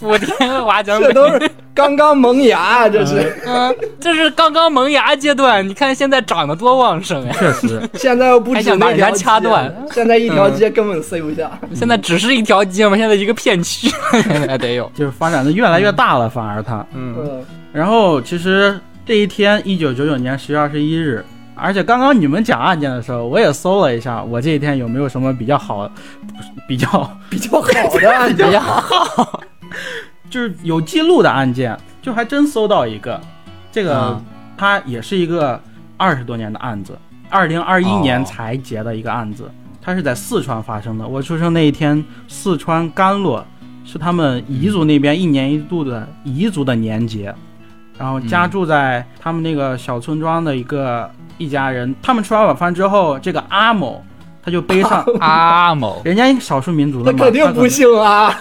[SPEAKER 4] 莆田华强
[SPEAKER 3] 这
[SPEAKER 4] 北，
[SPEAKER 3] 都是刚刚萌芽，这是。
[SPEAKER 4] 嗯，这是刚刚萌芽阶段。你看现在长得多旺盛 呀！
[SPEAKER 6] 确实，
[SPEAKER 3] 现在又不止
[SPEAKER 4] 还想把
[SPEAKER 3] 那
[SPEAKER 4] 人家
[SPEAKER 3] 条街啊
[SPEAKER 4] 掐断，
[SPEAKER 3] 现在一条街根本塞不下。
[SPEAKER 4] 现在只是一条街嘛，现在一个片区 现在得 有。
[SPEAKER 6] 就是发展的越来越大了，反而它。
[SPEAKER 4] 嗯，
[SPEAKER 3] 嗯，
[SPEAKER 6] 然后其实这一天，一九九九年十月二十一日，而且刚刚你们讲案件的时候，我也搜了一下，我这一天有没有什么比较好、比较
[SPEAKER 3] 比较好的案
[SPEAKER 4] 比
[SPEAKER 3] 件，
[SPEAKER 4] 较好。
[SPEAKER 6] 就是有记录的案件，就还真搜到一个，这个、
[SPEAKER 4] 啊
[SPEAKER 6] 它也是一个二十多年的案子，二零二一
[SPEAKER 4] 哦
[SPEAKER 6] 年才结的一个案子，它是在四川发生的。我出生那一天，四川甘洛是他们彝族那边一年一度的彝族的年节，然后家
[SPEAKER 4] 嗯
[SPEAKER 6] 住在他们那个小村庄的一个一家人，他们吃完晚饭之后，这个阿某他就 背上
[SPEAKER 4] 嗯阿 某，
[SPEAKER 6] 人家少数民族
[SPEAKER 3] 那
[SPEAKER 6] 的嘛，
[SPEAKER 3] 肯定
[SPEAKER 6] 他可
[SPEAKER 3] 不
[SPEAKER 6] 能
[SPEAKER 3] 姓啊。
[SPEAKER 4] 啊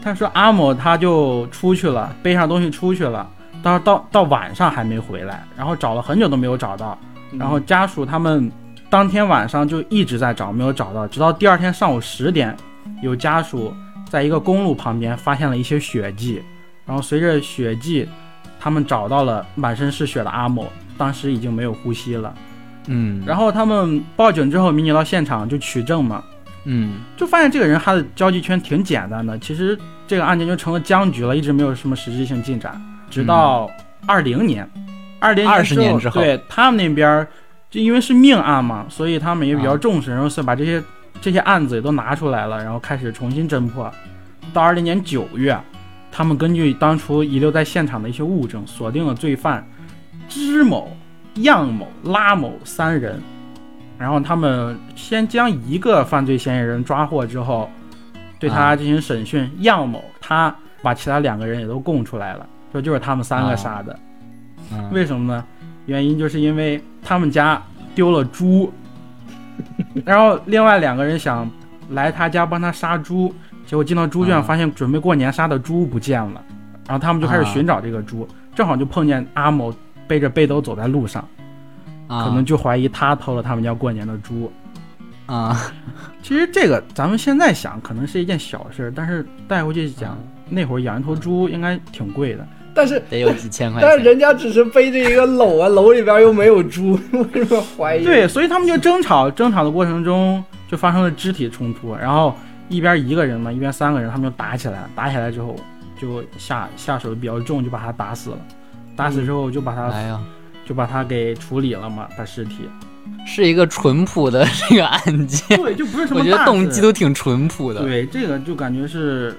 [SPEAKER 6] 他说阿某他就出去了，背上东西出去了，到到到晚上还没回来，然后找了很久都没有找到，
[SPEAKER 3] 嗯
[SPEAKER 6] 然后家属他们当天晚上就一直在找，没有找到，直到第二天上午十点，有家属在一个公路旁边发现了一些血迹，然后随着血迹，他们找到了满身是血的阿某，当时已经没有呼吸了，
[SPEAKER 4] 嗯，
[SPEAKER 6] 然后他们报警之后，民警到现场就取证嘛，
[SPEAKER 4] 嗯
[SPEAKER 6] 就发现这个人他的交际圈挺简单的，其实这个案件就成了僵局了，一直没有什么实质性进展，直到二零年，二零
[SPEAKER 4] 20年之后
[SPEAKER 6] 对他们那边儿就因为是命案嘛，所以他们也比较
[SPEAKER 4] 啊
[SPEAKER 6] 重视，然后是把这些这些案子也都拿出来了，然后开始重新侦破。到二零年九月，他们根据当初遗留在现场的一些物证，锁定了罪犯支某、样某、拉某三人。然后他们先将一个犯罪嫌疑人抓获之后，对他
[SPEAKER 4] 啊
[SPEAKER 6] 进行审讯。样某他把其他两个人也都供出来了，说就是他们三个
[SPEAKER 4] 啊
[SPEAKER 6] 杀的。
[SPEAKER 4] 嗯
[SPEAKER 6] 为什么呢？原因就是因为他们家丢了猪，然后另外两个人想来他家帮他杀猪，结果进到猪圈
[SPEAKER 4] 啊
[SPEAKER 6] 发现准备过年杀的猪不见了，然后他们就开始
[SPEAKER 4] 啊
[SPEAKER 6] 寻找这个猪，正好就碰见阿某背着背兜走在路上，
[SPEAKER 4] 啊
[SPEAKER 6] 可能就怀疑他偷了他们家过年的猪。
[SPEAKER 4] 啊，
[SPEAKER 6] 其实这个咱们现在想可能是一件小事，但是带回去讲，
[SPEAKER 4] 嗯
[SPEAKER 6] 那会儿养一头猪应该挺贵的。
[SPEAKER 3] 但是
[SPEAKER 4] 得有几千块
[SPEAKER 3] 但是
[SPEAKER 4] 钱。
[SPEAKER 3] 人家只是背着一个篓啊，篓里边又没有猪， 为什么怀疑？
[SPEAKER 6] 对，所以他们就争吵，争吵的过程中就发生了肢体冲突，然后一边一个人嘛，一边三个人，他们就打起来了。打起来之后，就下下手比较重，就把他打死了。打死之后，就把他、
[SPEAKER 4] 哎呀，
[SPEAKER 6] 就把他给处理了嘛，把尸体。
[SPEAKER 4] 是一个淳朴的这个案件，
[SPEAKER 6] 对，就不是什么
[SPEAKER 4] 我觉得
[SPEAKER 6] 大
[SPEAKER 4] 动
[SPEAKER 6] 事
[SPEAKER 4] 机都挺淳朴的。
[SPEAKER 6] 对，这个就感觉是，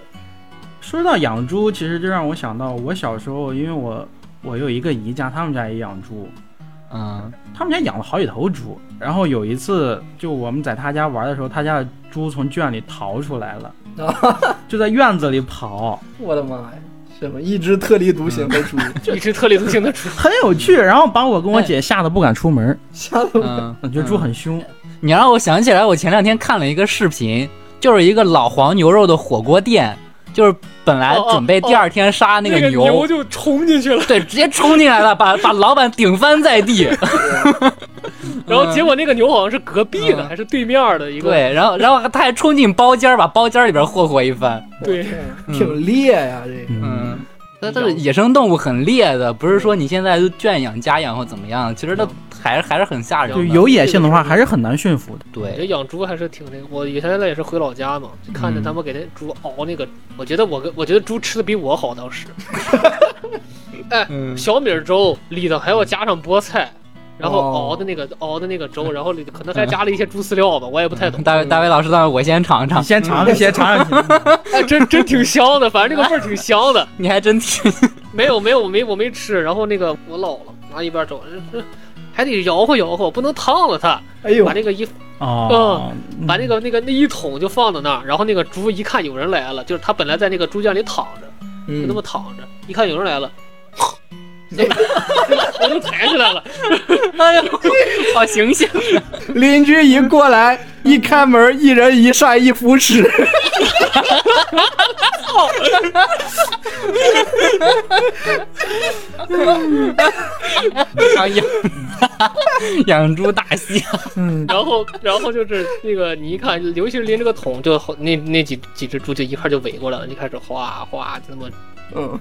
[SPEAKER 6] 说到养猪，其实就让我想到我小时候，因为我我有一个姨家，他们家也养猪，
[SPEAKER 4] 嗯，
[SPEAKER 6] 他们家养了好几头猪。然后有一次，就我们在他家玩的时候，他家的猪从圈里逃出来了， 就在院子里跑，
[SPEAKER 3] 我的妈呀，什么一只特立独行的猪，
[SPEAKER 5] 一只特立独行的猪，
[SPEAKER 6] 很有趣。然后把我跟我姐吓得不敢出门，
[SPEAKER 3] 吓得我
[SPEAKER 4] 嗯，
[SPEAKER 6] 我觉得猪很凶。
[SPEAKER 4] 你让我想起来，我前两天看了一个视频，就是一个老黄牛肉的火锅店，就是本来
[SPEAKER 5] 哦哦哦
[SPEAKER 4] 准备第二天杀那
[SPEAKER 5] 那个
[SPEAKER 4] 牛，
[SPEAKER 5] 牛就冲进去了，
[SPEAKER 4] 对，直接冲进来了，把把老板顶翻在地。
[SPEAKER 5] 然后结果那个牛好像是隔壁的
[SPEAKER 4] 嗯
[SPEAKER 5] 还是对面的一个，
[SPEAKER 4] 对，然后然后他还冲进包间儿，把包间儿里边霍霍一番。
[SPEAKER 5] 对，
[SPEAKER 4] 嗯
[SPEAKER 3] 挺烈呀、这个。
[SPEAKER 6] 嗯，
[SPEAKER 4] 嗯，那这个野生动物很烈的，不是说你现在就圈养、家养或怎么样，其实它还是还是很吓人
[SPEAKER 6] 就
[SPEAKER 4] 的。
[SPEAKER 6] 有野性的话还是很难驯服的。
[SPEAKER 5] 我觉得
[SPEAKER 4] 对，
[SPEAKER 5] 养猪还是挺那个。我以前呢也是回老家嘛，就看着他们给那猪熬那个，我觉得我跟我觉得猪吃的比我好，当时
[SPEAKER 4] 嗯，
[SPEAKER 5] 小米粥里头还要加上菠菜，然后
[SPEAKER 3] 哦
[SPEAKER 5] 熬的那个、熬的那个粥，然后里头可能还加了一些猪饲料吧，我也不
[SPEAKER 3] 嗯
[SPEAKER 5] 太懂。
[SPEAKER 4] 大卫大卫老师，待会儿我先尝
[SPEAKER 6] 你
[SPEAKER 4] 尝，
[SPEAKER 6] 先尝 尝，先尝尝。
[SPEAKER 5] 哎，真真挺香的，反正这个味儿 挺香的。
[SPEAKER 4] 你还 真挺
[SPEAKER 5] 没有没有，我没我没吃。然后那个我老了，拿一边走，这这还得摇晃摇晃，不能烫了它。
[SPEAKER 3] 哎呦
[SPEAKER 5] 把，那个一
[SPEAKER 6] 哦，
[SPEAKER 5] 把那个那个那一桶就放到那儿，然后那个猪一看有人来了，就是它本来在那个猪圈里躺着，就那
[SPEAKER 3] 嗯
[SPEAKER 5] 么，躺着，一看有人 来了。我就抬起来了，
[SPEAKER 4] 哎呦， 好形象！
[SPEAKER 3] 邻居一过来，一开门，一人一扇，一扶持，
[SPEAKER 4] 养养哎养猪大戏，
[SPEAKER 5] 然后，然后就是那个，你一看，尤其是拎着个桶，就好那那几几只猪就一块儿就围过来了，就开始哗哗就那么
[SPEAKER 3] 嗯，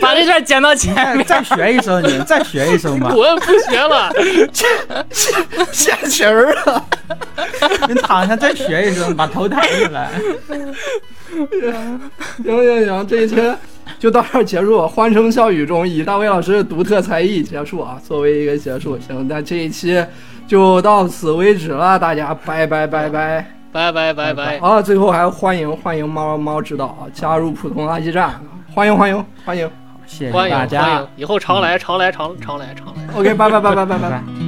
[SPEAKER 4] 把这段剪到前面。
[SPEAKER 6] 哎再学一声，你再学一声吧。
[SPEAKER 5] 我不学了，
[SPEAKER 3] 现形儿啊了。
[SPEAKER 6] 你躺下再学一声，把头抬起来。
[SPEAKER 3] 行行行，这一期就到这儿结束。欢声笑语中，以大卫老师的独特才艺结束啊，作为一个结束。行，那这一期就到此为止了，大家拜拜拜拜。
[SPEAKER 5] 拜拜拜拜。
[SPEAKER 3] 啊，最后还欢迎欢迎猫猫指导啊，加入普通垃圾站，欢迎欢迎 欢迎。
[SPEAKER 6] 谢谢
[SPEAKER 5] 欢迎
[SPEAKER 6] 大
[SPEAKER 5] 欢
[SPEAKER 6] 家
[SPEAKER 5] 迎，，以后常来常来常常来常来。
[SPEAKER 3] OK，拜拜拜拜拜拜
[SPEAKER 6] 拜
[SPEAKER 3] 拜
[SPEAKER 6] 拜。。